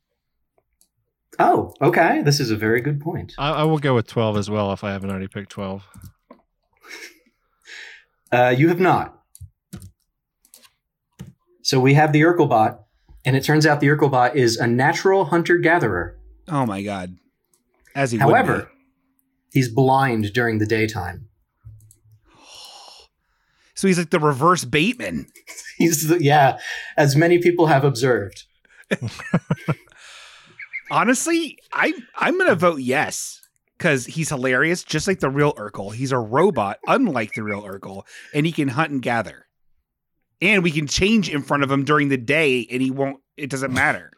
[SPEAKER 3] Oh, okay. This is a very good point.
[SPEAKER 2] I, I will go with 12 as well if I haven't already picked 12.
[SPEAKER 3] Uh, you have not. So we have the Urkelbot, and it turns out the Urkelbot is a natural hunter gatherer.
[SPEAKER 1] Oh my god. As he would
[SPEAKER 3] However,
[SPEAKER 1] be.
[SPEAKER 3] he's blind during the daytime. [laughs]
[SPEAKER 1] so he's like the reverse Bateman.
[SPEAKER 3] He's the, yeah, as many people have observed.
[SPEAKER 1] Honestly, I I'm gonna vote yes because he's hilarious, just like the real Urkel. He's a robot, unlike the real Urkel, and he can hunt and gather. And we can change in front of him during the day, and he won't. It doesn't matter.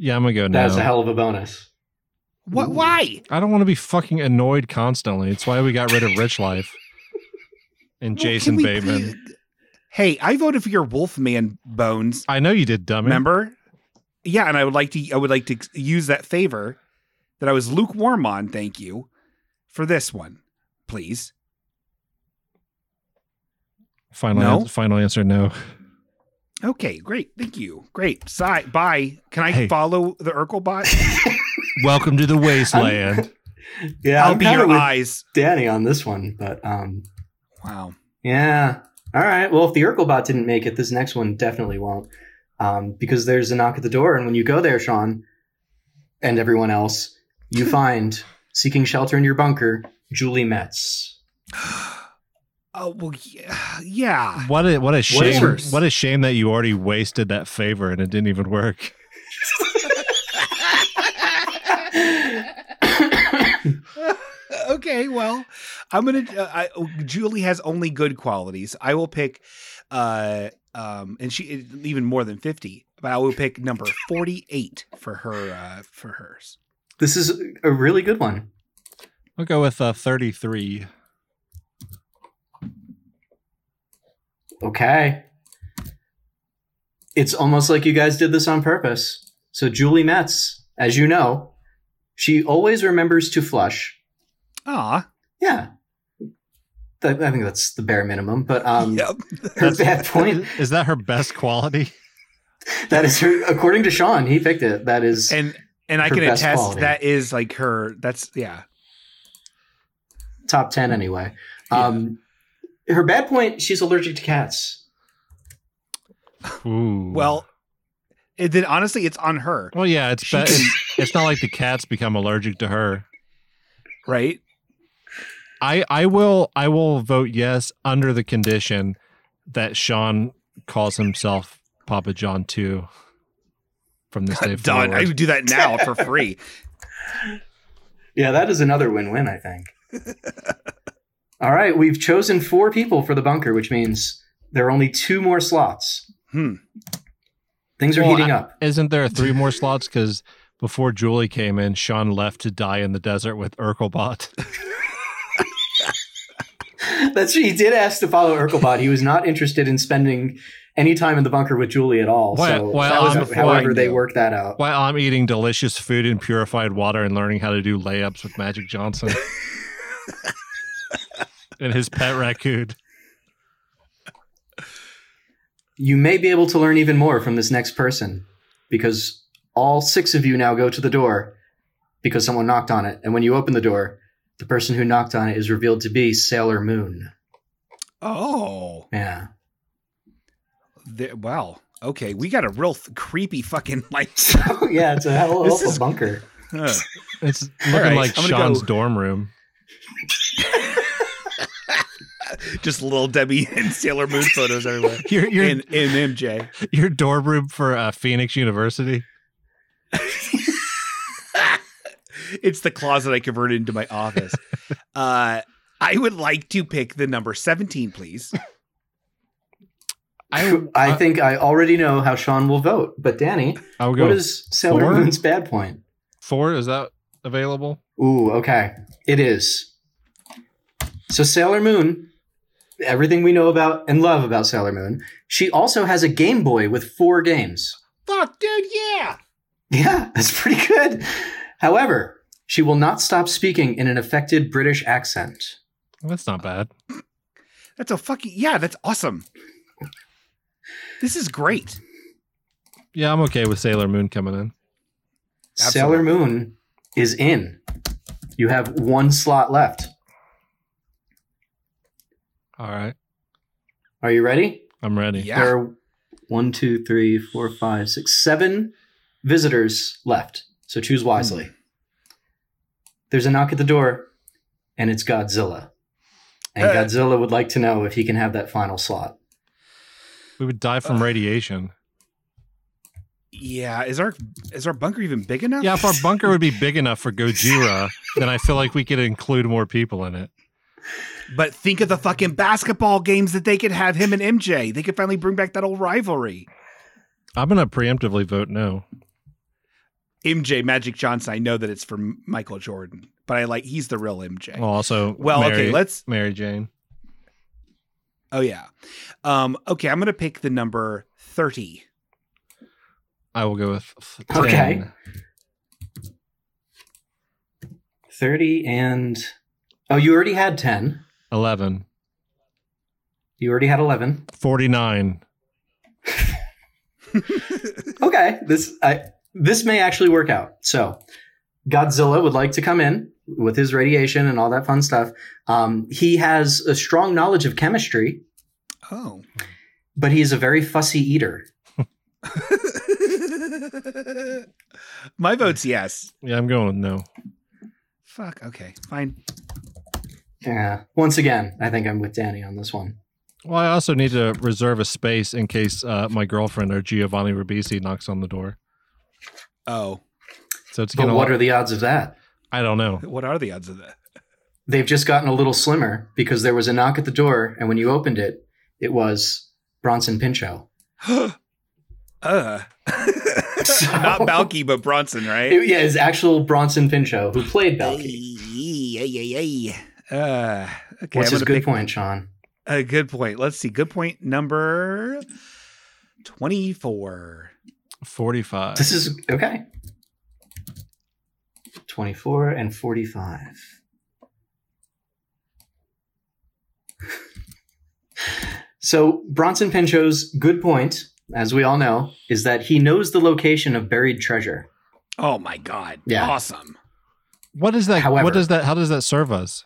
[SPEAKER 2] Yeah, I'm going to go
[SPEAKER 3] That's a
[SPEAKER 2] no.
[SPEAKER 3] hell of a bonus.
[SPEAKER 1] What?
[SPEAKER 3] Ooh.
[SPEAKER 1] Why?
[SPEAKER 2] I don't want to be fucking annoyed constantly. It's why we got rid of Rich Life and
[SPEAKER 1] Well, can
[SPEAKER 2] Jason
[SPEAKER 1] we
[SPEAKER 2] Bateman.
[SPEAKER 1] please- Hey, I voted for your Wolfman bones.
[SPEAKER 2] I know you did, dummy.
[SPEAKER 1] Remember? Yeah, and I would like to. I would like to use that favor that I was lukewarm on. Thank you for this one, please.
[SPEAKER 2] Final,
[SPEAKER 1] No.
[SPEAKER 2] ans- final answer, no.
[SPEAKER 1] Okay, great. Thank you. Great. Si- bye. Can I
[SPEAKER 2] Hey.
[SPEAKER 1] follow the Urkel bot?
[SPEAKER 2] Welcome to the wasteland.
[SPEAKER 3] [laughs] Yeah,
[SPEAKER 1] I'll
[SPEAKER 3] I'm
[SPEAKER 1] be
[SPEAKER 3] kinda
[SPEAKER 1] your
[SPEAKER 3] with
[SPEAKER 1] eyes.
[SPEAKER 3] Danny on this one, but um,
[SPEAKER 1] Wow.
[SPEAKER 3] yeah. All right. Well, if the Urkelbot didn't make it, this next one definitely won't, um, because there's a knock at the door, and when you go there, Sean, and everyone else, you find seeking shelter in your bunker, Julie Metz.
[SPEAKER 1] Oh well, yeah. [sighs] yeah.
[SPEAKER 2] what a what a shame!
[SPEAKER 1] worse?
[SPEAKER 2] what a shame that you already wasted that favor and it didn't even work.
[SPEAKER 1] okay. Well, I'm gonna. Uh, I, Julie has only good qualities. I will pick, uh, um, and she even more than fifty. But I will pick
[SPEAKER 3] [laughs]
[SPEAKER 1] number forty-eight for her. Uh, for hers.
[SPEAKER 3] this is a really good one.
[SPEAKER 2] I'll go with uh, thirty-three.
[SPEAKER 3] Okay. It's almost like you guys did this on purpose. So Julie Metz, as you know, she always remembers to flush.
[SPEAKER 1] Ah.
[SPEAKER 3] Yeah. That, I think that's the bare minimum, but um, [laughs]
[SPEAKER 1] yep.
[SPEAKER 3] her
[SPEAKER 1] [laughs]
[SPEAKER 3] bad point.
[SPEAKER 2] Is that her best quality?
[SPEAKER 3] That is her, according to Sean, he picked it. That is,
[SPEAKER 1] And and I
[SPEAKER 3] her
[SPEAKER 1] can
[SPEAKER 3] best
[SPEAKER 1] attest
[SPEAKER 3] quality.
[SPEAKER 1] that is like her. That's yeah.
[SPEAKER 3] top 10 anyway. Um, her bad point, she's allergic to cats.
[SPEAKER 2] Ooh.
[SPEAKER 1] Well, it, then honestly, it's on her,
[SPEAKER 2] well, yeah. It's
[SPEAKER 1] she-
[SPEAKER 2] be- it's, it's not like the cats become allergic to her.
[SPEAKER 1] right?
[SPEAKER 2] I I will I will vote yes under the condition that Sean calls himself Papa John too. From this
[SPEAKER 1] [laughs]
[SPEAKER 2] day
[SPEAKER 1] Done. I
[SPEAKER 2] forward.
[SPEAKER 1] would do that now [laughs] for free.
[SPEAKER 3] Yeah, that is another win win,
[SPEAKER 1] [laughs]
[SPEAKER 3] I think. All right, we've chosen four people for the bunker, which means there are only two more slots.
[SPEAKER 1] Hmm.
[SPEAKER 3] Things are
[SPEAKER 2] Well,
[SPEAKER 3] heating
[SPEAKER 2] I-
[SPEAKER 3] up.
[SPEAKER 2] Isn't there three more slots? Because before Julie came in, Sean left to die in the desert with Urkelbot.
[SPEAKER 1] [laughs]
[SPEAKER 3] That's he did ask to follow Urkelbot. He was not interested in spending any time in the bunker with Julie at all.
[SPEAKER 2] Well-
[SPEAKER 3] so
[SPEAKER 2] well,
[SPEAKER 3] that was
[SPEAKER 2] on the
[SPEAKER 3] however
[SPEAKER 1] fly,
[SPEAKER 3] they
[SPEAKER 1] no.
[SPEAKER 3] worked that out.
[SPEAKER 2] While I'm eating delicious food and purified water and learning how to do layups with
[SPEAKER 1] [laughs]
[SPEAKER 2] Magic Johnson and his pet raccoon.
[SPEAKER 3] You may be able to learn even more from this next person because all six of you now go to the door because someone knocked on it. And when you open the door, the person who knocked on it is revealed to be Sailor Moon.
[SPEAKER 1] Oh,
[SPEAKER 3] Yeah. [laughs]
[SPEAKER 1] there, wow. Okay, we got a real th- creepy fucking [laughs] like.
[SPEAKER 3] So, Oh, yeah, it's a hell [laughs]
[SPEAKER 1] This
[SPEAKER 3] of a
[SPEAKER 1] is-
[SPEAKER 3] bunker.
[SPEAKER 1] Huh.
[SPEAKER 2] It's
[SPEAKER 1] All
[SPEAKER 2] looking
[SPEAKER 1] right,
[SPEAKER 2] like
[SPEAKER 1] I'm gonna
[SPEAKER 2] Sean's
[SPEAKER 1] go-
[SPEAKER 2] dorm room.
[SPEAKER 1] just little Debbie [laughs] and Sailor Moon photos everywhere.
[SPEAKER 2] Your your
[SPEAKER 1] in in MJ.
[SPEAKER 2] your dorm room for uh, Phoenix University.
[SPEAKER 1] [laughs] it's the closet I converted into my office. [laughs] Uh, I would like to pick the number 17, please.
[SPEAKER 3] [laughs] I,
[SPEAKER 2] uh
[SPEAKER 3] I think I already know how Sean will vote. But Danny,
[SPEAKER 2] I'll go
[SPEAKER 3] what is Sailor
[SPEAKER 2] four?
[SPEAKER 3] Moon's bad point?
[SPEAKER 2] four. Is that available?
[SPEAKER 3] Ooh, okay. It is. So Sailor Moon, everything we know about and love about Sailor Moon, she also has a Game Boy with four games. [laughs]
[SPEAKER 1] Fuck, dude, yeah.
[SPEAKER 3] Yeah, that's pretty good. However, she will not stop speaking in an affected British accent.
[SPEAKER 2] That's not bad.
[SPEAKER 1] That's a fucking, yeah, that's awesome. This is great.
[SPEAKER 2] Yeah, I'm okay with Sailor Moon coming in.
[SPEAKER 1] Absolutely.
[SPEAKER 3] Sailor Moon is in. You have one slot left.
[SPEAKER 2] All right,
[SPEAKER 3] Are you ready?
[SPEAKER 2] I'm ready.
[SPEAKER 1] Yeah.
[SPEAKER 3] There are one, two, three, four, five, six, seven visitors left. So choose wisely. There's a knock at the door, and it's Godzilla. And
[SPEAKER 1] Uh.
[SPEAKER 3] Godzilla would like to know if he can have that final slot.
[SPEAKER 2] We would die
[SPEAKER 3] Uh.
[SPEAKER 2] from radiation.
[SPEAKER 1] Yeah, is our is our bunker even big enough?
[SPEAKER 2] Yeah, if our bunker would be big enough for Gojira, then I feel like we could include more people in it.
[SPEAKER 1] But think of the fucking basketball games that they could have him and MJ. They could finally bring back that old rivalry.
[SPEAKER 2] I'm gonna preemptively vote no.
[SPEAKER 1] MJ Magic Johnson. I know that it's from Michael Jordan, but I like he's the real MJ.
[SPEAKER 2] Also,
[SPEAKER 1] well, okay,
[SPEAKER 2] Oh, Mary-
[SPEAKER 1] let's
[SPEAKER 2] Mary Jane.
[SPEAKER 1] Oh yeah. Um okay, I'm going to pick the number 30.
[SPEAKER 2] I will go with f-
[SPEAKER 3] Okay.
[SPEAKER 2] 10.
[SPEAKER 3] 30 and. Oh, you already had 10.
[SPEAKER 2] 11,
[SPEAKER 3] You already had
[SPEAKER 2] [laughs]
[SPEAKER 3] 11.
[SPEAKER 2] 49.
[SPEAKER 3] Okay, this I this may actually work out. So, Godzilla would like to come in with his radiation and all that fun stuff. Um, he has a strong knowledge of chemistry,
[SPEAKER 1] Oh. [laughs]
[SPEAKER 3] but he is a very fussy eater.
[SPEAKER 1] My vote's yes.
[SPEAKER 2] Yeah, I'm going with no.
[SPEAKER 1] Fuck, okay. Fine.
[SPEAKER 3] Yeah. Once again, I think I'm with Danny on this one.
[SPEAKER 2] Well, I also need to reserve a space in case uh, my girlfriend or Giovanni Ribisi knocks on the door.
[SPEAKER 1] Oh.
[SPEAKER 2] So it's
[SPEAKER 3] But
[SPEAKER 2] gonna.
[SPEAKER 3] what are the odds of that?
[SPEAKER 2] I don't know.
[SPEAKER 1] What are the odds of that?
[SPEAKER 3] They've just gotten a little slimmer because there was a knock at the door, and when you opened it, it was Bronson Pinchot.
[SPEAKER 1] [gasps] uh. [laughs] Not Balky, but Bronson, right?
[SPEAKER 3] It- yeah, his actual Bronson Pinchot, who played Balky.
[SPEAKER 1] Ay, ay, ay, ay. Uh, okay,
[SPEAKER 3] What's
[SPEAKER 1] I'm
[SPEAKER 3] his
[SPEAKER 1] gonna
[SPEAKER 3] good
[SPEAKER 1] pick
[SPEAKER 3] point, Sean?
[SPEAKER 1] a good point. Let's see. Good point number 24.
[SPEAKER 2] 45.
[SPEAKER 3] This is okay. 24 and 45. [laughs] so, Bronson Pinchot's good point, as we all know, is that he knows the location of buried treasure.
[SPEAKER 1] Oh my god.
[SPEAKER 3] Yeah.
[SPEAKER 1] Awesome.
[SPEAKER 2] What is that?
[SPEAKER 3] However-
[SPEAKER 2] what does that? How does that serve us?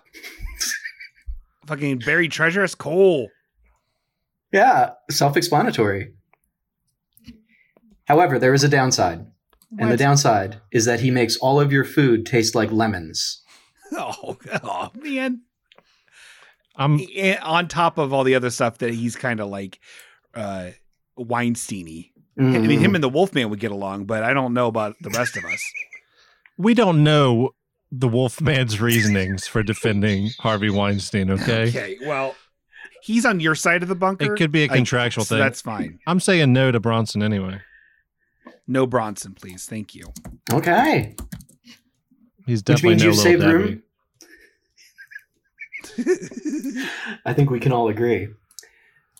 [SPEAKER 1] Fucking buried treasure is cool.
[SPEAKER 3] Yeah, self explanatory. However, there is a downside. And the
[SPEAKER 1] What?
[SPEAKER 3] downside is that he makes all of your food taste like lemons.
[SPEAKER 1] [laughs] Oh, oh man.
[SPEAKER 2] I'm
[SPEAKER 1] And on top of all the other stuff that he's kind of like uh Weinsteiny. I mean,
[SPEAKER 2] Mm-hmm.
[SPEAKER 1] him and the Wolfman would get along, but I don't know about the rest of us.
[SPEAKER 2] we don't know the Wolfman's [laughs] reasonings for defending Harvey Weinstein, [laughs] okay?
[SPEAKER 1] Okay, well, he's on your side of the bunker.
[SPEAKER 2] It could be a
[SPEAKER 1] I-
[SPEAKER 2] contractual
[SPEAKER 1] so
[SPEAKER 2] thing.
[SPEAKER 1] that's fine.
[SPEAKER 2] I'm saying no to Bronson anyway.
[SPEAKER 1] No Bronson, please. Thank you.
[SPEAKER 3] Mm, Okay.
[SPEAKER 2] He's
[SPEAKER 3] Which
[SPEAKER 2] definitely
[SPEAKER 3] means
[SPEAKER 2] no
[SPEAKER 3] you've
[SPEAKER 2] little
[SPEAKER 3] saved
[SPEAKER 2] Debbie.
[SPEAKER 3] room. [laughs] I think we can all agree.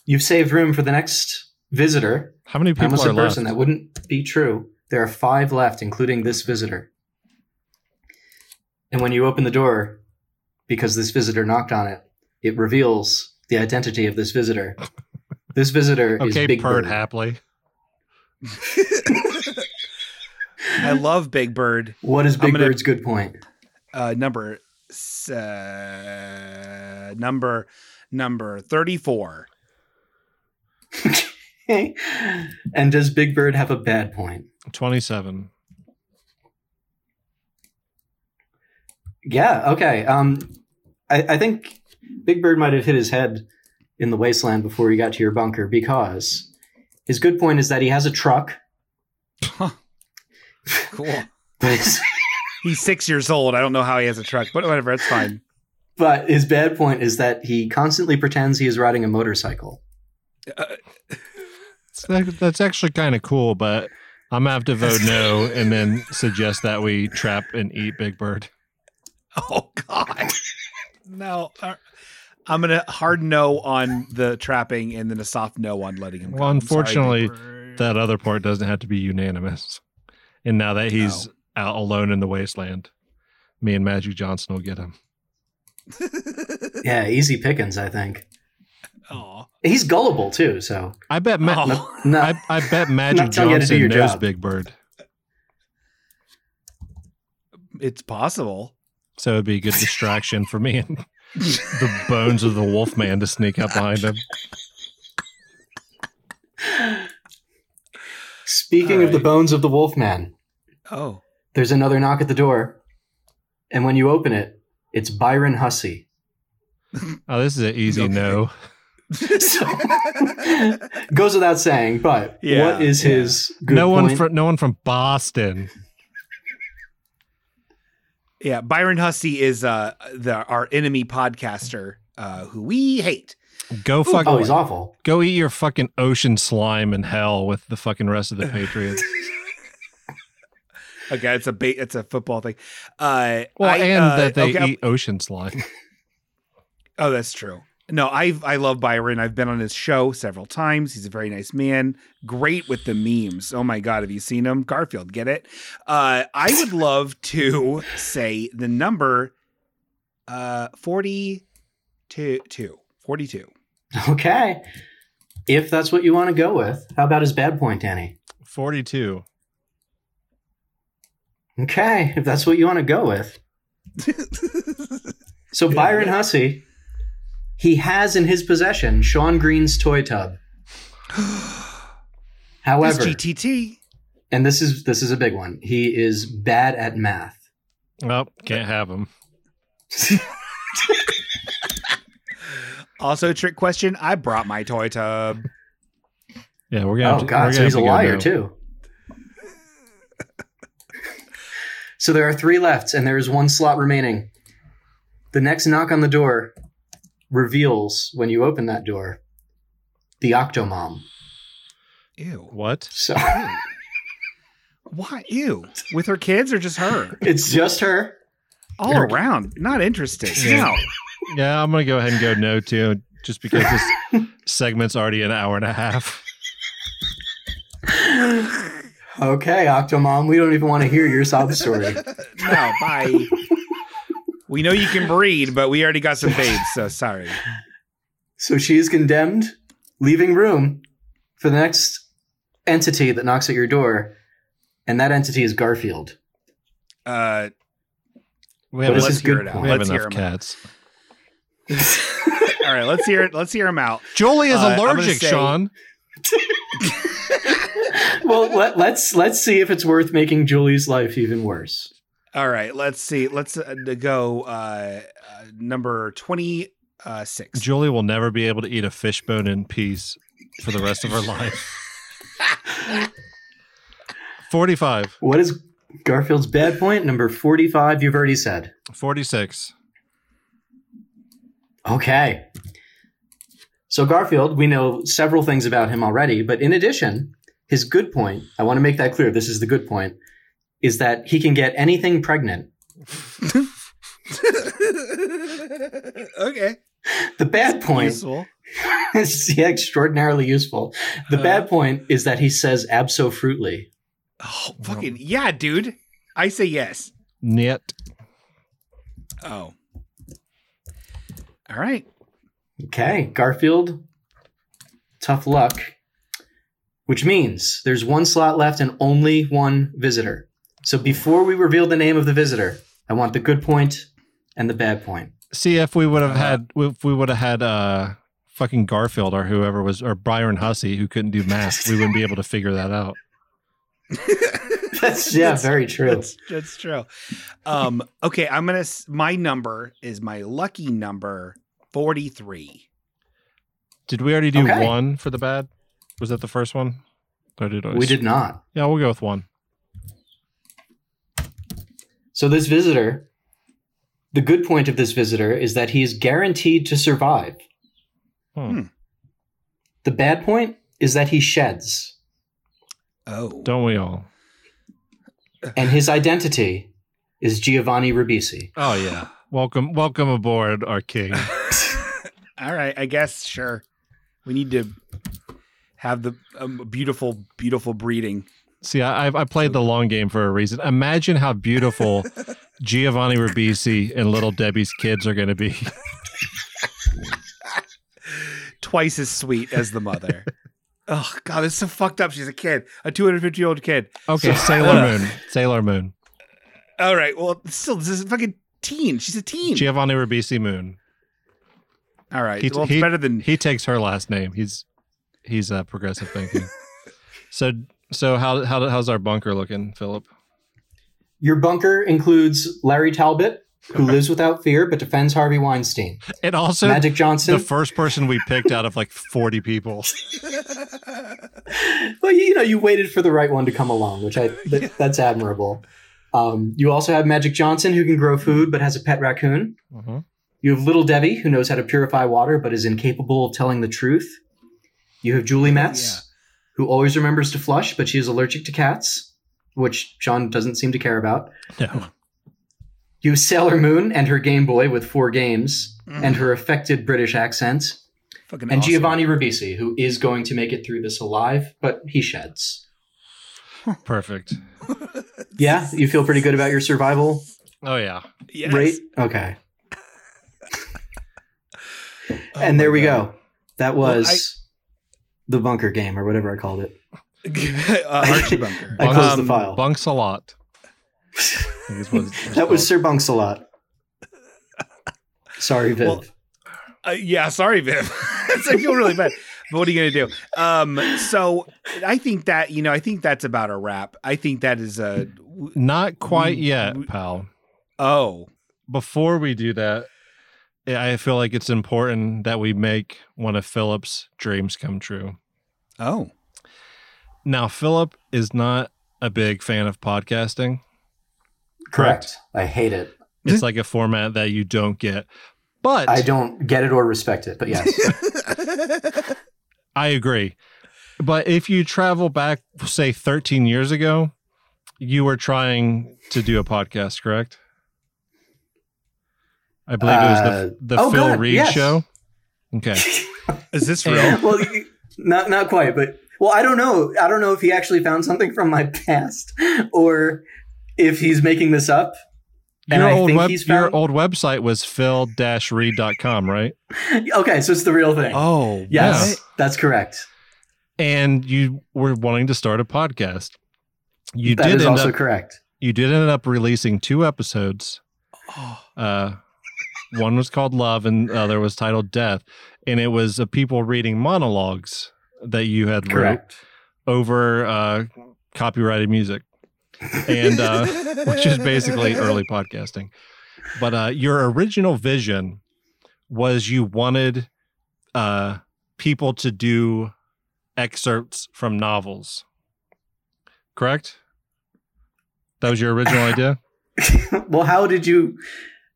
[SPEAKER 3] You've saved room for the next visitor.
[SPEAKER 2] How many
[SPEAKER 3] I
[SPEAKER 2] people
[SPEAKER 3] almost
[SPEAKER 2] are
[SPEAKER 3] a
[SPEAKER 2] left?
[SPEAKER 3] person that wouldn't be true. There are five left, including this visitor. And when you open the door, because this visitor knocked on it, it reveals the identity of this visitor. This visitor is
[SPEAKER 2] okay,
[SPEAKER 3] Big
[SPEAKER 2] Pert
[SPEAKER 3] Bird.
[SPEAKER 2] Hapley.
[SPEAKER 1] [laughs] I love Big Bird.
[SPEAKER 3] What is
[SPEAKER 1] I'm
[SPEAKER 3] Big
[SPEAKER 1] gonna-
[SPEAKER 3] Bird's good point? [laughs]
[SPEAKER 1] Uh, number s- uh, number number thirty four.
[SPEAKER 3] and does Big Bird have a bad point?
[SPEAKER 2] 27.
[SPEAKER 3] Yeah. Okay. Um, I, I think Big Bird might have hit his head in the wasteland before he got to your bunker because his good point is that he has a truck, [laughs]
[SPEAKER 1] Cool.
[SPEAKER 3] but his,
[SPEAKER 1] He's six years old. I don't know how he has a truck, but whatever. That's fine.
[SPEAKER 3] but his bad point is that he constantly pretends he is riding a motorcycle.
[SPEAKER 2] It's like- That's actually kind of cool, but I'm gonna have to vote no and then suggest that we trap and eat Big Bird.
[SPEAKER 1] Oh God. No. uh, I'm gonna hard no on the trapping and then a soft no on letting him.
[SPEAKER 2] Well,
[SPEAKER 1] go. I'm sorry,
[SPEAKER 2] unfortunately,
[SPEAKER 1] Big Bird.
[SPEAKER 2] That other part doesn't have to be unanimous. And now that he's out alone in the wasteland, me and Magic Johnson will get him.
[SPEAKER 3] Yeah, easy pickings, I think.
[SPEAKER 1] Aw.
[SPEAKER 3] He's gullible too, so
[SPEAKER 2] I bet. Ma-
[SPEAKER 1] Oh.
[SPEAKER 3] no,
[SPEAKER 2] I, I bet Magic
[SPEAKER 3] [laughs] Not telling you how to do
[SPEAKER 2] Johnson
[SPEAKER 3] your
[SPEAKER 2] knows
[SPEAKER 3] job.
[SPEAKER 2] Big Bird,
[SPEAKER 1] It's possible.
[SPEAKER 2] so it'd be a good distraction for me
[SPEAKER 3] [laughs]
[SPEAKER 2] and the bones of the Wolfman to sneak up behind him.
[SPEAKER 3] Speaking of the
[SPEAKER 1] Alright.
[SPEAKER 3] bones of the Wolfman,
[SPEAKER 1] Oh. [laughs]
[SPEAKER 3] there's another knock at the door, and when you open it, it's Byron Hussey. [laughs]
[SPEAKER 2] Oh, this is an easy
[SPEAKER 1] Okay.
[SPEAKER 2] no.
[SPEAKER 3] So, [laughs] goes without saying, but
[SPEAKER 1] Yeah,
[SPEAKER 3] what is his good
[SPEAKER 2] no one
[SPEAKER 3] point?
[SPEAKER 2] from no one from Boston.
[SPEAKER 1] Yeah, Byron Hussey is uh the our enemy podcaster uh who we hate.
[SPEAKER 2] Go fuck.
[SPEAKER 3] oh, he's awful. [laughs]
[SPEAKER 2] Go eat your fucking ocean slime in hell with the fucking rest
[SPEAKER 3] [laughs]
[SPEAKER 2] of the Patriots.
[SPEAKER 1] Okay, it's a bait it's a football thing. Uh
[SPEAKER 2] Well,
[SPEAKER 1] I,
[SPEAKER 2] and
[SPEAKER 1] uh,
[SPEAKER 2] that they
[SPEAKER 1] okay,
[SPEAKER 2] eat ocean slime.
[SPEAKER 1] Oh, that's true. No, I I love Byron. I've been on his show several times. He's a very nice man. Great with the memes. Oh my god, have you seen him? Garfield, get it? Uh I would love to say the number uh 42 42.
[SPEAKER 3] Okay. If that's what you want to go with, how about his bad point, Danny?
[SPEAKER 2] Forty-two.
[SPEAKER 3] Okay, if that's what you want to go with. So Byron Hussey, he has in his possession Sean Green's toy tub.
[SPEAKER 1] It's
[SPEAKER 3] However,
[SPEAKER 1] GTT.
[SPEAKER 3] and this is this is a big one. He is bad at math. [laughs]
[SPEAKER 2] Well, can't have them.
[SPEAKER 1] Also, trick question. I brought my toy tub.
[SPEAKER 2] Yeah, we're gonna. have
[SPEAKER 3] Oh
[SPEAKER 2] to, we're
[SPEAKER 3] God!
[SPEAKER 2] gonna
[SPEAKER 3] So he's
[SPEAKER 2] have
[SPEAKER 3] a
[SPEAKER 2] to go
[SPEAKER 3] liar
[SPEAKER 2] no.
[SPEAKER 3] too. so there are three left, and there is one slot remaining. The next knock on the door reveals when you open that door the Octomom.
[SPEAKER 1] Ew.
[SPEAKER 2] What?
[SPEAKER 3] So [laughs]
[SPEAKER 1] Why? Ew. With her kids or just her?
[SPEAKER 3] it's just her.
[SPEAKER 1] All
[SPEAKER 3] Her-
[SPEAKER 1] around. Not interested.
[SPEAKER 2] Yeah.
[SPEAKER 1] No.
[SPEAKER 2] Yeah, I'm gonna go ahead and go no too, just because
[SPEAKER 3] [laughs]
[SPEAKER 2] this segment's already an hour and a half.
[SPEAKER 3] Okay, Octomom, we don't even want to hear your sob story.
[SPEAKER 2] [laughs]
[SPEAKER 1] No. Bye. we know you can breed, but we already got some babes, so sorry.
[SPEAKER 3] So she is condemned, leaving room for the next entity that knocks at your door, and that entity is Garfield.
[SPEAKER 1] Uh,
[SPEAKER 2] We have,
[SPEAKER 3] What is
[SPEAKER 1] let's
[SPEAKER 3] his
[SPEAKER 1] hear
[SPEAKER 3] good
[SPEAKER 1] it out.
[SPEAKER 2] we have
[SPEAKER 1] Let's hear
[SPEAKER 2] enough
[SPEAKER 1] him.
[SPEAKER 2] cats.
[SPEAKER 1] All right, let's hear it. Let's hear him out.
[SPEAKER 2] Jolie is
[SPEAKER 1] Uh, I'm gonna
[SPEAKER 2] allergic,
[SPEAKER 1] say-
[SPEAKER 2] Sean.
[SPEAKER 3] well, let, let's let's see if it's worth making Julie's life even worse.
[SPEAKER 1] All right, let's see. Let's uh, go uh, uh, number twenty uh, six.
[SPEAKER 2] Julie will never be able to eat a fishbone in peace for the rest of her life.
[SPEAKER 1] [laughs]
[SPEAKER 2] 45,
[SPEAKER 3] What is Garfield's bad point number forty-five? You've already said.
[SPEAKER 2] 46.
[SPEAKER 3] Okay. So Garfield, we know several things about him already, but in addition, his good point. I want to make that clear. This is the good point. Is that he can get anything pregnant.
[SPEAKER 1] [laughs] okay.
[SPEAKER 3] The bad point [laughs]
[SPEAKER 1] Useful.
[SPEAKER 3] is yeah, extraordinarily useful. The
[SPEAKER 1] Uh.
[SPEAKER 3] bad point is that he says absolutely.
[SPEAKER 1] Oh, fucking yeah, dude. I say yes.
[SPEAKER 2] Net.
[SPEAKER 1] Oh. All right.
[SPEAKER 3] Okay, Garfield. Tough luck. Which means there's one slot left and only one visitor. So before we reveal the name of the visitor, I want the good point and the bad point.
[SPEAKER 2] See if we would have
[SPEAKER 1] Uh,
[SPEAKER 2] had if we would have had uh fucking Garfield or whoever was or Byron Hussey who couldn't do math, we wouldn't be able to figure that out.
[SPEAKER 3] [laughs] That's yeah, very
[SPEAKER 1] [laughs]
[SPEAKER 3] true.
[SPEAKER 1] That's, that's true. Um, okay, I'm gonna. s- My number is my lucky number 43.
[SPEAKER 2] Did we already do
[SPEAKER 3] Okay.
[SPEAKER 2] one for the bad? Was that the first one? Or did I-
[SPEAKER 3] We did not.
[SPEAKER 2] Yeah, we'll go with one.
[SPEAKER 3] So this visitor, the good point of this visitor is that he is guaranteed to survive.
[SPEAKER 2] Hmm.
[SPEAKER 1] Hmm.
[SPEAKER 3] The bad point is that he sheds,
[SPEAKER 1] Oh.
[SPEAKER 2] Don't we all?
[SPEAKER 3] and his identity is Giovanni Ribisi.
[SPEAKER 2] Oh yeah. [sighs] welcome, welcome aboard, our
[SPEAKER 3] [laughs]
[SPEAKER 2] king.
[SPEAKER 1] [laughs] All right, I guess sure. We need to have the um, beautiful, beautiful breeding.
[SPEAKER 2] See, I, I've- I played the long game for a reason. Imagine how
[SPEAKER 3] [laughs]
[SPEAKER 2] beautiful Giovanni Ribisi and Little Debbie's kids are going to
[SPEAKER 3] [laughs]
[SPEAKER 2] be.
[SPEAKER 1] Twice as sweet as the [laughs] mother. oh God, this is so fucked up. She's a kid, a 250 year old kid.
[SPEAKER 2] Okay, Sailor
[SPEAKER 3] uh,
[SPEAKER 2] Moon. Sailor Moon.
[SPEAKER 1] All right, well, still, this is a fucking teen. She's a
[SPEAKER 3] Hmm.
[SPEAKER 1] teen.
[SPEAKER 2] Giovanni Ribisi Moon.
[SPEAKER 1] All right,
[SPEAKER 2] He-
[SPEAKER 1] well, it's
[SPEAKER 2] he-
[SPEAKER 1] better than
[SPEAKER 2] He takes her last name. He's he's uh, progressive
[SPEAKER 3] [laughs]
[SPEAKER 2] thinking. so so how, how how's our bunker looking, Philip?
[SPEAKER 3] Your bunker includes Larry Talbot, who lives without fear but defends Harvey Weinstein,
[SPEAKER 2] And also
[SPEAKER 3] Magic Johnson. [laughs]
[SPEAKER 2] the first person we picked out of like 40 people.
[SPEAKER 3] well, you, you know, you waited for the right one to come along, which I th- that's admirable. Um, you also have Magic Johnson, who can grow food but has a pet raccoon.
[SPEAKER 2] Mhm.
[SPEAKER 3] You have Little Debbie, who knows how to purify water but is incapable of telling the truth. You have Julie Metz,
[SPEAKER 1] Yeah.
[SPEAKER 3] who always remembers to flush, but she is allergic to cats, which Sean doesn't seem to care about.
[SPEAKER 2] No.
[SPEAKER 3] You have Sailor Moon and her Game Boy with four games
[SPEAKER 1] Mm.
[SPEAKER 3] and her affected British accent.
[SPEAKER 1] fucking
[SPEAKER 3] And
[SPEAKER 1] awesome.
[SPEAKER 3] Giovanni Ribisi, who is going to make it through this alive, but he sheds.
[SPEAKER 2] Perfect.
[SPEAKER 3] Yeah, you feel pretty good about your survival
[SPEAKER 2] Oh yeah.
[SPEAKER 1] Yes.
[SPEAKER 3] rate? Okay.
[SPEAKER 1] Oh
[SPEAKER 3] and there
[SPEAKER 1] my
[SPEAKER 3] we
[SPEAKER 1] God.
[SPEAKER 3] go. That
[SPEAKER 1] Well,
[SPEAKER 3] was the bunker game or whatever I called it.
[SPEAKER 1] [laughs]
[SPEAKER 2] [laughs]
[SPEAKER 1] uh, Archie Bunker.
[SPEAKER 3] I closed
[SPEAKER 1] Um,
[SPEAKER 3] the file.
[SPEAKER 2] Bunks a
[SPEAKER 3] [laughs]
[SPEAKER 2] lot. I think is what it's-
[SPEAKER 3] that was Sir Bunks a lot. Sorry, Viv.
[SPEAKER 1] Well, Uh, yeah, sorry, Viv. [laughs] It's- I feel really bad. But what are you gonna do? Um, so I think that you know, I think that's about a wrap. I think that is a
[SPEAKER 2] Not quite
[SPEAKER 1] We-
[SPEAKER 2] yet,
[SPEAKER 1] we-
[SPEAKER 2] pal.
[SPEAKER 1] oh
[SPEAKER 2] Before we do that, I feel like it's important that we make one of Philip's dreams come true. [laughs]
[SPEAKER 1] oh
[SPEAKER 2] Now, Philip is not a big fan of podcasting.
[SPEAKER 3] correct. I hate it.
[SPEAKER 2] It's
[SPEAKER 3] [laughs]
[SPEAKER 2] like a format that you don't get. But
[SPEAKER 3] I don't get it or respect it, but yes.
[SPEAKER 2] I agree. But if you travel back, say 13 years ago, you were trying to do a podcast, correct? I believe it was the, the
[SPEAKER 3] oh,
[SPEAKER 2] Phil
[SPEAKER 3] God,
[SPEAKER 2] Reed
[SPEAKER 3] yes.
[SPEAKER 2] show. Okay.
[SPEAKER 1] is this real?
[SPEAKER 2] And-
[SPEAKER 3] [laughs] well, not not quite, but well, I don't know. I don't know if he actually found something from my past or if he's making this up. And
[SPEAKER 2] your
[SPEAKER 3] I
[SPEAKER 2] old
[SPEAKER 3] think
[SPEAKER 2] web,
[SPEAKER 3] he's
[SPEAKER 2] your
[SPEAKER 3] found-
[SPEAKER 2] old website was phil-reed.com, right?
[SPEAKER 3] Okay, so it's the real thing.
[SPEAKER 1] Oh
[SPEAKER 3] yes, that's correct.
[SPEAKER 2] And you were wanting to start a podcast. You
[SPEAKER 3] That
[SPEAKER 2] did
[SPEAKER 3] is
[SPEAKER 2] end
[SPEAKER 3] also
[SPEAKER 2] up
[SPEAKER 3] correct.
[SPEAKER 2] you did end up releasing two episodes.
[SPEAKER 1] what? Oh,
[SPEAKER 2] Uh, one was called Love, and the other was titled Death, and it was uh, people reading monologues that you had wrote
[SPEAKER 3] Correct.
[SPEAKER 2] over uh, copyrighted music, [gasps]
[SPEAKER 1] [laughs]
[SPEAKER 2] and uh, which is basically early podcasting. But uh, your original vision was you wanted uh, people to do excerpts from novels, correct? That was your original idea.
[SPEAKER 3] [laughs] well, how did you?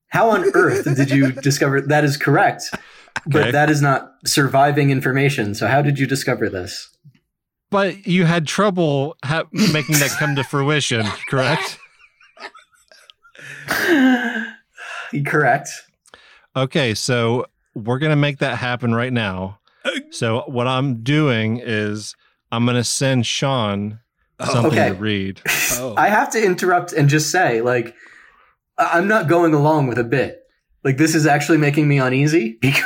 [SPEAKER 3] How on earth
[SPEAKER 2] [laughs]
[SPEAKER 3] did you discover that is correct?
[SPEAKER 2] Okay.
[SPEAKER 3] But that is not surviving information. So how did you discover this? [sighs]
[SPEAKER 2] But you had trouble ha- making that come to fruition, correct?
[SPEAKER 3] correct.
[SPEAKER 2] Okay, so we're going to make that happen right now. So, what I'm doing is I'm going to send Sean something
[SPEAKER 3] Okay.
[SPEAKER 2] to read.
[SPEAKER 1] oh.
[SPEAKER 3] I have to interrupt and just say, like, I- I'm not going along with a bit. Like, this is actually making me uneasy [laughs] because,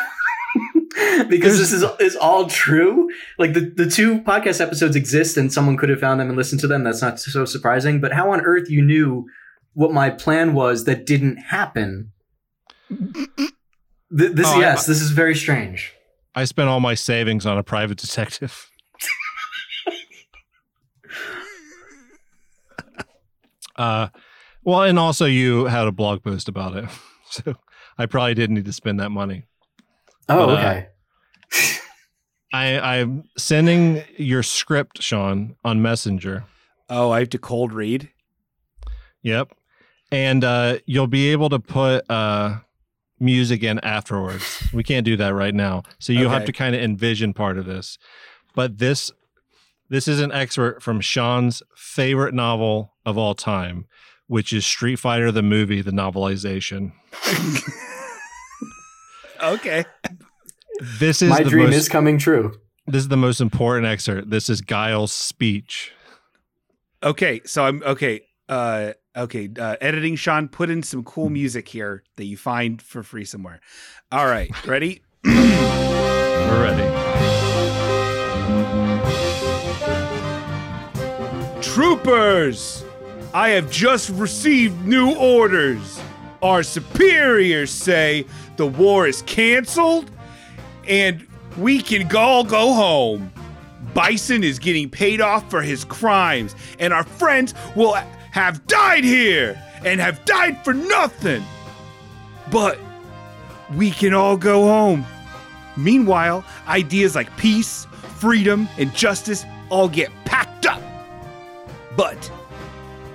[SPEAKER 3] because this is is all true. Like, the, the two podcast episodes exist and someone could have found them and listened to them. That's not so surprising. But how on earth you knew what my plan was that didn't happen? Th- this,
[SPEAKER 2] Oh, I-
[SPEAKER 3] yes, this is very strange.
[SPEAKER 2] I spent all my savings on a private detective. uh, well, [laughs] and also you had a blog post about it. So, I probably didn't need to spend that money.
[SPEAKER 3] Oh,
[SPEAKER 2] But, uh,
[SPEAKER 3] okay.
[SPEAKER 2] I, I'm sending your script, Sean, on Messenger.
[SPEAKER 1] Oh, I have to cold read.
[SPEAKER 2] Yep. And uh, you'll be able to put uh, music in afterwards. We can't do that right now. So you'll have
[SPEAKER 1] Okay.
[SPEAKER 2] to kind of envision part of this. But this this is an excerpt from Sean's favorite novel of all time, which is Street Fighter the movie, the novelization.
[SPEAKER 1] Okay.
[SPEAKER 2] This is
[SPEAKER 3] My
[SPEAKER 2] the
[SPEAKER 3] dream
[SPEAKER 2] most,
[SPEAKER 3] is coming true.
[SPEAKER 2] this is the most important excerpt. This is Guile's speech.
[SPEAKER 1] Okay. So I'm okay. Uh, okay. Uh, editing Sean, put in some cool music here that you find for free somewhere. All right. Ready?
[SPEAKER 2] We're ready.
[SPEAKER 1] Troopers! I have just received new orders. Our superiors say the war is canceled and we can all go home. Bison is getting paid off for his crimes, and our friends will have died here and have died for nothing. But we can all go home. Meanwhile, ideas like peace, freedom, and justice all get packed up but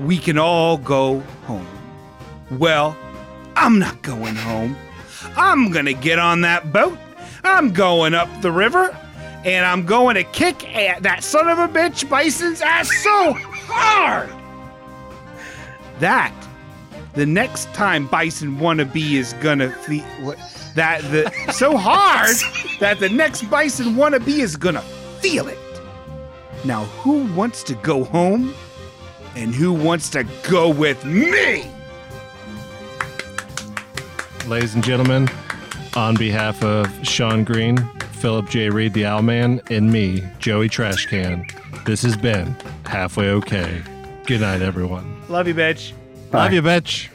[SPEAKER 1] we can all go home. Well, I'm not going home. I'm gonna get on that boat. I'm going up the river, and I'm going to kick at that son of a bitch Bison's ass so hard that the next time Bison wannabe is gonna fe- what- that the so hard that the next Bison wannabe is gonna feel it. Now, who wants to go home? And who wants to go with me?
[SPEAKER 2] Ladies and gentlemen, on behalf of Sean Green, Philip J. Reed, the Owlman, and me, Joey Trashcan, this has been Halfway Okay. Good night, everyone.
[SPEAKER 1] Love you, bitch.
[SPEAKER 3] Bye.
[SPEAKER 2] Love you, bitch.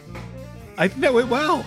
[SPEAKER 1] I think that went well.